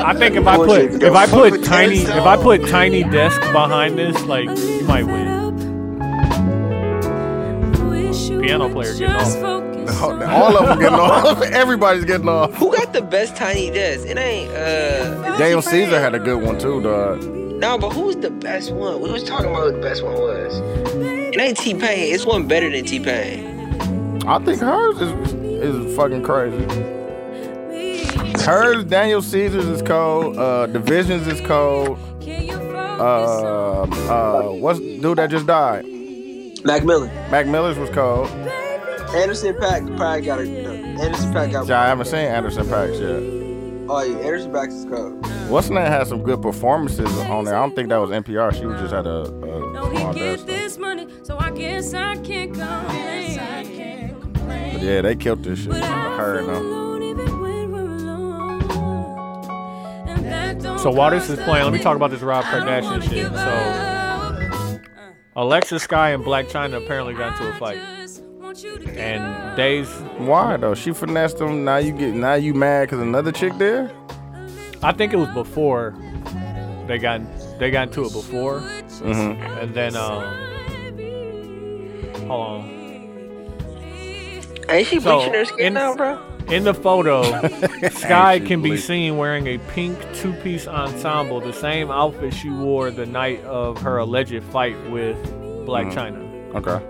D: I think if I put if I put tiny if I put tiny desk behind this, like you might win. Piano player getting off.
C: All of them getting off. Everybody's getting off.
F: Who got the best tiny desk? It ain't uh
C: Daniel Caesar had a good one too, dog.
F: no, but who's the best one? We was talking about who the best one was. It ain't T Pain. It's one better than T Pain.
C: I think hers is is fucking crazy. Hers, Daniel Caesar's is cold. Uh, Divisions is cold. Uh, uh, what's dude that just died?
B: Mac Miller.
C: Mac Miller's was cold.
B: Anderson Pack probably got a. No, Anderson Pack got.
C: Yeah, I haven't seen Anderson Pax yet.
B: Oh yeah, Anderson Pack is cold.
C: What's name had some good performances on there. I don't think that was NPR. She was just had a. a
I: No,
C: small
I: he
C: dance.
I: get this money, so I guess I can't complain.
C: But yeah, they killed this shit.
I: But I
C: Her
I: feel
C: though.
I: alone even when we're alone. And that don't
D: So while this
I: cost
D: is playing, let me
I: a
D: talk about this Rob
I: thing. I don't
D: Kardashian
I: wanna
D: shit.
I: give
D: So
I: up.
D: Alexa Sky and Black China apparently got into a fight,
I: I just want you to give
D: and
I: up.
D: Days.
C: Why though? She finessed him. Now you get. Now you mad because another chick there.
D: I think it was before they got they got into it before, and then um, hold on.
F: Ain't she
D: So,
F: bleaching her skin
D: in-
F: now, bro?
D: In the photo, Sky
C: Actually,
D: can be
C: believe-
D: seen wearing a pink two piece ensemble, the same outfit she wore the night of her alleged fight with Black China.
C: Okay.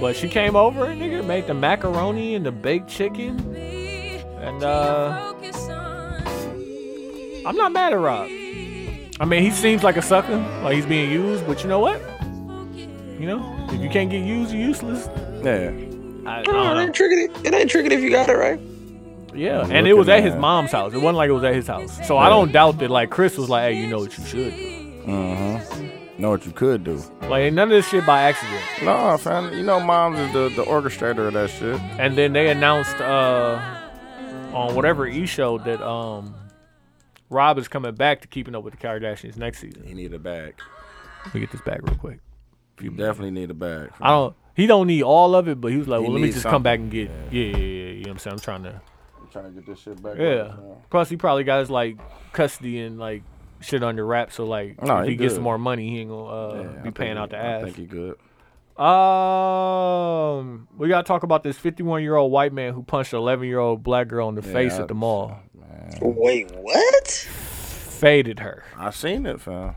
D: But she came over and nigga made the macaroni and the baked chicken. And uh,
I: Focus on
D: I'm not mad at Rob. I mean, he seems like a sucker, like he's being used, but you know what? You know, if you can't get used, you're useless.
C: Yeah.
D: I, I don't
F: No,
D: know.
F: it ain't triggered. It, it ain't triggered if you got it right.
D: Yeah,
C: I'm
D: and it was
C: looking
D: at his
C: at-
D: mom's house. It wasn't like it was at his house. So I don't doubt that. Like Chris was like, "Hey, you know what you should." do."
C: Mm-hmm. Know what you could do.
D: Like none of this shit by accident.
C: Nah, fam. You know, moms is the the orchestrator of that shit.
D: And then they announced uh on whatever E show that um Rob is coming back to keeping up with the Kardashians next season.
C: He need a bag.
D: Let me get this back real quick.
C: You definitely need a bag.
D: I don't. He don't need all of it, but he was like,
C: He
D: "Well, let me
C: needs
D: just come
C: something.
D: back and get." Yeah, yeah, yeah. yeah, You know what I'm saying? I'm trying to.
C: I'm trying to get this shit back.
D: Yeah. Plus, he probably got his like custody and like shit under wraps. So like,
C: No,
D: if
C: he
D: he gets
C: good.
D: some more money, he ain't gonna uh,
C: Yeah, I
D: be
C: think
D: paying
C: he-
D: out the
C: I
D: ass.
C: think he good.
D: Um, we gotta talk about this 51 year old white man who punched an 11 year old black girl in the face at the mall.
F: Wait, what?
D: Faded her,
C: I seen it, fam.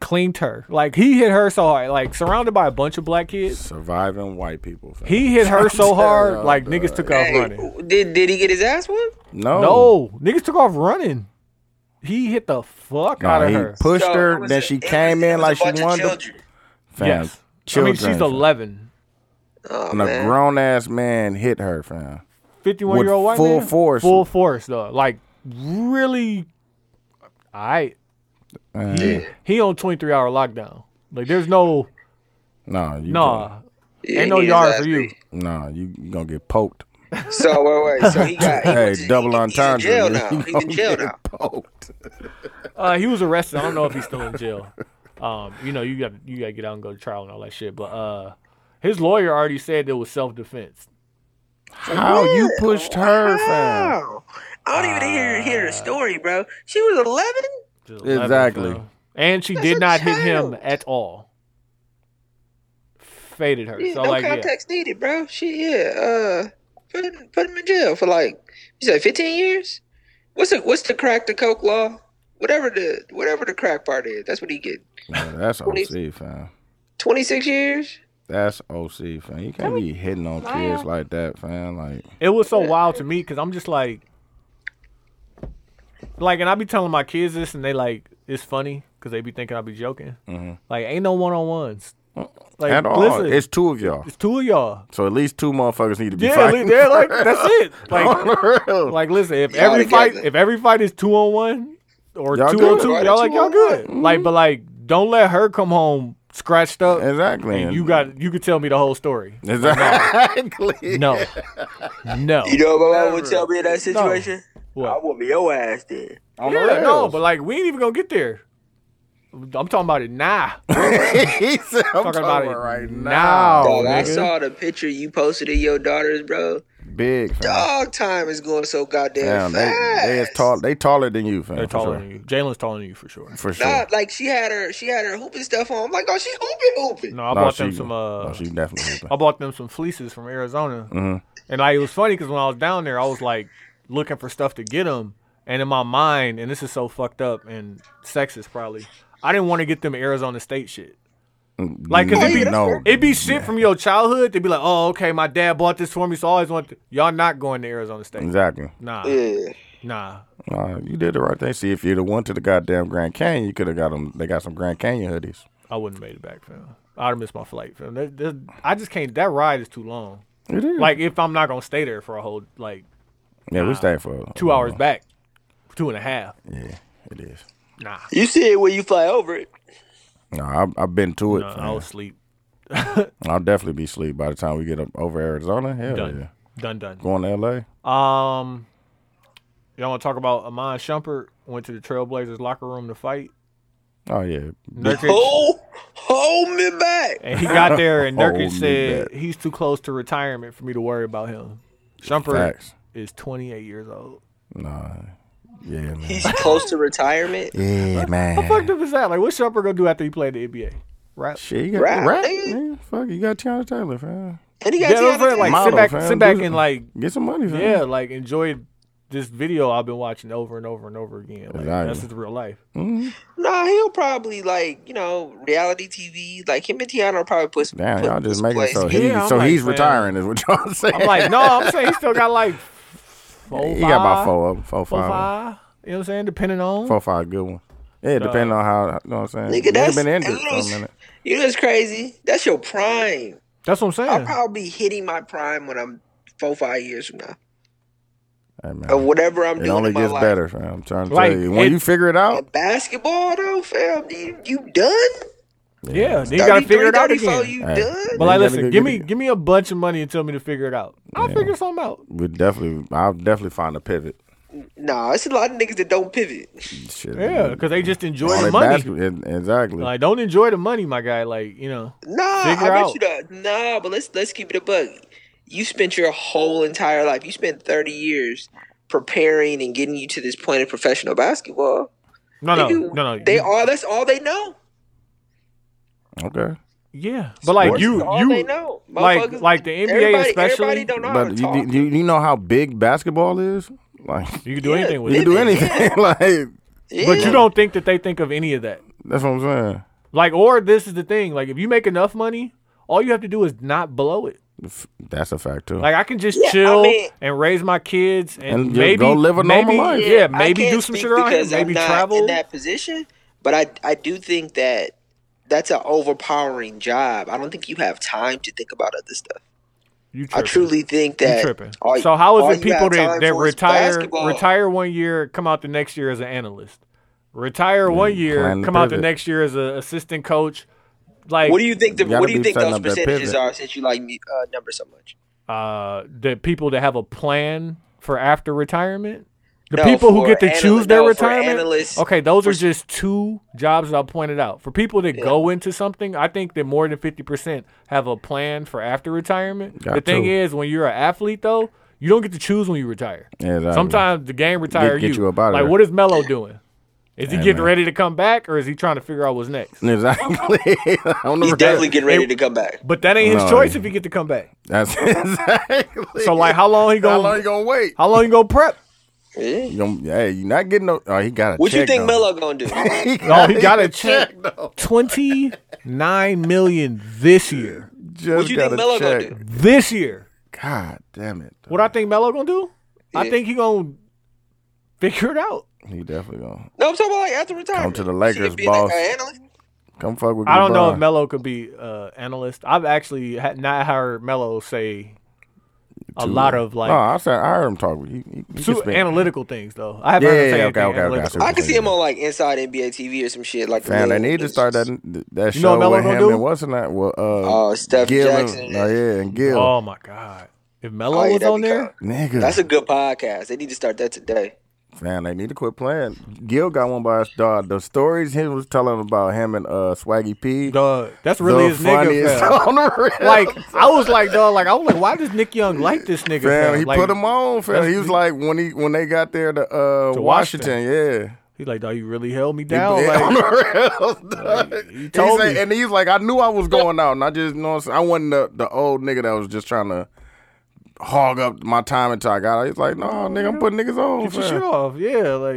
D: cleaned her. Like he hit her so hard. Like surrounded by a bunch of black kids,
C: Surviving white people. Fam.
D: he hit her so
C: Yeah,
D: hard. Like
C: dog.
D: niggas took off
F: Hey,
D: running.
F: did did he get his ass whooped?
C: no,
D: No, niggas took off running. He hit the fuck
C: Nah,
D: out of
C: he
D: her.
C: pushed
F: So, it
C: her.
F: was
C: Then
F: a-
C: she
F: it was-
C: came
F: it
C: in
F: was
C: like
F: a
C: she
F: bunch of
C: wanted. to-
F: children.
C: Fam,
D: yes,
C: Children,
D: I mean she's
C: fam.
D: 11.
F: Oh,
C: And a
F: man.
C: grown ass man hit her, fam.
D: 51
C: With
D: year old white
C: full
D: man?
C: force.
D: full force though. Like really, I
C: Man,
D: he on 23 hour lockdown. Like there's no
C: No, you
D: nah.
F: Yeah,
D: ain't no
F: he his
D: yard
F: ass
D: for you.
F: beat.
C: gonna- nah, you you gonna get poked.
F: So wait, wait. So he got. He
C: Hey,
F: went to-
C: double entendre.
F: He's in jail
C: you
F: now. He's
C: gonna
F: in jail
C: get
F: now.
C: Poked.
D: Uh, he was arrested. I don't know if he's still in jail. Um, you know you got you got to get out and go to trial and all that shit. But uh, his lawyer already said it was self defense.
C: How you pushed her, fam?
F: Wow. I don't even hear hear the story, bro. She was 11.
C: Exactly.
D: uh, And she
F: a
D: did not hit him
F: child.
D: at all. Faded her.
F: Yeah,
D: so
F: no
D: like yeah.
F: context needed, bro. Shit, yeah. Uh, put him, put him in jail for like you said 15 years. What's the what's the crack the coke law? Whatever the whatever the crack part is, that's what he get.
C: Yeah, that's OC, fam.
F: 26 years.
C: That's OC, fam. You can't be hitting on kids like that, fam. Like,
D: It was so wild to me because I'm just like, like, and I be telling my kids this, and they like, it's funny because they be thinking I be joking. Like, ain't no one on ones. Like,
C: at all.
D: listen,
C: It's two of y'all.
D: Mm, it's two of y'all.
C: So at least two motherfuckers need to be
D: Yeah,
C: fighting.
D: li- they're like, that's it. Like,
C: real.
D: like, listen, if
F: Y'all
D: every fight,
F: together.
D: if every fight is two on one or
C: Y'all
D: two on
C: good.
D: two,
F: Right,
D: y'all
F: two
D: like y'all
F: on
D: good. Like, but like, don't let her come home scratched up.
C: exactly.
D: And you got, you could tell me the whole story.
C: exactly.
D: No, no.
F: You know what my mom would tell me in that situation?
D: What?
F: I whoop your ass then.
C: On the
D: Yeah, no,
C: rails.
D: but like we ain't even gonna get there. I'm talking about it now.
C: he said, I'm
D: talking about it
C: right
D: now.
C: now.
D: Oh,
F: Dog, I
D: nigga.
F: saw the picture you posted of your daughters, bro.
C: big. Fam.
B: Dog time is going so
C: Damn,
B: goddamn
C: they,
B: fast.
C: they is tall. They taller than you, fam.
D: They're
C: for
D: taller
C: sure.
D: than you. Jalen's taller than you for sure.
C: For sure.
B: Nah, like she had her she had her hooping stuff on. I'm like, oh, she hooping hooping.
D: No, I
C: Nah,
D: bought them
C: she-
D: some. Uh,
C: nah, she definitely. hooping.
D: I bought them some fleeces from Arizona, and like it was funny because when I was down there, I was like looking for stuff to get them, and in my mind, and this is so fucked up and sexist probably. I didn't want to get them Arizona State shit. Like,
C: Mm,
D: 'cause it be-
C: no,
D: It'd be shit from your childhood. They'd be like, oh, okay, my dad bought this for me, so I always want. Y'all not going to Arizona State?
C: exactly.
D: Nah,
B: Yeah.
D: nah.
C: Nah, you did the right thing. See, if you'd have went to the goddamn Grand Canyon, you could have got them. They got some Grand Canyon hoodies.
D: I wouldn't made it back, fam. I'd have missed my flight, fam. That- that- I just can't. That ride is too long.
C: It is.
D: Like, if I'm not gonna stay there for a whole like
C: yeah, we stayed for
D: two hours
C: uh,
D: back, two and a half.
C: Yeah, it is.
D: Nah,
B: You see it when you fly over it.
C: No, I've, I've been to it.
D: nah,
C: fam.
D: I'll sleep.
C: I'll definitely be asleep by the time we get up over Arizona. Hell
D: Done.
C: yeah.
D: Done, done.
C: Going to LA?
D: Um, y'all want to talk about Amon Shumpert went to the Trailblazers locker room to fight,
C: Oh, yeah.
D: Nurkic,
B: Oh, hold me back.
D: and he got there, and
C: Hold me
D: Nurkic said
C: back.
D: he's too close to retirement for me to worry about him. Shumpert
C: Facts.
D: is 28 years old.
C: Nah. Yeah, man.
B: He's close to retirement.
C: Yeah,
D: How fucked
C: man.
D: up is that? Like, what's Shumpert gonna do after he played the NBA? Right?
C: Shit, you got
B: Rap,
C: rap,
B: nigga.
C: man. Fuck, you got Tiana Taylor, fam.
B: And he got
D: Yeah,
B: Tiana
D: that's right. Like,
C: Model,
D: sit back,
C: fam.
D: sit back,
C: Do
D: and
C: some-
D: like,
C: Get some money, fam.
D: yeah, like enjoy this video I've been watching over and over and over again. Like,
C: Exactly.
D: That's just real life.
C: Mm-hmm.
B: Nah, he'll probably like you know reality TV. Like him and Tiana will probably put some.
C: Damn,
B: put,
C: y'all just
B: put
C: making
B: some
C: it
B: plays
C: so
B: together.
C: he,
D: Yeah, I'm
C: so
D: like,
C: he's
D: fam.
C: retiring is what y'all saying.
D: I'm like, no, I'm saying he still got like four,
C: he got about
D: five,
C: four of 'em, four,
D: four,
C: five,
D: five. You know what I'm saying? Depending on
C: four, five good ones. Yeah, depending on how you know what I'm saying.
B: Nigga,
C: You
B: that's
C: ain't been injured
B: and you know
C: for a
B: what's-
C: minute.
B: You know what's crazy? That's your prime.
D: that's what I'm saying.
B: I'll probably be hitting my prime when I'm four, five years from now.
C: Hey, man,
B: Or whatever I'm
C: it
B: doing.
C: only
B: in my
C: gets
B: life.
C: better, fam. I'm trying to
D: Like,
C: tell you. When
D: it-
C: you figure it out,
B: And basketball though, fam, you, you done?
D: yeah, then you gotta
B: 33,
D: figure it out
B: 34,
D: again.
B: You
C: Hey.
B: done?
D: But like,
C: gotta
D: listen,
C: go
D: give
C: get
D: me
C: it.
D: give me a bunch of money and tell me to figure it out. I'll figure something out.
C: we definitely, I'll definitely find a pivot.
B: Nah, it's a lot of niggas that don't pivot.
C: Shit,
D: Yeah,
C: man.
D: because they just enjoy
C: All
D: the
C: that
D: money.
C: basket- e- exactly.
D: Like, don't enjoy the money, my guy. Like, you know,
B: Nah,
D: Figure
B: I bet
D: out.
B: you don't. Nah, but let's let's keep it a bug. You spent your whole entire life. You spent thirty years preparing and getting you to this point in professional basketball.
D: no, no,
B: Nigga,
D: no, no.
B: They
D: you-
B: all that's all they know.
C: okay,
D: yeah, but like
C: Sports
D: you,
C: is
B: All
D: you
B: they know.
D: like
B: Motherfuckers-
D: like the NBA
B: everybody,
D: especially.
B: Everybody don't know
C: but
B: how to
C: you,
B: talk.
C: you, you know how big basketball is. Like
D: You can do
B: Yeah,
D: anything with
C: you can
D: it,
C: do anything. like
D: but
B: Yeah.
D: you don't think that they think of any of that.
C: that's what I'm saying.
D: Like, or this is the thing. Like, if you make enough money, all you have to do is not blow it.
C: F- That's a fact too.
D: Like, I can just
B: Yeah, I
D: chill
B: mean-
D: and raise my kids and,
C: And just
D: maybe
C: go live a normal
D: maybe-
C: life.
D: Yeah,
B: I
D: maybe
B: can't
D: do some
B: speak
D: shit around here.
B: because I'm
D: Maybe
B: not
D: travel.
B: in that position. But I I do think that that's an overpowering job. I don't think you have time to think about other stuff.
D: You
B: I
D: tripping.
B: truly think
D: You
B: that.
D: tripping.
B: all-
D: so how
B: all
D: is it
B: you have
D: people that,
B: time
D: that
B: for is
D: retire
B: basketball.
D: retire one year, come out the next year as an analyst, retire one year,
C: Mm, plan to
D: come out the
C: pivot.
D: next year as an assistant coach? Like
B: What do you think? The,
C: You gotta
B: what do you
C: be
B: think
C: setting
B: those
C: up that
B: percentages
C: pivot.
B: are? Since you like me- uh, numbers so much,
D: uh, the people that have a plan for after retirement, the
B: No,
D: people who
B: for
D: get to
B: anal-
D: choose their
B: no, for
D: retirement.
B: analysts,
D: okay, those are just two jobs that I pointed out. For people that go into something, I think that more than fifty percent have a plan for after retirement.
C: Got
D: the thing
C: to.
D: is, when you're an athlete, though, you don't get to choose when you retire.
C: Yeah, exactly.
D: Sometimes the game retire
C: get you up outta
D: like,
C: there.
D: what is Melo doing? Is he
C: Hey,
D: getting
C: man.
D: ready to come back, or is he trying to figure out what's next?
C: Exactly. I don't
B: he's
C: know.
B: definitely getting ready to come back.
D: But that ain't his
C: No,
D: choice
C: yeah.
D: if he get to come back.
C: That's exactly.
D: So like, how long he
C: How
D: gonna?
C: long you gonna wait?
D: How long you gonna prep?
B: Yeah.
C: You gonna, hey, you not getting no. Oh, he got a
B: What
C: check.
B: you think
C: though.
B: Melo gonna do?
D: No, Oh, he got a check.
C: though.
D: 29 million this year.
C: Just
B: What you
C: got
B: think
C: a
B: Melo gonna
C: check.
B: do?
D: This year.
C: God damn it.
D: What I think Melo gonna do? I
B: Yeah.
D: think he gonna figure it out.
C: He definitely gonna
B: No, I'm talking about like after retirement.
C: to the
B: Should
C: Lakers,
B: it be like
C: boss.
B: an analyst?
C: come fuck with.
D: I don't know
C: LeBron.
D: if Melo could be uh analyst. I've actually had not heard Melo say a
C: Too-
D: lot of like
C: No, I said I heard him talk. He, he, he
D: su-
C: can spit.
D: analytical things though. I haven't
C: Yeah,
D: heard him say anything
C: yeah, okay, okay, okay, I
D: analytical.
C: see.
B: I can see him on like Inside NBA TV or some shit like. the
C: Fam, they
B: little-
C: need to start that that
D: You know
C: show
D: what Melo
C: with
D: gonna
C: him
D: do?
C: and what's not well uh
B: Oh, Steph
C: Gil and-
B: Jackson.
C: oh, yeah, and Gil.
D: Oh my god. If Melo
B: Oh, yeah,
D: was
B: that'd
D: on
B: be
D: there,
B: cool.
C: Nigga.
B: That's a good podcast. They need to start that today.
C: Man, they need to quit playing. Gil got one by his dog. The stories he was telling about him and uh, Swaggy P.
D: Dog, that's really his nigga. fam.
C: on the real.
D: Like I was like, dog, like I was like, why does Nick Young like this nigga?
C: Fam,
D: fam?
C: he
D: like,
C: put him on, fam.
D: that's-
C: He was like when he when they got there to uh
D: To
C: Washington,
D: Washington.
C: yeah.
D: He like, dog, you really held me
C: He-
D: down.
C: yeah, on
D: like,
C: the real, dog.
D: he told
C: said-
D: me.
C: and he's like, I knew I was going out, and I just you know, what I'm saying? I wasn't the, the old nigga that was just trying to hog up my time until I got out. He's like, no, nigga, I'm putting niggas on.
D: Oh, Get your
C: fam."
D: shit off. Yeah, like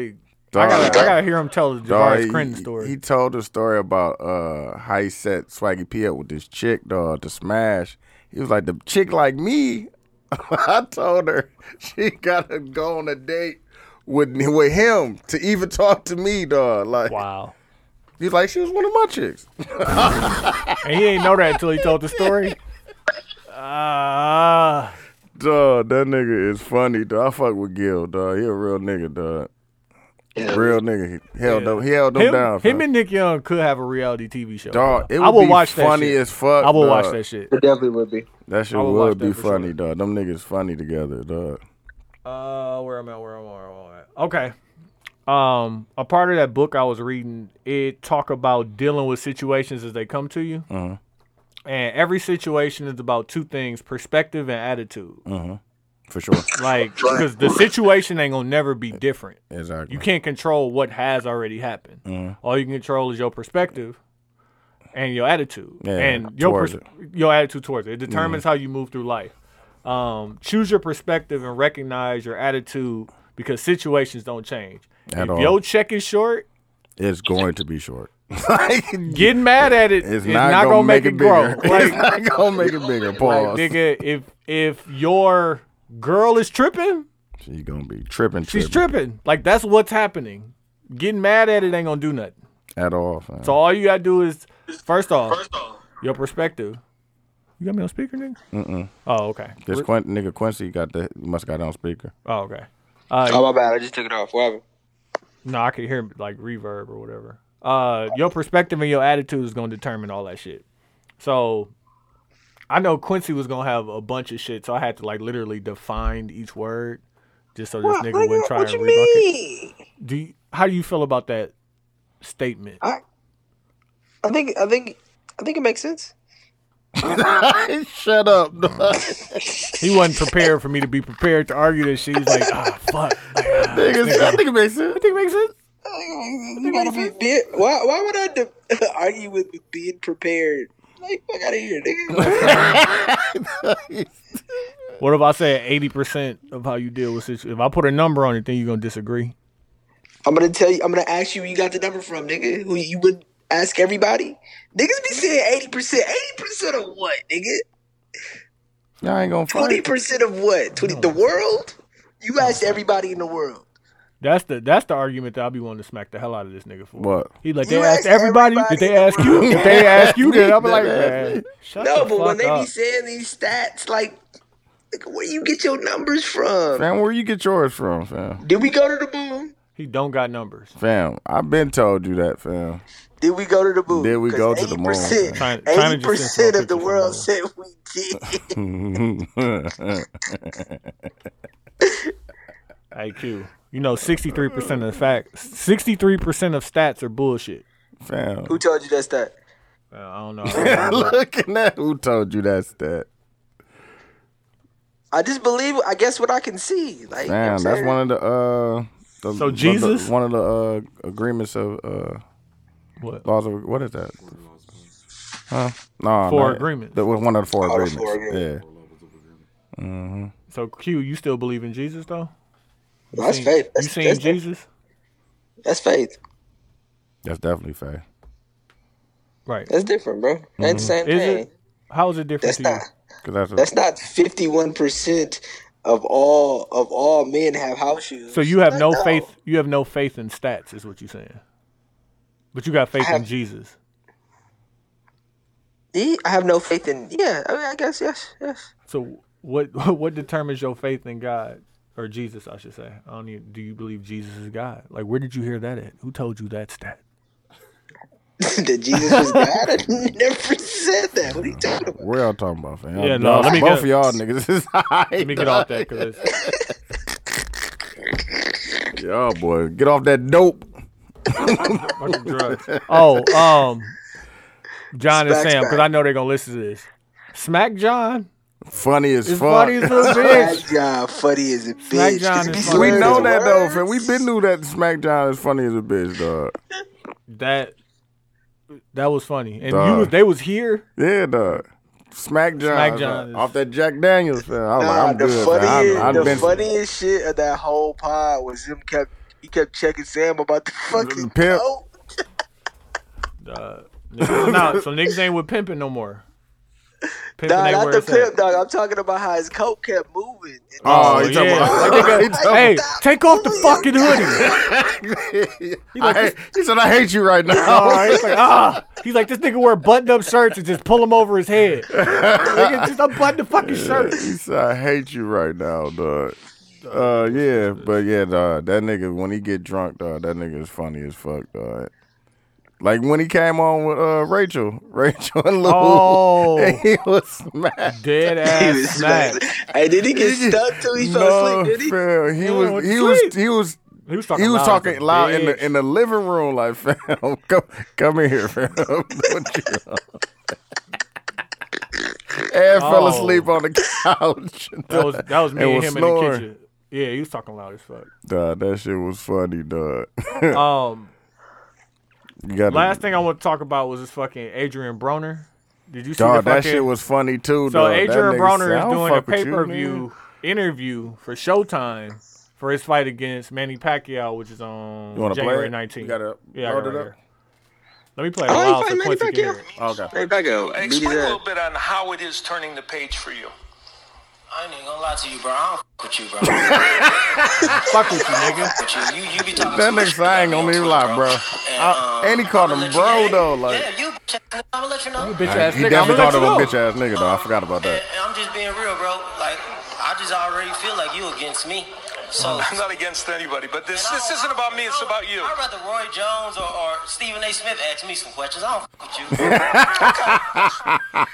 D: I
C: Dog.
D: gotta, I gotta hear him tell the
C: Dog,
D: Javaris Crinton story.
C: He told a story about uh, how he set Swaggy P up with this chick, dog, to smash. He was like, the chick like me, I told her she gotta go on a date with with him to even talk to me, dog. Like
D: wow.
C: he's like, she was one of my chicks.
D: And he ain't know that until he told the story. Ah,
C: Dog, that nigga is funny, dog. I fuck with Gil, dog. He a real nigga, dog. Real nigga. He held
D: Yeah.
C: them, he held them
D: him,
C: down.
D: him
C: fam.
D: and Nick Young could have a reality TV show.
C: dog, it would
D: I will
C: be
D: watch that
C: funny
D: shit.
C: as fuck.
D: I will
C: dog.
D: watch that shit.
B: It definitely would be.
C: That shit
D: I
C: would,
D: would watch
C: be
D: that for sure.
C: funny, dog. Them niggas funny together, dog.
D: Uh, where am I? Where am I? Where am I? Okay. Um, a part of that book I was reading, it talk about dealing with situations as they come to you,
C: Mhm.
D: and every situation is about two things: perspective and attitude.
C: Mm-hmm. For sure.
D: Like, because the situation ain't gonna never be different.
C: exactly.
D: You can't control what has already happened.
C: Mm-hmm.
D: All you can control is your perspective and your attitude,
C: Yeah,
D: and your
C: towards Mm-hmm.
D: pers- your attitude towards it. It determines how you move through life. Um, choose your perspective and recognize your attitude because situations don't change.
C: At
D: if
C: all.
D: your check is short,
C: It's going to be short. Like,
D: getting mad at it
C: it's
D: is not, gonna, make, it grow.
C: bigger.
D: Like,
C: it's not gonna make it bigger.
D: like,
C: Pause.
D: nigga, if if your girl is tripping,
C: She's gonna be tripping, tripping
D: she's tripping. Like that's what's happening. Getting mad at it ain't gonna do nothing.
C: at all. Fam.
D: So all you gotta do is first off, your perspective. You got me on speaker, nigga. Mm-mm. Oh okay.
C: this Quin- nigga Quincy got the he must got it on speaker.
D: Oh okay.
F: Oh my bad, I just took it off. What happened?
D: No, I could hear like reverb or whatever. Uh, your perspective and your attitude is gonna determine all that shit. So, I know Quincy was gonna have a bunch of shit, so I had to like literally define each word, just so this
B: What,
D: nigga
B: nigga,
D: wouldn't try
B: what
D: and
B: you
D: rebuck it.
B: mean?
D: Do you, how do you feel about that statement?
B: I, I think, I think, I think it makes sense.
C: Shut up. dog.
D: He wasn't prepared for me to be prepared to argue this shit. He's like, ah, fuck. Like, ah,
C: Niggas, I think it makes sense.
D: think it makes sense.
B: You gotta be be- Why, why would I de- argue with being prepared? Like, fuck out of here, nigga.
D: What if I said eighty percent of how you deal with situations? If I put a number on it, then you're gonna disagree.
B: I'm gonna tell you. I'm gonna ask you where you got the number from, nigga. Who you would ask everybody? Niggas be saying eighty percent. Eighty percent of what, nigga?
C: Y'all ain't gonna
B: Twenty
C: fight.
B: percent of what? Twenty. The world? You asked everybody in the world.
D: That's the that's the argument that I'll be wanting to smack the hell out of this nigga for.
C: What?
D: He like
B: You
D: they asked
B: asked
D: everybody. Did they ask you? If they ask you, then I'll be like, man, shut
B: No,
D: the
B: but when
D: fuck
B: they
D: up.
B: be saying these stats, like, like, where you get your numbers from?
C: Fam, where you get yours from, fam?
B: Did we go to the moon?
D: he don't got numbers.
C: Fam, I've been told you that, fam.
B: Did we go to the moon?
C: Did we go to the moon?
D: China- China
B: Eighty
D: just sent some
B: percent of
D: pictures
B: the
D: from
B: world
D: the
B: said we did.
D: IQ. You know, sixty three percent of the facts, sixty three percent of stats are bullshit.
C: fam.
B: Who told you that stat?
D: Uh, I don't know.
C: Looking at who told you that's that.
B: I just believe. I guess what I can see. Like, you
C: Damn,
B: know what I'm
C: that's
B: saying?
C: one of the uh.
D: So
C: The, the- the-
D: Jesus?
C: one of the uh, agreements of uh,
D: What?
C: laws of what is that? Huh? No,
D: Four
C: not-
D: agreements.
C: That was one of the four
B: Oh, the
C: agreements. Mm-hmm.
B: four
D: So Q, you still believe in Jesus though?
B: That's faith.
D: You
B: That's,
D: seen
B: that's,
D: Jesus?
B: That's faith.
C: Yeah, that's definitely fair.
D: Right.
B: That's different, bro. That ain't the same
D: Mm-hmm. Is
B: thing.
D: it? How is it different
B: That's
D: to you?
B: not.
C: Cause that's,
B: That's not fifty-one percent of all of all men have house shoes.
D: So you have
B: Like,
D: no faith. You have no faith in stats, is what you're saying. But you got faith in
B: have-
D: Jesus.
B: Yeah, I have no faith in. Yeah, I mean, I guess yes, yes.
D: So what what determines your faith in God or Jesus? I should say. I don't even, do you believe Jesus is God? Like, where did you hear that at? Who told you that stat?
B: that Jesus was God. I never said that. What are you talking about?
C: we're all talking about fam.
D: Yeah, no,
C: Y'all-
D: let me
C: both
D: get-
C: of y'all niggas is high.
D: Let me get off that because
C: Yo, boy, get off that dope.
D: Bunch of drugs. Oh, um, John is
B: Smack
D: Sam,
B: John.
D: because I know they're gonna listen to this. Smack John
C: Funny as
D: is
C: fuck.
D: funny as a little
B: Smack
D: bitch.
B: John funny as a
D: Smack
B: bitch.
D: John
B: 'cause
D: is
B: he
D: funny.
C: we
B: slurs
C: know
B: his
C: that though,
B: words.
C: fam. We been knew that Smack John is funny as a bitch, dog.
D: That that was funny, and
C: Dog.
D: you was they was here.
C: Yeah, dog. Smack John,
D: Smack
C: dog.
D: John is-
C: off that Jack Daniels, fam. I was
B: Nah,
C: like, I'm
B: the
C: good,
B: funniest,
C: fam. I, I've
B: the
C: been
B: funniest shit of that whole pod was him kept he kept checking Sam about the fucking
C: Pimp.
B: coke.
D: Uh, niggas, nah, so niggas ain't with pimping no more. Pimping
B: Nah,
D: ain't
B: not
D: where
B: the
D: it's at.
B: pimp, dog. I'm talking about how his coke kept moving. And
D: Oh,
C: Oh, he talking
D: yeah.
C: about- he talking
D: Hey,
C: about-
D: take off the fucking hoodie.
C: I hate- he said, "I hate you right now."
D: Oh, he's like, ah. He's like, this nigga wear button-up shirts and just pull him over his head. nigga, just unbutton the fucking shirt.
C: He said, I hate you right now, dog. Uh, yeah, but yeah, dog, that nigga when he get drunk, dog, that nigga is funny as fuck, dog. Like when he came on with uh Rachel, Rachel and Lou,
D: Oh.
C: and he was smacked.
D: Dead
B: he
D: ass
B: was
D: smack.
B: smacking. Hey, did he get stuck till he fell
C: no,
B: asleep? Did he?
C: fam, he was
D: went
C: he
D: to
C: was
D: sleep.
C: he was
D: He was talking
C: he was
D: loud,
C: talking loud in the
D: bitch.
C: in the living room, like fam, come come in here, fam. What you- and fell
D: Oh.
C: asleep on the couch.
D: That was, that was me
C: and
D: and,
C: was
D: him
C: snoring.
D: in the kitchen. Yeah, he was talking loud as fuck.
C: Dog, that shit was funny, dog.
D: Um,
C: you got
D: last thing I want to talk about was this fucking Adrian Broner. Did you see the
C: Dog, that
D: fucking-
C: shit was funny too.
D: So
C: dog. That
D: Adrian
C: nigga said,
D: Broner
C: "I
D: is
C: don't
D: doing a
C: fuck with
D: pay
C: you,
D: per
C: nigga."
D: view interview for Showtime for his fight against Manny Pacquiao, which is on
C: You wanna play
D: January
C: it?
D: nineteenth.
C: You gotta
D: yeah, I got
C: load
D: it
C: it
D: right
C: up?
D: here. Let me play it
F: Oh, he
D: loud
F: fight
D: so
F: Manny
D: Quincy can hear
F: Pacquiao?
D: it.
C: Okay.
F: Hey, Becco, beat
J: Explain
F: his
J: a
F: ass.
J: little bit on how it is turning the page for you.
K: I ain't even gonna lie to you, bro. I don't f- with you, bro. I
D: Fuck with you, nigga.
K: don't f- with you. You, you be talking
C: That
K: too much
C: nigga said, I ain't gonna
K: about me
C: leave
K: on
C: lie,
K: Twitter, um,
C: bro. I- and he called him bro though. Like
K: Yeah, you. bitch, I'm gonna let you know.
D: Bitch ass
C: he
D: nigga. I'm gonna
C: definitely called him a
D: let you
C: bitch
D: know.
C: ass nigga though. I forgot about that.
K: And, and I'm just being real, bro. Like, I just already feel like you against me. So.
J: I'm not against anybody, but this
K: and I
J: this
K: don't-
J: isn't about me. It's
K: I don't-
J: about you.
K: I'd rather Roy Jones or, or Stephen A. Smith ask me some questions. I don't f- with you.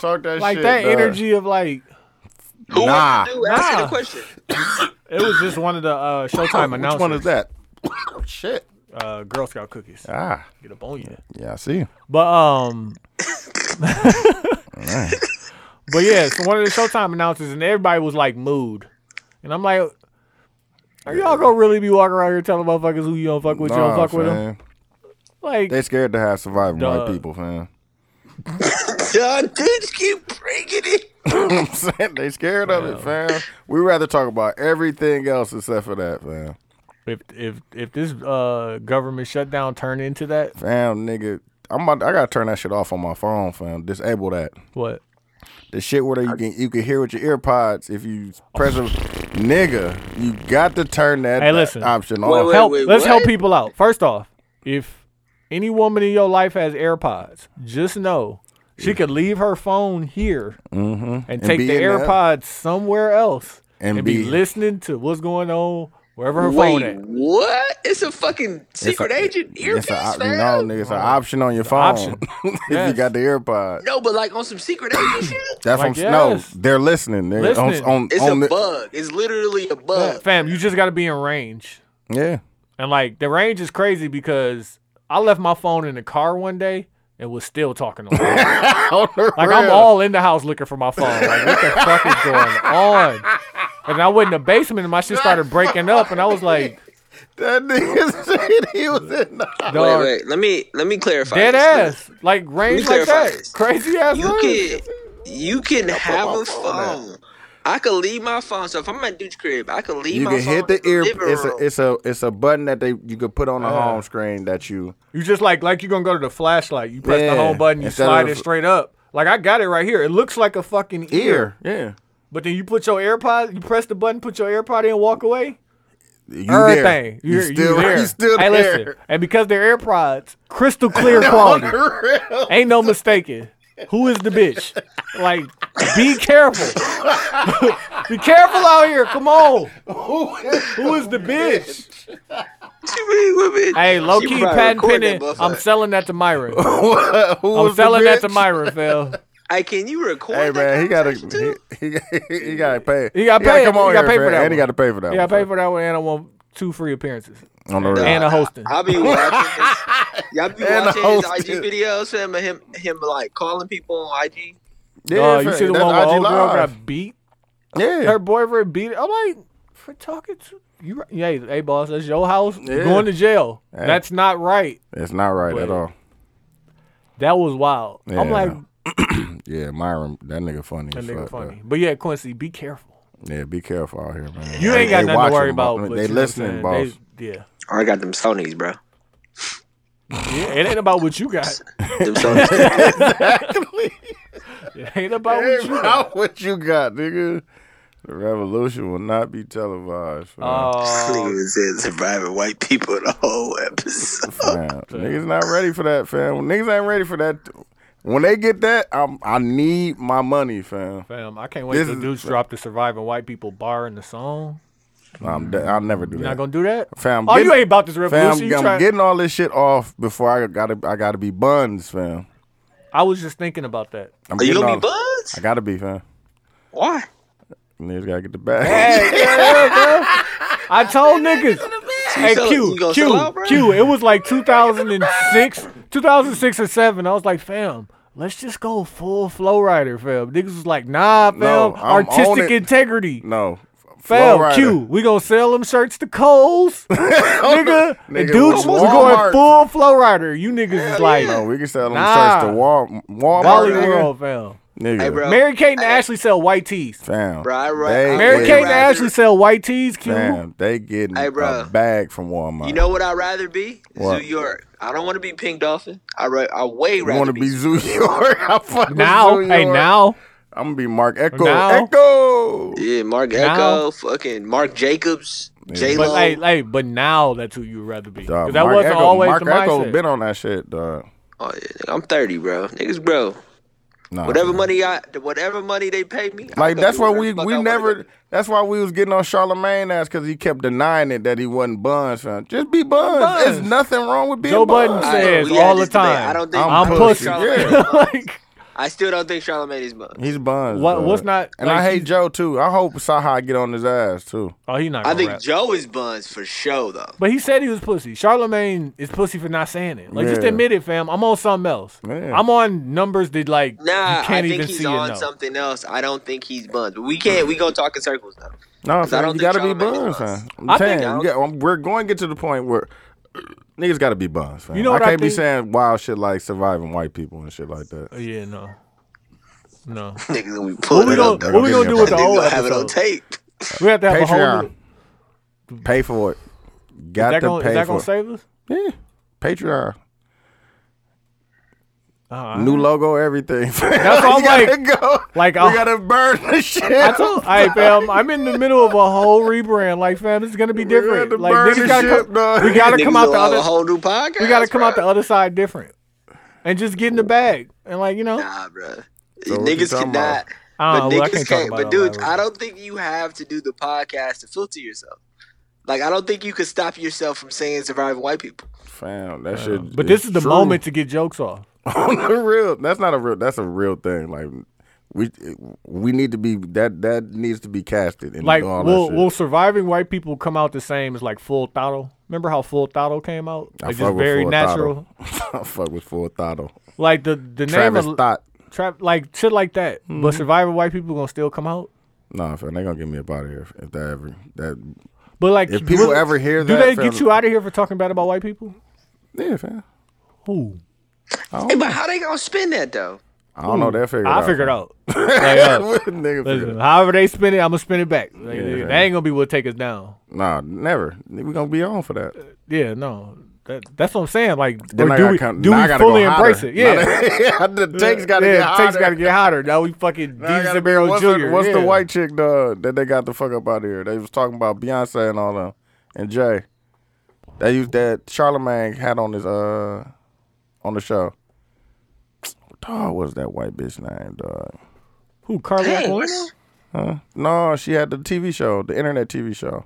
C: Talk that
D: Like
C: shit.
D: that
C: dog.
D: energy of like
C: Nah.
F: Who nah. to do? Ask me
D: Nah.
F: the question.
D: it was just one of the uh, Showtime
C: Which one is
D: announcers.
C: that? shit.
D: Uh, Girl Scout cookies.
C: Ah,
D: Get up on you.
C: yeah, I see. you.
D: But um, but yeah, so one of the Showtime announcers, and everybody was like mood, and I'm like, are y'all gonna really be walking around here telling motherfuckers who you don't fuck with, you don't
C: Nah,
D: fuck with them?
C: fam.
D: Like,
C: They scared to have surviving
D: Dog.
C: white people, fam.
B: John Dutch keep breaking it.
C: I'm saying they scared of it, fam. We rather talk about everything else except for that, fam.
D: if if if this uh government shutdown turned into that,
C: Fam, nigga, I'm about, I gotta turn that shit off on my phone, fam. Disable that.
D: what?
C: The shit where you can you can hear with your ear pods if you press a nigga. You got to turn that,
D: Hey,
C: that
D: listen.
C: option
B: Wait,
C: off.
B: wait.
D: help. let's help
B: what?
D: people out. First off, if any woman in your life has AirPods, just know she could leave her phone here Mm-hmm. and take
C: be
D: the
C: in there.
D: AirPods somewhere else
C: And
D: and, be,
C: be-
D: listening to what's going on wherever her phone
F: Wait,
D: at.
F: what? It's a fucking secret agent earpiece,
C: It's a, op-
F: man.
C: no, nigga, it's an option on your phone
D: option.
C: if you
D: Yes.
C: got the AirPod.
F: No, but like on some secret agent shit.
D: Like,
C: That's what I'm, s-
D: yes.
C: no. They're listening. They're
D: Listening.
C: on, on,
F: It's
C: on
F: a
C: the,
F: bug. It's literally a bug.
D: Fam, you just got to be in range.
C: yeah.
D: And like the range is crazy because I left my phone in the car one day and was still talking on it.
C: On the
D: Like I'm
C: rail.
D: all in the house looking for my phone. Like what the fuck is going on? And I went in the basement and my shit started breaking up and I was like,
C: That nigga said he was in the.
D: dog,
F: Wait, wait. Let me let me clarify.
D: dead
F: this.
D: ass, like range like
F: clarify
D: that,
F: this.
D: crazy ass.
F: You
D: range.
F: can you can have a phone. I could leave my phone. So if I'm at dude's crib, I could leave
C: You
F: my
C: can
F: phone
C: hit the
F: in
C: ear.
F: living
C: It's a
F: room.
C: it's a it's a button that they you could put on the
D: Yeah.
C: home screen that you.
D: You just like like you're gonna go to the flashlight. You press
C: Yeah,
D: the home button, you
C: instead
D: slide
C: of-
D: it straight up. Like I got it right here. It looks like a fucking ear.
C: yeah.
D: But then you put your AirPod, you press the button, put your AirPod in, and walk away.
C: You
D: Everything.
C: There. You
D: You're,
C: still
D: there.
C: you still
D: hey,
C: there.
D: listen. And because they're AirPods, crystal clear quality. Ain't no mistaking. Who is the bitch? Like, be careful. be careful out here. Come on. Who is the bitch?
F: What you mean, women?
D: Hey, low
F: She
D: key
F: probably
D: patent
F: recorded
D: pending.
F: that
D: I'm
F: motherfucker.
D: selling that to Myron.
C: Who
D: I'm
C: was the
D: selling that to
C: bitch?
D: Myron, Phil.
F: Hey, can you record?
C: Hey
F: that
C: man, he gotta
F: conversation too?
C: he, he, he gotta pay.
D: He gotta pay it.
C: come on
D: He gotta pay
C: here,
D: for
C: man,
D: that
C: and
D: one.
C: he gotta pay for that.
D: Yeah, I
C: one,
D: pay
C: fam.
D: for that one, and I want two free appearances
C: On the
D: and uh,
C: road.
D: a hosting.
F: I be watching. His, y'all be
C: And
F: watching
C: hosted.
F: his IG videos. Him, him, him, like calling people on IG.
D: Dog, you
C: for-
D: see the
C: that's
D: one where
C: IG
D: old girl
C: Live.
D: got beat?
C: Yeah.
D: Her boyfriend beat it. I'm like, for talking to you, right- yeah, hey boss, that's your house.
C: Yeah.
D: Going to jail.
C: Yeah.
D: That's not right.
C: It's not right at
D: But-
C: all.
D: That was wild. I'm
C: Yeah.
D: like,
C: Yeah, Myron, that nigga funny.
D: that
C: as
D: nigga
C: fuck, though.
D: funny. But yeah, Quincy, be careful.
C: Yeah, be careful out here, man.
D: You
C: They-
D: ain't got nothing
C: they
D: to
C: watching,
D: worry
C: bo-
D: about. but you know
C: They
D: what I'm
C: listening,
D: saying?
C: boss.
D: They- yeah.
F: I got them Sony's, bro.
D: yeah. It ain't about what you got.
F: Them Sony's.
C: exactly.
D: It ain't about
C: Hey,
D: what you got.
C: about what you got, nigga. The revolution will not be televised. Man.
D: Oh,
F: Nigga said surviving white people the whole episode.
C: Fam, Niggas not ready for that, fam. Niggas ain't ready for that. When they get that, I'm, I need my money, fam.
D: fam, I can't wait
C: This
D: till
C: is-
D: dudes drop the surviving white people bar in the song.
C: I'm de- I'll never do
D: You're
C: that.
D: not gonna do that,
C: Fam,
D: Oh,
C: get-
D: you ain't about this
C: fam,
D: revolution. you
C: I'm
D: try-
C: getting all this shit off before I gotta I gotta be buns, fam.
D: I was just thinking about that.
C: I'm
F: Are Oh, you
C: getting
F: gonna
C: all-
F: be buzzed?
C: I gotta be, fam.
F: Why?
C: Niggas gotta get the bag.
D: I told niggas. Hey
F: sell-
D: Q,
F: you gonna
D: Q,
F: sell out, bro?
D: Q. It was like 2006, 2006 or seven. I was like, fam, let's just go full flow rider, fam. Niggas was like, nah, fam,
C: No, I'm on
D: artistic
C: it.
D: integrity.
C: no.
D: Fam,
C: Flow
D: Q,
C: Rider.
D: we gonna sell them shirts to Coles, nigga.
C: Nigga,
D: And dudes, we
C: Walmart.
D: going full flow rider. You niggas is like,
C: No, we can sell them
D: Nah.
C: shirts to Wal- Walmart.
D: Wally
C: nigga.
D: World, fam.
C: Nigga.
F: Hey, bro.
D: Mary Kate and Ashley sell white tees.
C: Fam.
F: Bro, I ri-
C: they
F: I
D: Mary
F: Hey,
C: get-
D: Kate and
F: Roger.
D: Ashley sell white tees, Q.
C: Fam, they getting
F: Hey,
C: a
F: bro.
C: bag from Walmart.
F: You know what I'd rather be?
C: What?
F: Zoo York. I don't want to be Pink Dolphin. I ra- I way
C: you
F: rather
C: want to be Zoo York? I fucking
D: Now,
C: Zoo
D: hey,
C: York.
D: now.
C: I'm gonna be Mark Echo.
D: Now.
C: Echo.
F: Yeah, Mark
D: Now-
F: Echo, fucking Mark Jacobs, J
D: But
F: Lo.
D: hey, hey, but now that's who you'd rather be. 'Cause
C: Dog,
D: that
C: Mark
D: wasn't
C: Echo-
D: always
C: Mark
D: the
C: Echo
D: mindset.
C: been on that shit, dog.
F: Oh yeah, nigga, I'm 30, bro. Niggas, bro.
C: Nah,
F: Whatever
C: fam.
F: money I, whatever money they pay me. I
C: Like
F: go
C: that's
F: do
C: why
F: whatever
C: we
F: the fuck
C: we
F: I wanna
C: never.
F: do.
C: That's why we was getting on Charlemagne ass because he kept denying it that he wasn't buns, fam. Just be buns.
D: Buns.
C: There's nothing wrong with being
D: Joe Budden
C: buns.
F: I don't-
D: says
F: we had
D: all the
F: this debate.
D: time.
F: I don't think
D: I'm
C: I'm
D: pussy.
C: pussy, yeah.
D: like,
F: I still don't think Charlamagne is much.
C: He's buns.
D: What-
C: dog.
D: what's not-
C: And
D: like,
C: I hate
D: he's-
C: Joe too. I hope Saha get on his ass too.
D: oh, he not.
F: I
D: Gonna
F: think
D: rap.
F: Joe is buns for show though.
D: but he said he was pussy. Charlemagne is pussy for not saying it. Like, just
C: Yeah.
D: admit it, fam. I'm on something else.
C: Yeah.
D: I'm on numbers that like
F: Nah,
D: you
F: I
D: can't
F: think
D: even
F: he's
D: see
F: on
D: it. No.
F: something else. I don't think he's buns. But we can't. We gonna talk in circles though.
C: No,
F: 'Cause I
C: fam,
F: don't
C: you
F: think
C: gotta be
F: Charlamagne
C: buns,
F: is buns.
C: fam. I'm
D: I
C: saying
D: think-
C: you got- I'm- we're going to get to the point where niggas gotta be buns, fam.
D: You know what
C: I
D: I
C: can't be
D: think?
C: saying wild shit like surviving white people and shit like that.
D: Oh, Yeah, no, no.
F: Niggas gonna be pulling
D: we
F: it up.
D: gonna-
F: though.
D: what we gonna do with the
F: Niggas
D: old
F: gonna have it on
D: episode?
F: tape.
D: We have to have a whole. new-
C: Patreon,
D: Is
C: pay for it. Got
D: that
C: to
D: gonna, is
C: pay
D: that
C: for
D: gonna Uh-huh.
C: it.
D: save us?
C: yeah, Patreon.
D: Uh,
C: New logo, everything.
D: That's all
C: we gotta
D: like-
C: go.
D: like,
C: we
D: I'll-
C: gotta burn the shit.
D: I told, hey fam, I'm in the middle of a whole rebrand. Like fam, it's gonna be
C: had to
D: different. Like
C: burn
D: niggas
C: the
D: gotta
C: ship,
D: come,
C: dog.
D: we gotta
F: Niggas
D: come out the
F: gonna have
D: other.
F: a whole new podcast.
D: We gotta come
F: bro.
D: out the other side different, and just get in the bag and like you know.
F: Nah, bro.
C: So what you
F: niggas
C: talking about?
F: cannot.
D: I don't
F: But
D: know, well, I can't
F: niggas
D: talk
F: can't.
D: about
F: But
D: it
F: dude,
D: live.
F: I don't think you have to do the podcast to filter yourself. Like I don't think you could stop yourself from saying surviving white people.
C: Fam, that shit.
D: But this is the
C: true.
D: moment to get jokes off.
C: on the real. That's not a real. That's a real thing. Like we we need to be that that needs to be casted. And
D: Like,
C: all
D: will
C: that
D: will
C: shit.
D: surviving white people come out the same as like full throttle? Remember how full throttle came out?
C: I
D: Like
C: fuck
D: just
C: with
D: very
C: Full
D: natural.
C: Throttle. I fuck with full throttle.
D: Like the the
C: Travis Mm-hmm.
D: name of
C: Thought.
D: trap like shit like that. But surviving white people gonna still come out.
C: Nah, fam, they gonna get me up out of here if that ever that.
D: But like,
C: If people
D: will-
C: ever hear
D: do
C: that,
D: they
C: fam-
D: get you out of here for talking bad about white people?
C: Yeah, fam.
D: Who?
F: Hey, but how they gonna spin that though?
C: I don't know. They'll figure. it
D: I
C: out.
D: figured out. Like, uh,
C: Nigga
D: Listen,
C: figure it out.
D: however they spin it, I'm gonna spin it back. Like,
C: Yeah,
D: they-
C: yeah.
D: They ain't gonna be what take us down.
C: Nah, never. We gonna be on for that.
D: Yeah, no, that, that's what I'm saying. Like,
C: Then
D: or
C: I
D: do
C: gotta
D: we,
C: come-
D: do
C: now I
D: we
C: gotta go
D: fully embrace
C: hotter.
D: it? Yeah,
C: Now they- the takes gotta
D: yeah,
C: get hotter.
D: takes gotta get hotter. Now we fucking
C: Now I
D: Jesus
C: gotta
D: and
C: be-
D: Barrel
C: what's
D: Jr.
C: The, what's the
D: yeah.
C: white chick dog that they got the fuck up out of here? They was talking about Beyonce and all them and Jay. They used that Charlemagne had on his uh on the show. Dog, what's that white bitch name, dog?
D: Who Carla
F: Hey,
D: Aquilino?
F: what's-
C: Huh? No, she had the TV show, the internet TV show.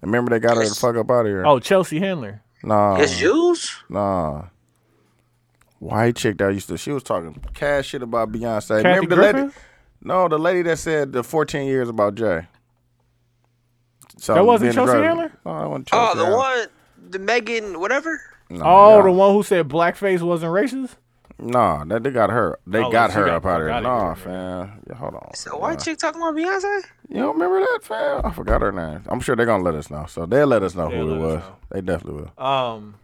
C: Remember they got her the fuck up out of here.
D: Oh, Chelsea Handler.
C: nah,
F: it's Jews.
C: nah. White chick that used to she was talking cash shit about Beyonce.
D: Kathy
C: Remember the lady?
D: Griffin.
C: No, the lady that said the 14 years about Jay. So
D: That wasn't
C: being a
D: Chelsea
C: drug-
D: Handler?
C: No, that wasn't
F: Oh,
C: Chelsea
F: the
C: Handler.
F: one, the Megan, whatever.
C: No,
D: oh,
C: no.
D: the one who said blackface wasn't racist.
C: No, that they got her. They
D: Oh,
C: got
D: she
C: her
D: got-
C: up out of
D: got
C: there.
D: it.
C: No, fam. Yeah, hold on.
F: The white chick talking about Beyonce.
C: You don't remember that, fam? I forgot her name. I'm sure they're gonna let us know. So they'll let us know
D: They'll
C: who it
D: let us
C: was. They definitely will.
D: Um,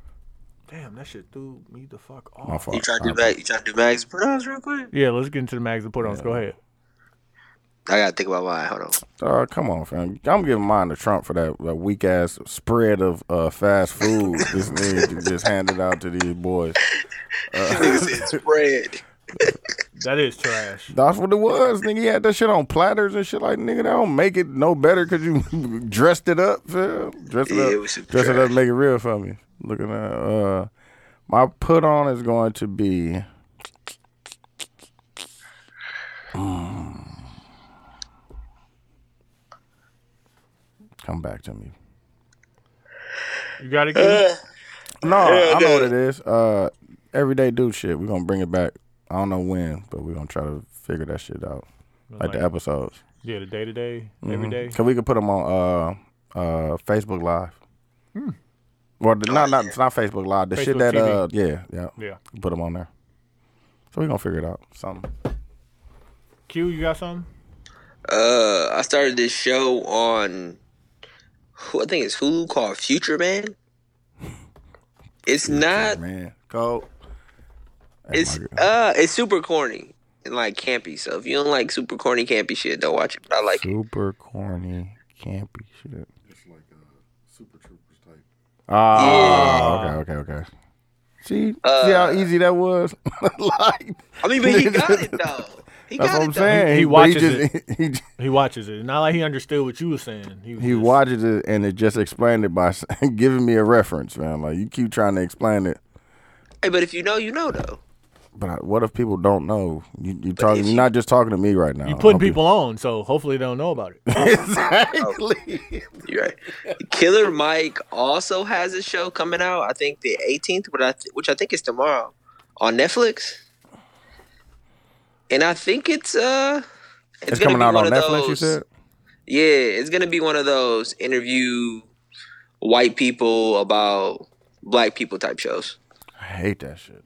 D: damn, that shit threw me the fuck off.
C: My fault.
F: You trying to do
C: I-
F: mag? You trying to do mags and pronouns real quick?
D: Yeah, let's get into the mags and put ons. Go ahead.
F: I gotta think about mine. Hold on.
C: Dog, Uh, come on, fam. I'm giving mine to Trump for that, that weak ass spread of uh, fast food this nigga just handed out to these boys.
F: Nigga said spread.
D: That is trash.
C: That's what it was, nigga. He had that shit on platters and shit. Like, nigga, that don't make it no better because you dressed it up, fam. Dress it
F: Yeah,
C: up.
F: it was some
C: dress it up
F: trash.
C: and make it real for me. Looking at, uh, my put on is going to be. Mm. Come back to me.
D: You gotta get.
C: No, I know
F: no.
C: what it is. Uh, everyday dude shit. We're gonna bring it back. I don't know when, but we're gonna try to figure that shit out, like the episodes.
D: Yeah, the day to day,
C: Mm-hmm.
D: every day.
C: Cause we could put them on uh uh Facebook Live. Well, the, not
F: Oh,
C: not it's not Facebook Live. The shit
D: Facebook
C: that
D: TV.
C: uh yeah yeah
D: Yeah.
C: Put them on there. So we gonna figure it out. Something.
D: Q, you got something?
F: Uh, I started this show on, I think it's Hulu called Future Man. It's not.
C: man. Go.
F: It's uh, it's super corny and like campy. So if you don't like super corny campy shit, don't watch it. But I like it.
C: Super corny campy shit. It's like uh, Super Troopers type. Ah, okay, okay, okay. See, see how easy that was. like,
F: Uh, I mean, but he got it though. He
C: That's
F: got
C: what
F: it
C: I'm
F: though.
C: saying.
D: He- he
C: but
D: watches
C: just- He, j-
D: He watches it. Not like he understood what you were saying. He, was
C: he
D: just-
C: watches it and it just explained it by s- giving me a reference, man. Like you keep trying to explain it,
F: Hey, but if you know, you know though.
C: but I, what if people don't know? You, you're talking.
F: if
C: You're
F: you-
C: not just talking to me right now.
D: You putting
C: Hope you-
D: people on, so hopefully they don't know about it.
C: exactly.
F: You're right. Killer Mike also has a show coming out. I think the 18th, but I th- which I think is tomorrow on Netflix. And I think it's uh, it's,
C: It's coming
F: gonna be
C: out
F: one
C: on
F: of
C: Netflix. You
F: those-
C: said.
F: Yeah, it's gonna be one of those interview white people about black people type shows.
C: I hate that shit.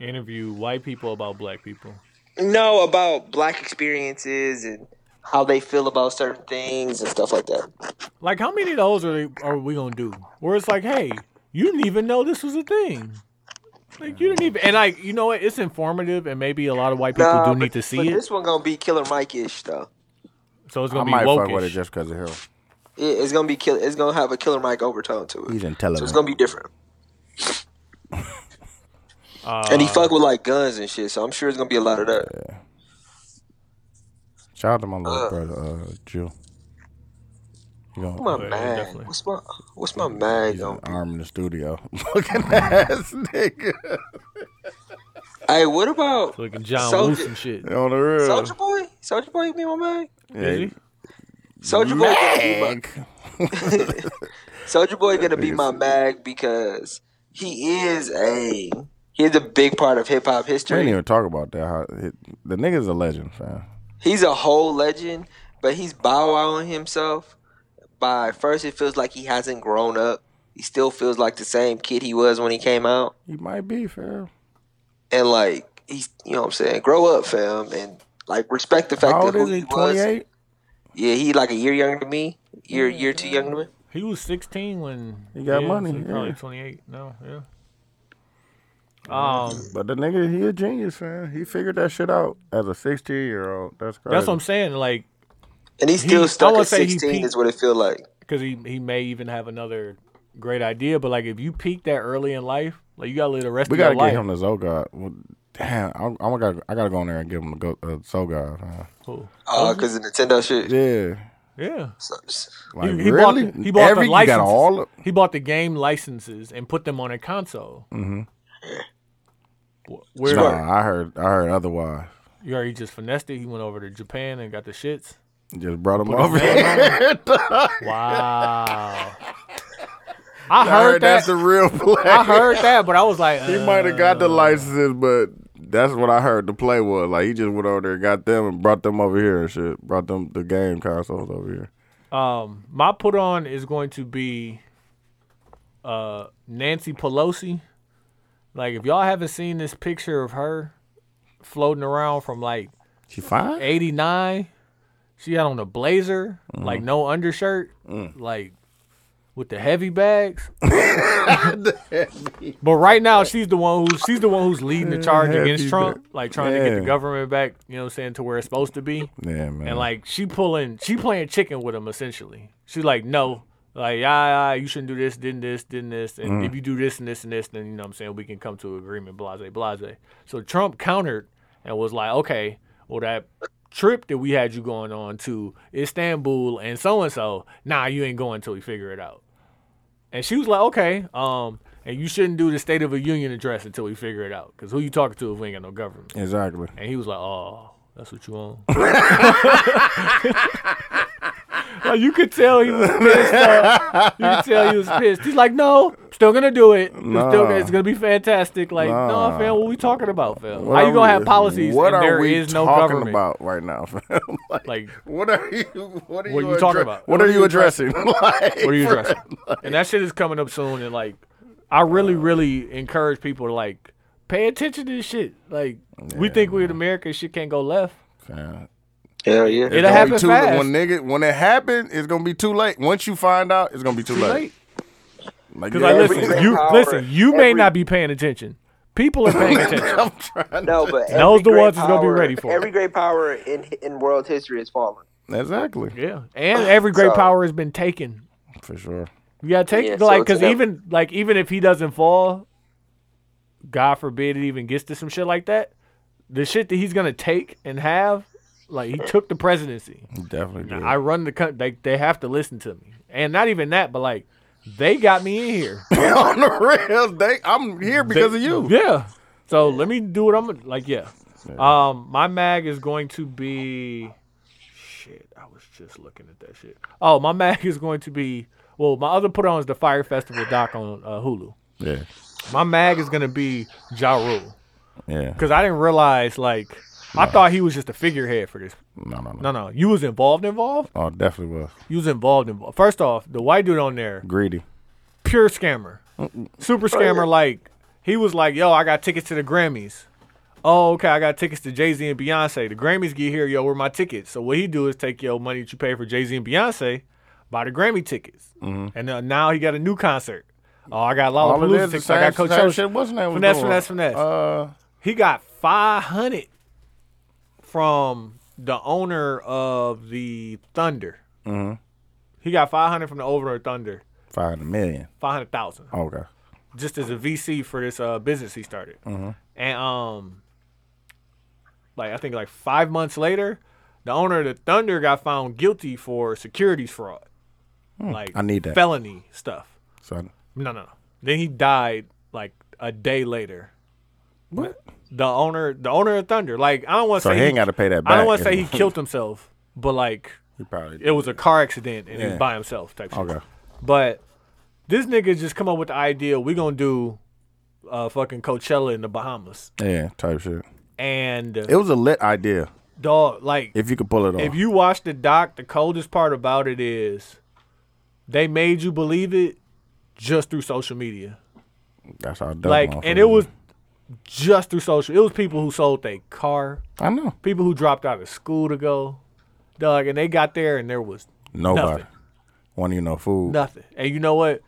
D: Interview white people about black people.
F: No, about black experiences and how they feel about certain things and stuff like that.
D: Like, how many of those are are we gonna do? Where it's like, hey, you didn't even know this was a thing. Like you didn't even, and like you know what? It's informative, and maybe a lot of white people
F: Nah,
D: do
F: but-
D: need to see
F: but
D: it.
F: This one gonna be Killer Mike ish though.
D: so it's
C: I
D: gonna
C: might
D: be
C: fuck with it
D: woke.
C: just because of him.
F: Yeah, it's gonna be kill. It's gonna have a Killer Mike overtone to it.
C: He's
F: So
C: intelligent.
F: it's gonna be different.
D: Uh,
F: and he fuck with like guns and shit, so I'm sure it's gonna be a lot of that.
C: Shout out to my little brother, uh, Jew. He gonna-
F: What's my
D: Oh, yeah,
F: mag?
D: definitely.
F: What's my What's my mag
C: he's an
F: on?
C: arm in the studio. Looking ass nigga.
F: Hey, what about
D: Looking John
F: Soldier-
D: Woo and shit.
C: On the real.
F: Soldier Boy? Soldier Boy, be my mag.
C: Yeah,
D: Is he?
F: Soldier Boy Oh, gonna be my
C: Mag.
F: Soldier Boy gonna be my mag because he is a he's a big part of hip hop
C: We didn't
F: history.
C: even talk about that. How it, the nigga's a legend, fam.
F: He's a whole legend, but he's bow wowing himself. By first, it feels like he hasn't grown up. He still feels like the same kid he was when he came out,
C: He might be, fam.
F: and like he's you know what I'm saying, grow up, fam, and like respect the fact
C: How old
F: that who
C: is
F: he
C: he?
F: was.
C: 28?
F: Yeah, he like a year younger than me, year year too younger than me.
D: He was 16 when
C: He got
D: yeah,
C: money,
D: so he's probably
C: yeah.
D: 28 now. Yeah. Um,
C: But the nigga, he a genius, fam. He figured that shit out as a 16 year old. That's crazy.
D: that's what I'm saying. Like,
F: And he's still
D: He- I
F: stuck
D: wanna
F: at
D: say he
F: 16.
D: peaked.
F: Is what it feel like.
D: because he he may even have another great idea, but like if you peak that early in life, like you gotta live the rest
C: we
D: of your
C: gotta get
D: life.
C: him to Zogod. Well, damn, I'm, I'm gotta, I gotta go in there and give him a go, uh, Zogod. huh?
D: Cool.
F: Oh, because the Nintendo shit.
C: Yeah.
D: Yeah,
F: sucks.
C: Like,
D: he, he
C: really?
D: bought the, he bought
C: Every,
D: the
C: you
D: licenses.
C: got all of,
D: he bought the game licenses and put them on a console. Mm-hmm. Where
C: Nah, I heard, I heard otherwise.
D: you already just finessed it. He went over to Japan and got the shits.
C: Just brought him over here.
D: Wow. I
C: I
D: heard that.
C: that's the real play.
D: I heard that, but I was like,
C: He
D: uh,
C: might have got the licenses, but that's what I heard the play was. Like he just went over there, got them, and brought them over here and shit. Brought them the game consoles over here.
D: Um, my put on is going to be uh Nancy Pelosi. Like if y'all haven't seen this picture of her floating around from like
C: she fine?
D: 89, she had on a blazer, like no undershirt, like with the heavy bags. but right now she's the one who's she's the one who's leading the charge
C: Heavy
D: against Trump,
C: bag.
D: like trying to get the
C: Yeah.
D: government back, you know what I'm saying, to where it's supposed to be.
C: Yeah, man.
D: And like she pulling, she playing chicken with him essentially. She like, no, like yeah, yeah, you shouldn't do this, didn't this, didn't this, and
C: Mm.
D: if you do this and this and this, then you know what I'm saying we can come to an agreement, blase, blase. So Trump countered and was like, okay, well that trip that we had you going on to Istanbul and so and so, nah, you ain't going until we figure it out. And she was like, okay, um, and you shouldn't do the State of the Union address until we figure it out, because who you talking to if we ain't got no government?
C: Exactly.
D: And he was like, "Oh, that's what you want." like you could tell he was pissed. Off. You could tell he was pissed. He's like, "No, still gonna do it. It's, still,
C: Nah.
D: it's gonna be fantastic." Like, no,
C: Nah.
D: fam, what we talking about, fam?
C: What
D: How you
C: are
D: gonna have
C: we-
D: policies
C: What
D: and
C: are
D: there
C: we
D: is no
C: talking
D: government?
C: about right now, fam? like,
D: Like,
C: what are you? What are
D: what
C: you,
D: are you talking
C: addre-
D: about?
C: What, are you addressing?
D: what are you
C: Like, uh,
D: addressing? and that shit is coming up soon. And like, I really, really encourage people to like pay attention to this shit. Like, we think we're in America, shit can't go left.
C: fam?
F: Hell yeah.
C: It's
D: It'll
C: gonna be
D: happen
C: too,
D: fast.
C: When nigga, when it happens, it's gonna be too late. Once you find out, it's gonna be too,
D: Too late.
C: Like,
D: Because
C: yeah,
D: like,
C: every-
D: listen, you
F: power,
D: listen, you may
F: every-
D: not be paying attention. People are paying attention.
C: I'm trying.
F: No, but
D: And those
F: every
D: the
F: great
D: ones that's gonna be
F: power-
D: ready for it.
F: Every great power in in world history has fallen.
C: Exactly,
D: Yeah, and every great
F: So-
D: power has been taken.
C: for sure.
D: You gotta take
F: Yeah, so
D: like
F: it's
D: because
F: never-
D: even like even if he doesn't fall, God forbid it even gets to some shit like that. The shit that he's gonna take and have, like he took the presidency.
C: Definitely.
D: Now,
C: did.
D: I run the country. They they have to listen to me, and not even that, but like they got me in here.
C: on the real, they, I'm here because
D: They-
C: of you.
D: Yeah. So let me do what I'm gonna- like. Yeah. Um, my mag is going to be. Shit, I was just looking at that shit. Oh, my mag is going to be. Well, my other put on is the Fire Festival doc on uh, Hulu.
C: Yeah,
D: My mag is gonna be Ja Rule
C: yeah.
D: because I didn't realize like I thought he was just a figurehead for this.
C: No, no, no.
D: No, no, you was involved. Involved.
C: Oh, definitely was
D: You was involved. Involved. First off, the white dude on there,
C: greedy.
D: pure scammer, super
C: Oh,
D: scammer. Like he was like, "Yo, I got tickets to the Grammys." Oh, okay, I got tickets to Jay Z and Beyonce. The Grammys get here, yo, where my tickets? So what he do is take your money that you pay for Jay Z and Beyonce, buy the Grammy tickets, and uh, now he got a new concert. Oh, I got
C: Mm-hmm. All of
D: Lollapalooza
C: this, the
D: tickets.
C: same,
D: I got Coachella.
C: same shit. What's his name? was
D: Finesse,
C: doing?
D: finesse, finesse.
C: Uh,
D: He got 500 from the owner of the Thunder.
C: Mhm.
D: He got 500 from the owner of Thunder.
C: five hundred million.
D: 500,000
C: Okay.
D: just as a VC for this uh, business he started.
C: Mm-hmm.
D: And um, like I think like five months later, the owner of the Thunder got found guilty for securities fraud, like
C: Hmm. I need that.
D: felony stuff.
C: So I-
D: No, no, no. Then he died like a day later.
C: what?
D: The owner, the owner of Thunder, like I don't want to
C: So
D: say
C: he ain't gotta pay that
D: I don't
C: back.
D: want to say he killed himself, but like
C: He probably.
D: it was a car accident and he
C: Yeah.
D: was by himself type shit.
C: Okay.
D: But this nigga just come up with the idea we gonna do uh fucking Coachella in the Bahamas.
C: Yeah, type shit.
D: And
C: It was a lit idea
D: dog, like if,
C: if you could pull it off.
D: you watch the doc, the coldest part about it is they made you believe it just through social media.
C: That's how dumb.
D: like
C: motherfuckers
D: and it was
C: is.
D: just through social it was people who sold their car,
C: I know.
D: people who dropped out of school to go, dog, and they got there and there was
C: Nobody.
D: Nothing.
C: One of you know food.
D: nothing. And you know what?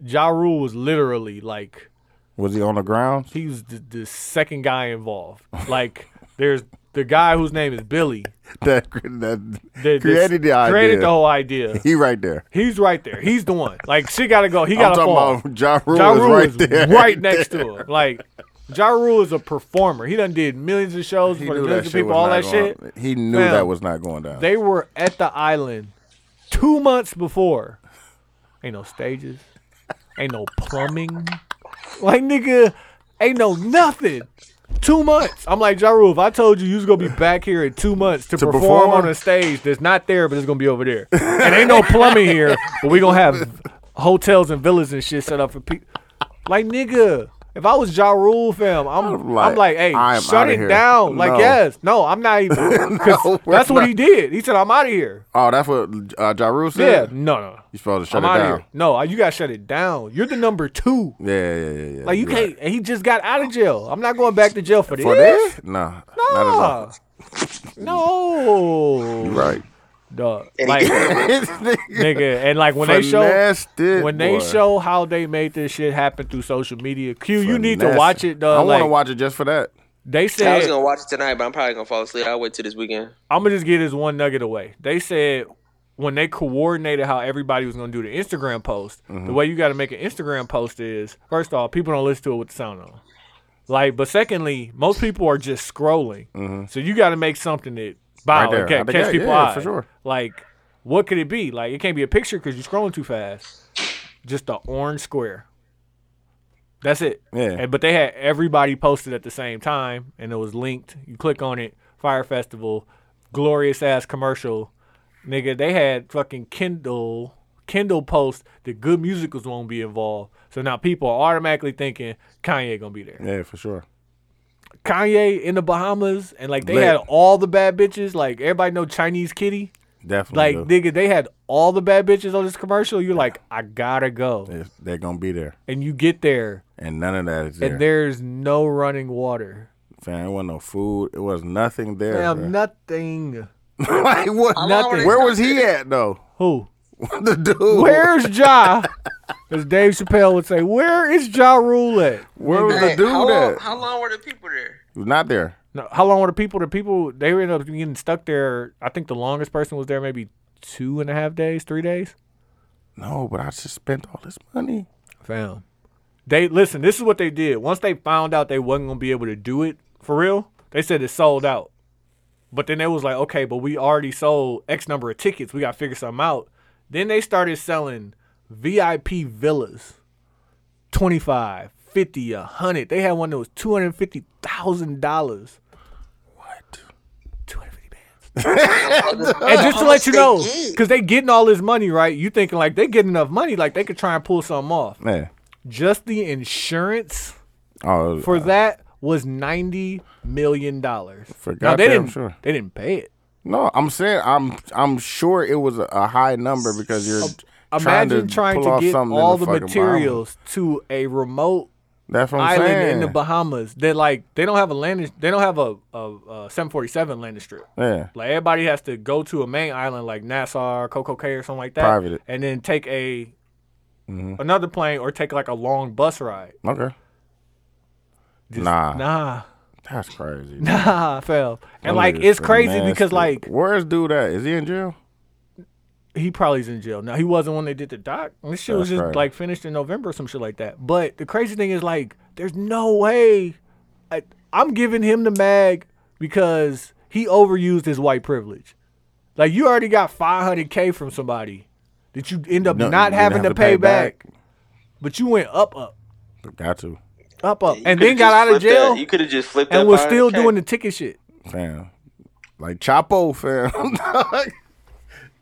D: Ja Rule was literally like
C: Was he on the ground?
D: he was the, the second guy involved. Like there's the guy whose name is Billy
C: That, that
D: that
C: created the idea.
D: created the whole idea.
C: He right there.
D: He's right there. He's the one. Like she gotta go. He
C: I'm
D: gotta
C: talking
D: fall.
C: about Ja Rule
D: Ja
C: is
D: Rule
C: right
D: is
C: there.
D: right next to him. Like Ja Rule is a performer. He done did millions of shows
C: He
D: for the
C: knew
D: millions of
C: shit
D: people.
C: was
D: All
C: not
D: that
C: going-
D: shit.
C: He knew
D: Fam.
C: that was not going down.
D: They were at the island two months before. Ain't no stages. Ain't no plumbing. Like nigga, ain't no nothing. Two months. I'm like Ja Rule, if I told you you was gonna be back here in two months to,
C: To
D: perform,
C: perform?
D: on a stage that's not there, but it's gonna be over there. And ain't no plumbing here, but we gonna have hotels and villas and shit set up for people. Like nigga, If I was Ja Rule, fam, I'm, I'm like,
C: like,
D: hey,
C: I'm
D: shut
C: outta
D: it
C: here.
D: down. Like,
C: No.
D: yes, no, I'm not even. 'cause
C: No, we're
D: that's what
C: not.
D: he did. He said, I'm out of here.
C: Oh, that's what uh, Ja Rule
D: Yeah,
C: said.
D: no, no,
C: You supposed to shut
D: I'm
C: it
D: outta
C: down.
D: here. No, you gotta shut it down. You're the number two.
C: Yeah, yeah, yeah, yeah.
D: Like you
C: you're
D: can't. and He just got out of jail. I'm not going back to jail for
C: right.
D: this.
C: for this. No, not at all.
D: Nah. no.
C: You right.
D: Dog. Like, nigga, and like when they show
C: Finessed it,
D: when they
C: boy.
D: show how they made this shit happen through social media, Q, you need to
C: Finessed.
D: watch it. Dog.
C: I want to
D: Like,
C: watch it just for that.
D: They
F: I was
D: said
F: gonna watch it tonight, but I'm probably gonna fall asleep. I'll wait till this weekend.
D: I'm gonna just give this one nugget away. They said when they coordinated how everybody was gonna do the Instagram post,
C: Mm-hmm.
D: the way you gotta make an Instagram post is first off, people don't listen to it with the sound on. Like, but secondly, most people are just scrolling. So you gotta make something that
C: Mm-hmm. Right
D: bow
C: there,
D: and ca-
C: out the
D: catch
C: gate,
D: people
C: yeah,
D: eye.
C: for sure.
D: Like, what could it be? Like it can't be a picture because you're scrolling too fast. Just the orange square. That's it.
C: Yeah.
D: And, but they had everybody posted at the same time, and it was linked. You click on it. Fire Festival, glorious ass commercial, nigga. They had fucking Kindle, Kindle post that good musicals won't be involved. So now people are automatically thinking Kanye gonna be there.
C: Yeah, for sure.
D: Kanye in the Bahamas, and like they
C: Lit.
D: had all the bad bitches. Like everybody know Chinese Kitty. Like
C: Definitely.
D: nigga, they had all the bad bitches on this commercial. You're like, I gotta go,
C: do. They, are gonna be there,
D: and you get there,
C: and none of that is there.
D: and there's no running water.
C: Fam, it wasn't no food. It was nothing there.
D: Damn,
C: bruh.
D: nothing.
C: like what?
D: Nothing.
C: Where was he at though?
D: Who?
C: the dude.
D: Where's Ja? As Dave Chappelle would say, where is Ja Rule at?
C: Where was the
F: Hey,
C: dude
F: how, long,
C: at?
F: how long were the people there?
C: He was not there.
D: No, how long were the people? The people they ended up getting stuck there. I think the longest person was there maybe two and a half days, three days.
C: No, but I just spent all this money.
D: Fam. They listen, this is what they did. Once they found out they wasn't gonna be able to do it for real, they said it sold out. But then they was like, okay, but we already sold X number of tickets. We gotta figure something out. Then they started selling VIP villas. 25, 50, 100. They had one that was $250,000.
C: What?
D: 250 bands. and just to let you know, because they getting all this money, right? You thinking like they get enough money, like they could try and pull something off
C: Man.
D: just the insurance
C: Oh, it was-
D: for that was ninety million dollars.
C: For
D: Now they
C: goddamn
D: didn't.
C: sure.
D: They didn't pay it.
C: no, I'm saying I'm I'm sure it was a, a high number because you're trying
D: Imagine
C: to
D: trying
C: pull
D: to
C: off
D: get
C: something in
D: all
C: the,
D: the,
C: fucking
D: materials to a remote
C: Bahamas. That's what I'm
D: island
C: saying.
D: in the Bahamas. They like they don't have a landing. They don't have a, a, a 747 landing strip.
C: yeah,
D: Like everybody has to go to a main island like Nassau or Coco Cay or something like that,
C: Private Mm-hmm. it.
D: and then take a another plane or take like a long bus ride.
C: okay,
D: Just-
C: Nah.
D: nah.
C: that's crazy.
D: Nah, fell.
C: Them
D: And like
C: niggas
D: it's crazy
C: nasty.
D: because like
C: where's dude at? Is he in jail?
D: he probably's in jail. Now he wasn't when they did the doc. This shit was
C: That's
D: just
C: right.
D: like finished in November or some shit like that. But the crazy thing is like there's no way I, I'm giving him the mag because he overused his white privilege. Like you already got 500k from somebody that you end up
C: No,
D: not
C: you
D: having
C: have
D: to pay, back. but you went up up
C: Got to,
D: up up
F: You
D: and
F: coulda
D: then got
F: just
D: out of
F: flipped that.
D: jail
F: You could have just flipped that
D: and was still
F: 500K.
D: doing the ticket shit.
C: fam. Like Chapo, fam. dog.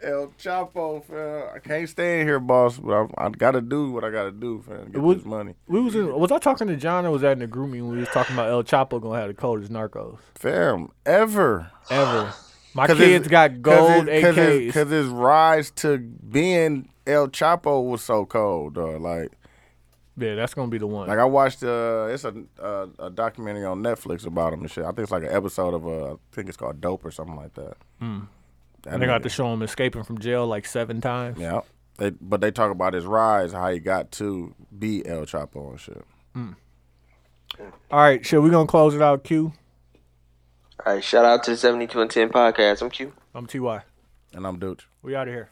C: El Chapo, fam. I can't stay in here, boss, but I, I gotta do what I gotta do, fam. Get
D: was-
C: this money,
D: We was in, was I talking to John or was that in the group meeting when we was talking about El Chapo gonna have the coldest narcos
C: fam. Ever.
D: ever? My
C: 'Cause
D: kids
C: it's-
D: got gold
C: it- cause
D: AKs.
C: His, Cause his rise to being El Chapo was so cold, dog. Like,
D: yeah, that's gonna be the one.
C: like I watched uh, it's a, a a documentary on Netflix about him and shit. I think it's like an episode of uh, I think it's called Dope or something like that. That
D: Hmm. and they
C: nigga-
D: got to show him escaping from jail like seven times.
C: Yeah. They, but they talk about his rise, how he got to be El Chapo and shit.
D: All right, shit, we gonna close it out. Q,
F: All right, shout out to the 72 and 10 podcast. I'm Q.
D: I'm Ty.
C: And I'm Dooch.
D: We out of here.